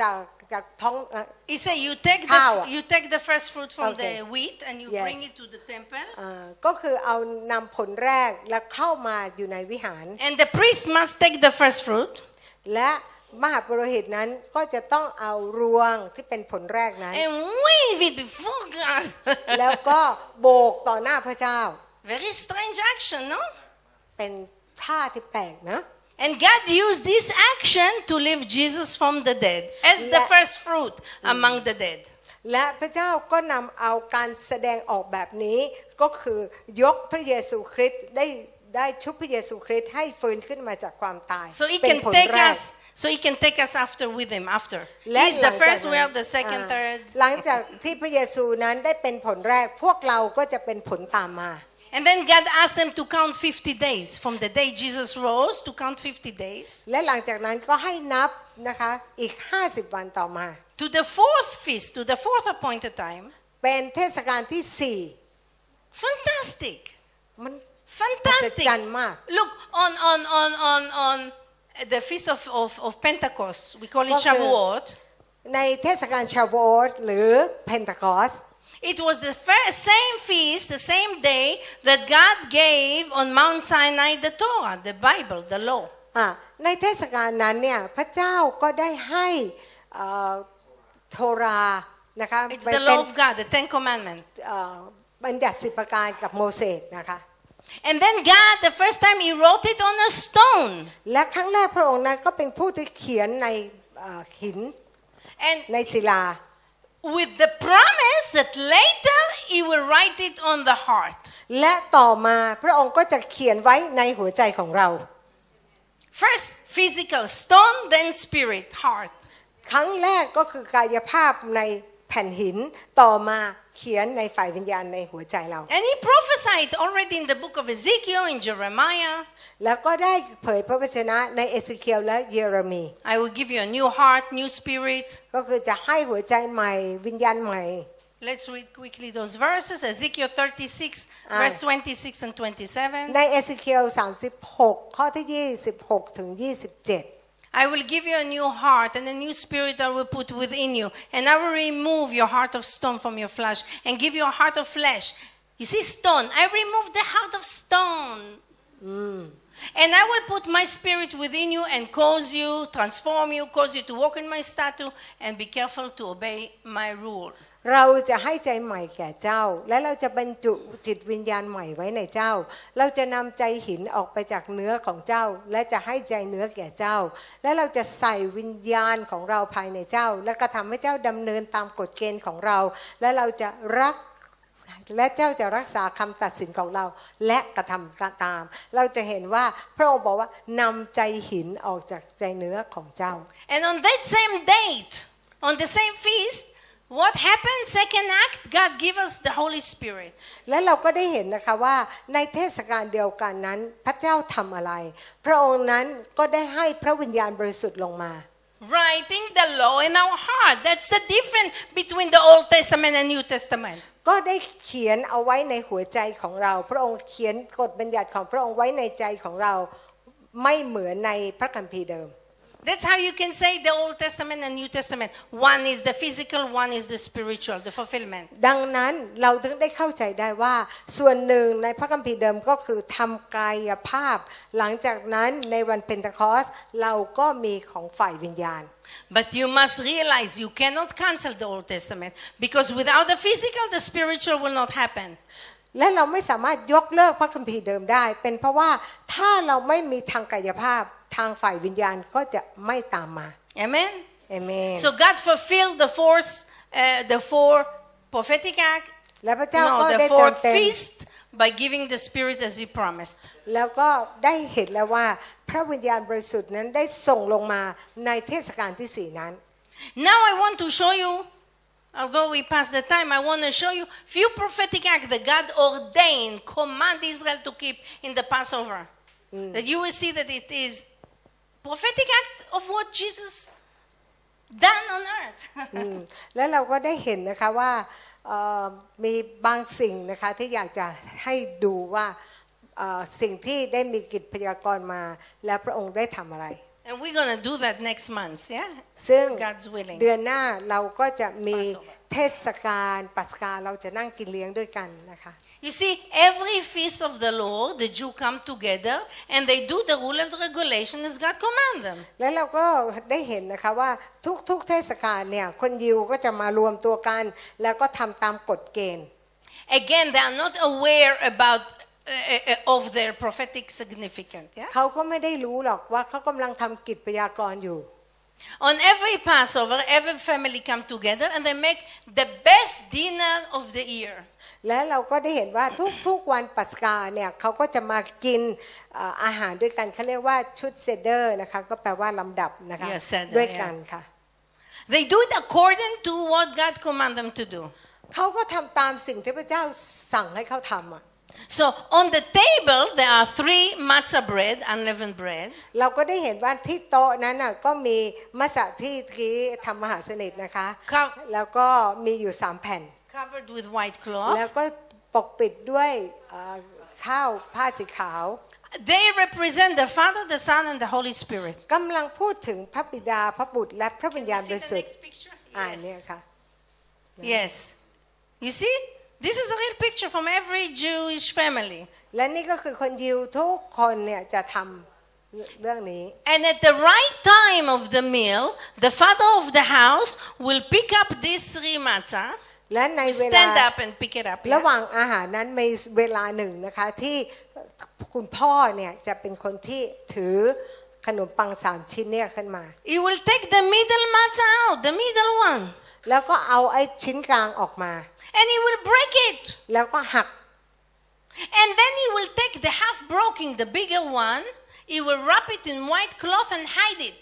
จากจากท้องเอ่อ He said, "You take How? the you take the first fruit from Okay. the wheat and you Yes. bring it to the temple, เอ่อก็คือเอานำผลแรกแล้วเข้ามาอยู่ในวิหาร and the priest must take the first fruit, และมหาปโรหิตนั้นก็จะต้องเอารวงที่เป็นผลแรกนั้น and wave it before God. แล้วก็โบกต่อหน้าพระเจ้า Very strange action, no? เป็นท่าที่แปลกนะ And God used this action to lift Jesus from the dead as the Let- first fruit among the dead. และพระเจ้าก็นำเอาการแสดงออกแบบนี้ก็คือยกพระเยซูคริสต์ได้ได้ชุบพระเยซูคริสต์ให้ฟื้นขึ้นมาจากความตาย So he เป็น can ผล take แรก us. So he can take us after with him after. และ He's ห the ลังจาก first, นั้น we are the second, อ่า third. หลังจากที่พระเยซูนั้นได้เป็นผลแรก พวกเราก็จะเป็นผลตามมา And then God asked them to count 50 days from the day Jesus rose to count 50 days และหลังจากนั้นก็ให้นับนะคะอีก 50 วันต่อมา to the fourth feast, to the fourth appointed time. เป็นเทศกาลทีสี่ Fantastic. 4 มัน Fantastic. Sanmak. Look on on on on on the feast of, of, of Pentecost. We call it Okay. Shavuot. ในเทศกาลชาโวตหรือเพนทคอส It was the fir- same feast, the same day that God gave on Mount Sinai the Torah, the Bible, the law. อ่ะในเทศกาลนั้นเนี่ยพระเจ้าก็ได้ให้เอ่อโทรานะคะ It's ไป the เป็น law of God, the Ten Commandments. เอ่อบัญญัติสิบประการกับโมเสสนะคะ And then God, the first time He wrote it on a stone. และครั้งแรกพระองค์นั้นก็เป็นผู้ที่เขียนในเอ่อหิน And ในศิลา with the promise that later He will write it on the heart. และต่อมาพระองค์ก็จะเขียนไว้ในหัวใจของเรา First, physical stone, then spirit, heart. ครั้งแรกก็คือกายภาพในแผ่นหินต่อมาเขียนในฝ่ายวิญญาณในหัวใจเรา And He prophesied already in the book of Ezekiel, in Jeremiah. แล้วก็ได้เผยพระวจนะในเอสเคียลและเยเรมี I will give you a new heart, new spirit. ก็คือจะให้หัวใจใหม่วิญญาณใหม่ Let's read quickly those verses Ezekiel 36, Aye. verse 26 and 27. ในเอสเคียล36 ข้อที่ 26 ถึง 27 I will give you a new heart and a new spirit I will put within you, and I will remove your heart of stone from your flesh and give you a heart of flesh. You see, stone, I remove the heart of stone. And I will put my spirit within you and cause you, transform you, cause you to walk in my statute and be careful to obey my rule. เราจะให้ใจใหม่แก่เจ้า และเราจะบรรจุจิตวิญญาณใหม่ไว้ในเจ้า เราจะนำใจหินออกไปจากเนื้อของเจ้า และจะให้ใจเนื้อแก่เจ้า และเราจะใส่วิญญาณของเราภายในเจ้า และกระทำให้เจ้าดำเนินตามกฎเกณฑ์ของเรา และเราจะรัก และเจ้าจะรักษาคำตัดสินของเรา และกระทำตาม เราจะเห็นว่าพระองค์บอกว่านำใจหินออกจากใจเนื้อของเจ้า And on that same date, on the same feast, what happened? Second act, God give us the Holy Spirit. และเราก็ได้เห็นนะคะว่าในเทศกาลเดียวกันนั้นพระเจ้าทำอะไร พระองค์นั้นก็ได้ให้พระวิญญาณบริสุทธิ์ลงมา Writing the law in our heart. That's the difference between the Old Testament and New Testament. ก็ได้เขียนเอาไว้ในหัวใจของเรา พระองค์เขียนกฎบัญญัติของพระองค์ไว้ในใจของเรา ไม่เหมือนในพระคัมภีร์เดิม That's how you can say the Old Testament and New Testament. One is the physical, one is the spiritual, the fulfillment. ดังนั้นเราถึงได้เข้าใจได้ว่า ส่วนหนึ่งในพระคัมภีร์เดิมก็คือทำกายภาพ หลังจากนั้นในวันเปนเทคอสเราก็มีของฝ่ายวิญญาณ But you must realize you cannot cancel the Old Testament because without the physical, the spiritual will not happen. และเราไม่สามารถยกเลิกพระคัมภีร์เดิมได้ เป็นเพราะว่าถ้าเราไม่มีทางกายภาพทางฝ่ายวิญญาณก็จะไม่ตามมา Amen? เอเมน So God fulfilled the four, uh, the four prophetic act, และพระเจ้าก็ no, ได้ the เติม fourth เต็ม feast by giving the Spirit as He promised. แล้วก็ได้เห็นแล้วว่า พระวิญญาณบริสุทธิ์นั้นได้ส่งลงมาในเทศกาลที่สี่นั้น Now I want to show you, although we passed the time, I want to show you few prophetic acts that God ordained, command Israel to keep in the Passover. That you will see that it is prophetic act of what Jesus done on earth. อืมและเราก็ได้เห็นนะคะว่าเอ่อมีบางสิ่งนะคะที่อยากจะให้ดูว่าเอ่อสิ่งที่ได้มีกิจพยากรณ์มา และพระองค์ได้ทำอะไร and we're going to do that next month, yeah? ซึ่ง God's willing. เดือนหน้าเราก็จะมี Passover เทศกาลปัสกาเราจะนั่งกินเลี้ยงด้วยกันนะคะ You see, every feast of the Lord, the Jew come together and they do the rule and regulation as God command them. และเราก็ได้เห็นนะคะว่าทุกๆเทศกาลเนี่ยคนยิวก็จะมารวมตัวกัน แล้วก็ทำตามกฎเกณฑ์ Again, they are not aware about uh, uh, uh, of their prophetic significance. Yeah? เขาก็ไม่ได้รู้หรอกว่าเขากำลังทำกิจพยากรณ์อยู่ On every Passover, every family come together and they make the best dinner of the year. และเราก็ได้เห็นว่าทุกๆวันปัสกาเนี่ยเขาก็จะมากินเอ่ออาหารด้วยกันเขาเรียกว่าชุดเซเดอร์นะคะก็แปลว่าลำดับนะคะ Yes, Seder, ด้วยกันค่ะ They do it according to what God command them to do. เขาก็ทำตามสิ่งที่พระเจ้าสั่งให้เขาทำอ่ะ So on the table there are three matzah bread, unleavened bread, เราก็ได้เห็นว่าที่โต๊ะนั้นน่ะก็มีมัสะที่ทีทำมหาสนิทนะคะ ครับ แล้วก็มีอยู่สามแผ่น covered with white cloth. แล้วก็ปกปิดด้วยเอ่อข้าวผ้าสีขาว They represent the Father, the Son, and the Holy Spirit. กำลังพูดถึงพระบิดาพระบุตรและพระวิญญาณบริสุทธิ์ picture? อ่านเนี่ย Yes. ค่ะ Yes. You see, this is a real picture from every Jewish family. และนี่ก็คือคนยิวทุกคนเนี่ยจะทำเรื่องนี้ And at the right time of the meal, the father of the house will pick up this three matzah, และในเวลา stand up and pick it up. yeah? ระหว่างอาหารนั้นมีเวลาหนึ่งนะคะที่คุณพ่อเนี่ยจะเป็นคนที่ถือขนมปังสามชิ้นเนี่ยขึ้นมา He will take the middle matzah out, the middle one, and แล้วก็เอาไอ้ชิ้นกลางออกมา he will break it. แล้วก็หัก And then he will take the half broken, the bigger one, he will wrap it in white cloth and hide it.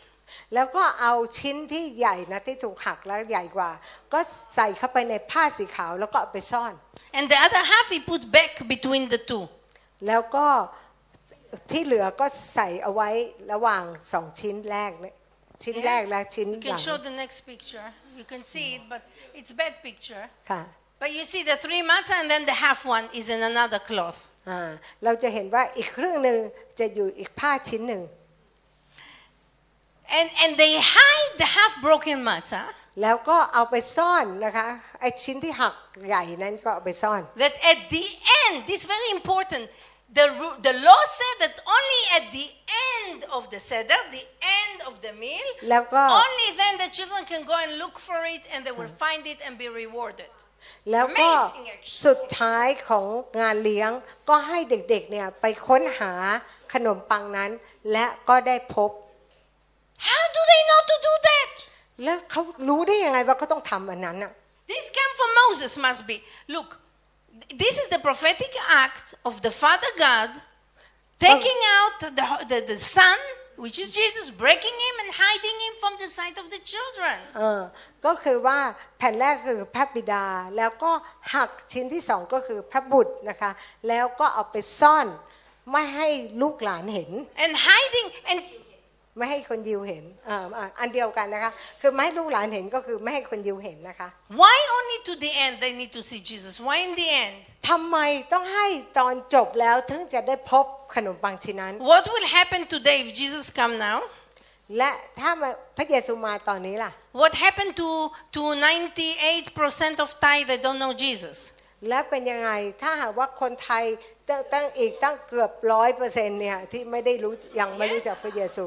แล้วก็เอาชิ้นที่ใหญ่นะที่ถูกหักแล้วใหญ่กว่า ก็ใส่เข้าไปในผ้าสีขาวแล้วก็เอาไปซ่อน And the other half he put back between the two. แล้วก็ที่เหลือก็ใส่เอาไว้ระหว่างสองชิ้นแรกเนี่ยชิ้นแรกและชิ้น You ห can ลัง show the next picture. You can see it, but it's bad picture. ค่ะ But you see the three matzah and then the half one is in another cloth. อ่าเราจะเห็นว่าอีกครึ่งหนึ่งจะอยู่อีกผ้าชิ้นหนึ่ง And, and they hide the half broken matzah แล้วก็เอาไปซ่อนนะคะไอชิ้นที่หักใหญ่นั้นก็เอาไปซ่อน that at the end, this is very important, the, ru- the law said that only at the end of the seder, the end of the meal, แล้วก็ only then the children can go and look for it and they will find it and be rewarded. แล้วก็ Amazing actually. สุดท้ายของงานเลี้ยงก็ให้เด็กๆเนี่ยไปค้นหาขนมปังนั้น และก็ได้พบ How do they know to do that? แล้วเขารู้ได้ยังไงว่าเขาต้องทำอันนั้นอ่ะ This came from Moses, must be. Look, th- this is the prophetic act of the Father God taking out the, ho- the, the Son, which is Jesus, breaking him and hiding him from the sight of the children. เออก็คือว่าแผ่นแรกคือพระบิดา แล้วก็หักชิ้นที่สองก็คือพระบุตรนะคะ แล้วก็เอาไปซ่อน ไม่ให้ลูกหลานเห็น And hiding, and ไม่ให้คนยิวเห็นเอ่ออ่ะอันเดียวกันนะคะ คือไม่ให้ลูกหลานเห็นก็คือไม่ให้คนยิวเห็นนะคะ why only to the end they need to see Jesus? Why in the end? ทำไมต้องให้ตอนจบแล้วถึงจะได้พบขนมปังชิ้นนั้น What will happen today if Jesus come now? และถ้ามาพระเยซูมาตอนนี้ล่ะ What happened to, to 98% of Thai that don't know Jesus? และเป็นยังไงถ้าหากว่าคนไทยตั้งตั้งอีกตั้งเกือบร้อยเปอร์เซ็นต์เนี่ยที่ไม่ได้รู้ยังไม่รู้จักพระเยซู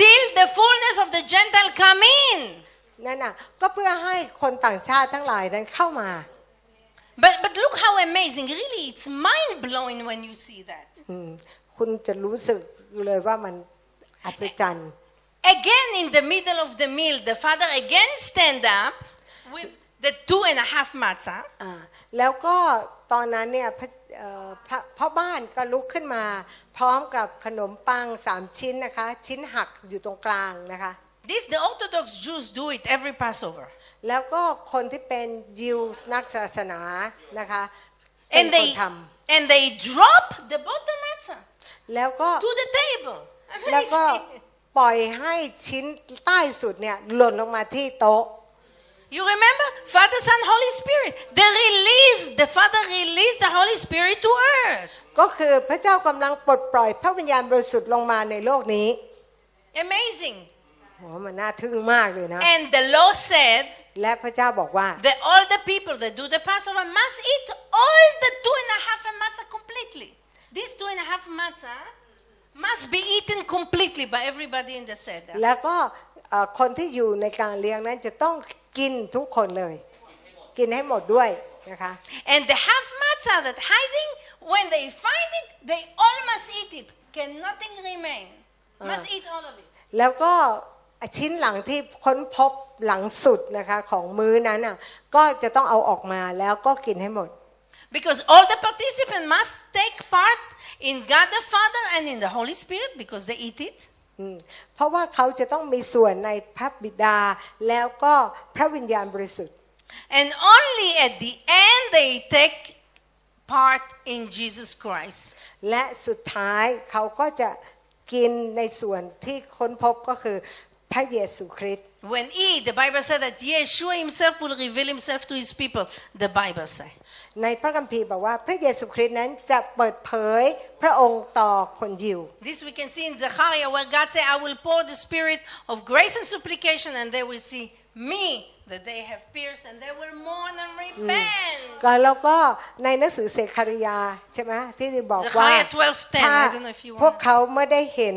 Till the fullness of the Gentile come in. นั่นน่ะก็เพื่อให้คนต่างชาติทั้งหลายนั้นเข้ามา But but look how amazing! Really, it's mind blowing when you see that. อืมคุณจะรู้สึกเลยว่ามันอัศจรรย์ Again, in the middle of the meal, the father again stand up with the two and a half matzah, อ่าแล้วก็ตอนนั้นเนี่ยพระเอ่อพระพ่อบ้านก็ลุกขึ้นมา พร้อมกับขนมปังสามชิ้นนะคะ ชิ้นหักอยู่ตรงกลางนะคะ this the Orthodox Jews do it every Passover, แล้วก็คนที่เป็นยิวนักศาสนานะคะเป็น and คน they ท and they drop the bottom matzah ำแล้วก็ to the table. แล้วก็ Amazing. ปล่อยให้ชิ้นใต้สุดเนี่ยหล่นลงมาที่โต๊ะ You remember Father, Son, Holy Spirit. They release the Father released the Holy Spirit to earth. ก็คือพระเจ้ากำลังปลดปล่อยพระวิญญาณบริสุทธิ์ลงมาในโลกนี้ Amazing. โหมันน่าทึ่งมากเลยนะ And the law said และพระเจ้าบอกว่า The, all the people that do the Passover must eat all the two and a half matzah completely. These two and a half matzah must be eaten completely by everybody in the Seder. แล้วก็เอ่อคนที่อยู่ในการเลี้ยงนั้นจะต้องกินทุกคนเลย กินให้หมดด้วยนะคะ And the half matzah that hiding, when they find it, they all must eat it. Can nothing remain. Must eat all of it. แล้วก็ชิ้นหลังที่ค้นพบหลังสุดนะคะของมื้อนั้นอ่ะก็จะต้องเอาออกมาแล้วก็กินให้หมด Because all the participants must take part in God the Father and in the Holy Spirit because they eat it. อืมเพราะว่าเขาจะต้องมีส่วนในพระบิดา แล้วก็พระวิญญาณบริสุทธิ์ And only at the end they take part in Jesus Christ. และสุดท้ายเขาก็จะกินในส่วนที่ค้นพบก็คือพระเยซูคริสต์ When he, the Bible said that Yeshua himself will reveal himself to his people, the Bible said. ในพระคัมภีร์บอกว่าพระเยซูคริสต์นั้นจะเปิดเผยพระองค์ต่อคนยิว This we can see in Zechariah where God said, I will pour the spirit of grace and supplication and they will see me that they have pierced and they will mourn and repent. ก็แล้วก็ในหนังสือเซคาริยาใช่ไหมที่บอกว่า Zechariah 12:10 ถ้า I don't know if you want พวกเขาไม่ได้เห็น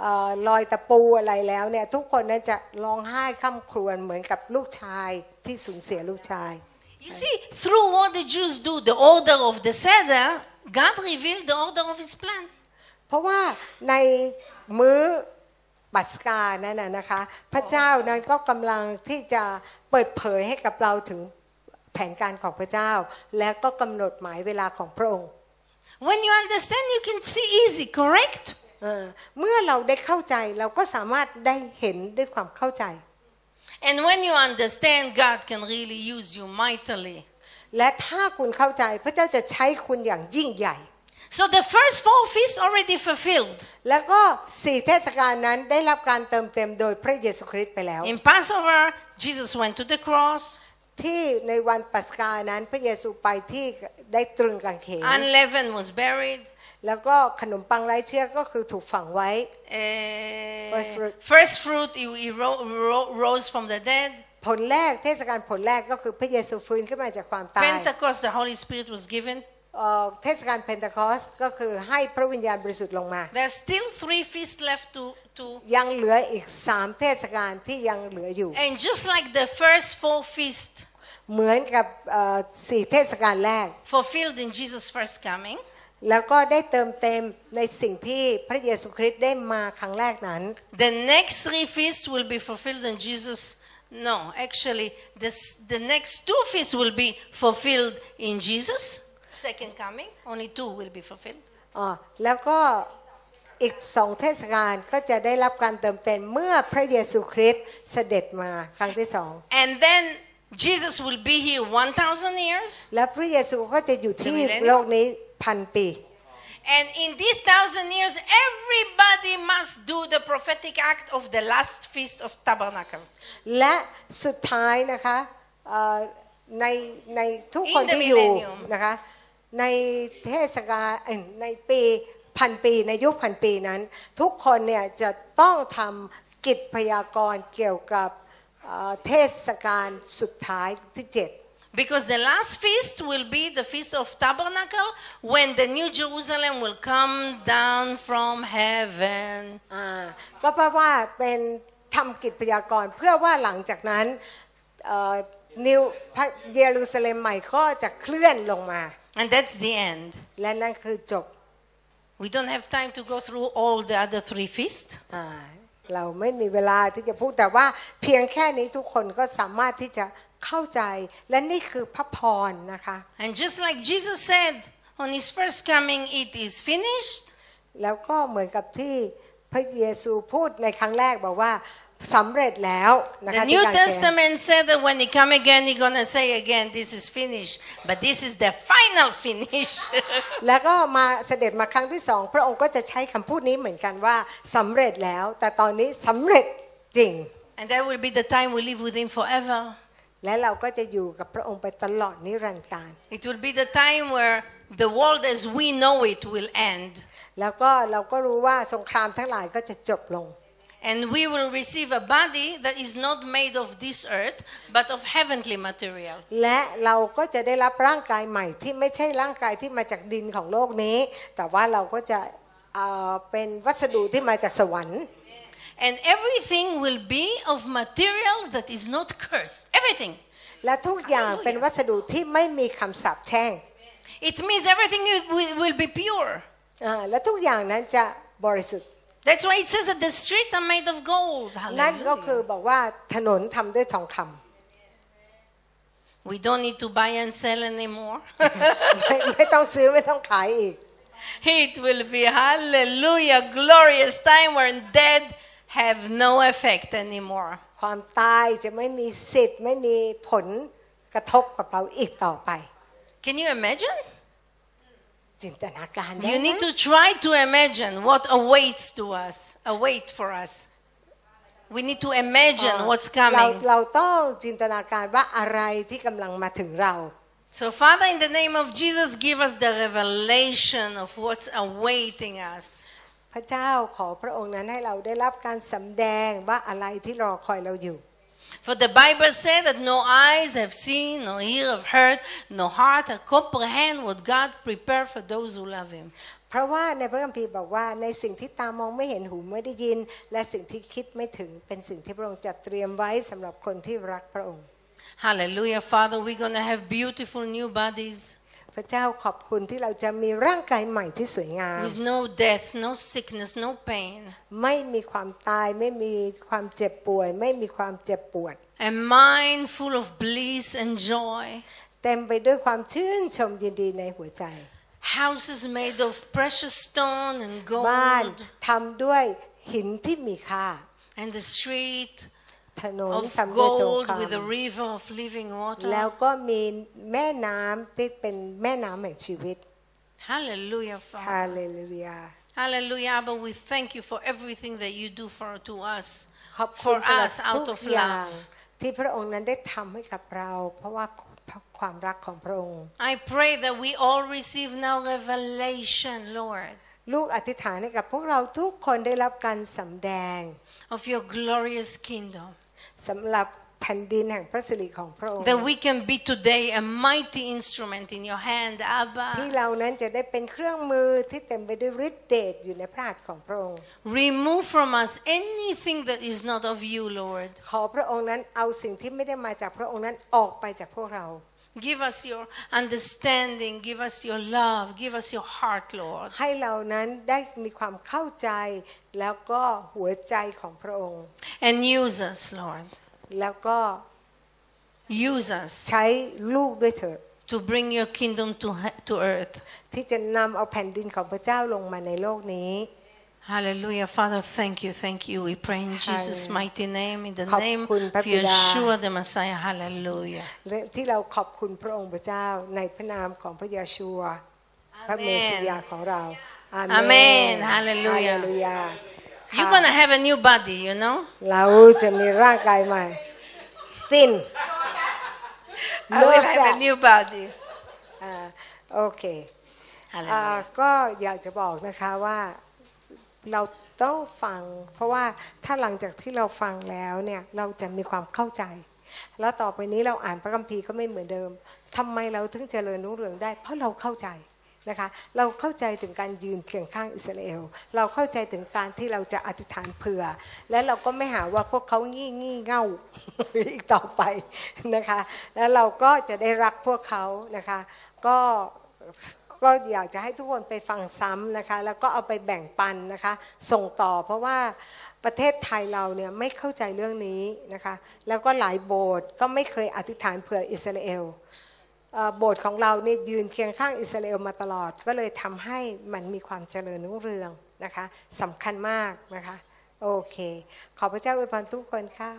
เอ่อรอยตะปูอะไรแล้วเนี่ยทุกคนนั้นจะร้องไห้ข้ามครวญเหมือนกับลูกชายที่สูญเสียลูกชาย You see, through what the Jews do, the order of the Seder, God revealed the order of his plan. เพราะว่าในมื้อบัตสกานั่นนะนะคะ พระเจ้านั้นก็กำลังที่จะเปิดเผยให้กับเราถึงแผนการของพระเจ้า และก็กำหนดหมายเวลาของพระองค์ When you understand, you can see easy, correct? เออเมื่อเราได้เข้าใจเราก็สามารถได้เห็นด้วยความเข้าใจ And when you understand, God can really use you mightily. และถ้าคุณเข้าใจพระเจ้าจะใช้คุณอย่างยิ่งใหญ่ So the first four feasts already fulfilled. แล้วก็สี่เทศกาลนั้นได้รับการเติมเต็มโดยพระเยซูคริสต์ไปแล้ว In Passover, Jesus went to the cross, ที่ในวันปัสกานั้นพระเยซูไปที่ได้ตรึงกางเขน unleavened was buried. แล้วก็ขนมปังไร้เชือกก็คือถูกฝังไว้ eh, First fruit. first fruit, he, he ro- ro- rose from the dead. ผลแรกเทศกาลผลแรกก็คือพระเยซูฟื้นขึ้นมาจากความตาย Pentecost, the Holy Spirit was given. เอ่อเทศกาลเพนทคอสก็คือให้พระวิญญาณบริสุทธิ์ลงมา There are still three feasts left to, to ยังเหลืออีกสามเทศกาลที่ยังเหลืออยู่ And just like the first four feasts เหมือนกับเอ่อสี่เทศกาลแรก fulfilled in Jesus' first coming, แล้วก็ได้เติมเต็มในสิ่งที่พระเยซูคริสต์ได้มาครั้งแรกนั้น the next three feasts will be fulfilled in Jesus. No, actually, this, the next two feasts will be fulfilled in Jesus' second coming. Only two will be fulfilled. อ๋อแล้วก็อีกสองเทศกาลก็จะได้รับการเติมเต็มเมื่อพระเยซูคริสต์เสด็จมาครั้งที่สอง And then Jesus will be here 1,000 years. และพระเยซูก็จะอยู่ที่ The millennium โลกนี้พันปี And in these thousand years, everybody must do the prophetic act of the last feast of tabernacle. และสุดท้ายนะคะเอ่อในในทุกคน In the ที่อยู่ millennium นะคะในเทศกาลเอ่อในปีพันปีในยุคพันปีนั้น ทุกคนเนี่ยจะต้องทำกิจพยากรณ์เกี่ยวกับเอ่อเทศกาลสุดท้ายที่เจ็ด Because the last feast will be the feast of tabernacle when the new Jerusalem will come down from heaven. อ่าก็แปลว่าเป็นทำกิจพยากรณ์เพื่อว่าหลังจากนั้นเอ่อนิวพระเยรูซาเล็มใหม่ก็จะเคลื่อนลงมา And that's the end. และนั่นคือจบ We don't have time to go through all the other three feasts. อ่าเราไม่มีเวลาที่จะพูดแต่ว่าเพียงแค่นี้ทุกคนก็สามารถที่จะเข้าใจและนี่คือพระพรนะคะ And just like Jesus said on his first coming, it is finished. แล้วก็เหมือนกับที่พระเยซูพูดในครั้งแรกบอกว่าสำเร็จแล้วนะ The คะที่ New กางเขน Testament said that when he come again, he gonna say again, this is finished. But this is the final finish. แล้วก็มาเสด็จมาครั้งที่สองพระองค์ก็จะใช้คำพูดนี้เหมือนกันว่าสำเร็จแล้ว แต่ตอนนี้สำเร็จจริง and that will be the time we live with him forever. และเราก็จะอยู่กับพระองค์ไปตลอดนิรันดร์การ It will be the time where the world as we know it will end. แล้วก็เราก็รู้ว่าสงครามทั้งหลายก็จะจบลง and we will receive a body that is not made of this earth, but of heavenly material. และเราก็จะได้รับร่างกายใหม่ที่ไม่ใช่ร่างกายที่มาจากดินของโลกนี้ แต่ว่าเราก็จะเอ่อเป็นวัสดุที่มาจากสวรรค์ And everything will be of material that is not cursed. Everything. และทุกอย่างเป็นวัสดุที่ไม่มีคำสาปแช่ง It means everything will- will will be pure. อ่าและทุกอย่างนั้นจะบริสุทธิ์ That's why it says that the streets are made of gold. นั่นก็คือ Hallelujah. บอกว่าถนนทำด้วยทองคำ We don't need to buy and sell anymore. ไม่ไม่ต้องซื้อไม่ต้องขายอีก It will be hallelujah, glorious time when dead have no effect anymore. ความตายจะไม่มีสิทธิ์ ไม่มีผลกระทบกับเราอีกต่อไป Can you imagine? จินตนาการได้ You ไหม need to try to imagine what awaits to us, await for us. We need to imagine Ah, what's เรา coming. เราต้องจินตนาการว่าอะไรที่กำลังมาถึงเรา So, Father, in the name of Jesus, give us the revelation of what's awaiting us. พระเจ้าขอพระองค์นั้นให้เราได้รับการสำแดงว่าอะไรที่รอคอยเราอยู่ For the Bible says that no eyes have seen, no ear have heard, no heart have comprehend what God prepared for those who love Him. เพราะว่าในพระคัมภีร์บอกว่าในสิ่งที่ตามองไม่เห็นหูไม่ได้ยิน และสิ่งที่คิดไม่ถึงเป็นสิ่งที่พระองค์จัดเตรียมไว้สำหรับคนที่รักพระองค์ Hallelujah, Father, we're going to have beautiful new bodies พระเจ้าขอบคุณที่เราจะมีร่างกายใหม่ที่สวยงาม with no death, no sickness, no pain. ไม่มีความตายไม่มีความเจ็บป่วย ไม่มีความเจ็บปวด A mind full of bliss and joy. เต็มไปด้วยความชื่นชมยินดีในหัวใจ Houses made of precious stone and บ้าน gold. ทำด้วยหินที่มีค่า And the street ถนน of ทำด้วยทอง gold ค with a river of living ำแล้ว water. ก็มีแม่น้ำที่เป็นแม่น้ำแห่งชีวิต Hallelujah, Father. ฮาเลลูยา Hallelujah, Abba. We thank you for everything that you do for to us, ขอบคุ for ณสำหรับ us ทุ out ก of อย่าง love. ที่พระองค์นั้นได้ทำให้กับเรา เพราะว่าความรักของพระองค์ I pray that we all receive now revelation, Lord, ลูกอธิษฐานให้กับพวกเราทุกคนได้รับการสำแดง of your glorious kingdom. สำหรับแผ่นดินแห่งพระสิริของพระองค์ That we can be today a mighty instrument in your hand, ที่ Abba. เรานั้นจะได้เป็นเครื่องมือที่เต็มไปด้วยฤทธิเดชอยู่ในพระหัตถ์ของพระองค์ Remove from us anything that is not of you, Lord. ขอพระองค์นั้นเอาสิ่งที่ไม่ได้มาจากพระองค์นั้นออกไปจากพวกเรา Give us your understanding, give us your love, give us your heart, Lord. ให้เรานั้นได้มีความเข้าใจแล้วก็หัวใจของพระองค์ And use us, Lord. แล้วก็ Use us ใช้ลูกด้วยเถอะ to bring your kingdom to, he- to earth. ที่จะนำเอาแผ่นดินของพระเจ้าลงมาในโลกนี้ Hallelujah. Father, thank you, thank you. We pray in Jesus' Hallelujah. mighty name, in the Khóc name of khuôn Pháp Đà. Yeshua the Messiah. Hallelujah. และที่เราขอบคุณพระองค์พระเจ้าในพระนามของพระเยชูวพระเมสสิยาของเราอาเม Amen. Hallelujah. ฮาเลลูยา You're going to have a new body, you know? เราจะมีร่างกายใหม่ สิ้น I will have a new body. อ่าโอเคอ่า Hallelujah. ก็อยากจะบอกนะคะว่าเราต้องฟัง เพราะว่าถ้าหลังจากที่เราฟังแล้วเนี่ยเราจะมีความเข้าใจ แล้วต่อไปนี้เราอ่านพระคัมภีร์ก็ไม่เหมือนเดิมทำไมเราถึงเจริญรุ่งเรืองได้ เพราะเราเข้าใจนะคะเราเข้าใจถึงการยืนเคียงข้างอิสราเอล เราเข้าใจถึงการที่เราจะอธิษฐานเผื่อ และเราก็ไม่หาว่าพวกเขางี่งี่เง่า อีกต่อไปนะคะ แล้วเราก็จะได้รักพวกเขานะคะ ก็ ก็อยากจะให้ทุกคนไปฟังซ้ำนะคะ แล้วก็เอาไปแบ่งปันนะคะ ส่งต่อเพราะว่าประเทศไทยเราเนี่ยไม่เข้าใจเรื่องนี้นะคะ แล้วก็หลายโบสถ์ก็ไม่เคยอธิษฐานเผื่ออิสราเอลเอ่อโบสถ์ของเราเนี่ยยืนเคียงข้างอิสราเอลมาตลอด ก็เลยทำให้มันมีความเจริญรุ่งเรืองนะคะสำคัญมากนะคะ โอเค ขอพระเจ้าอวยพรทุกคนค่ะ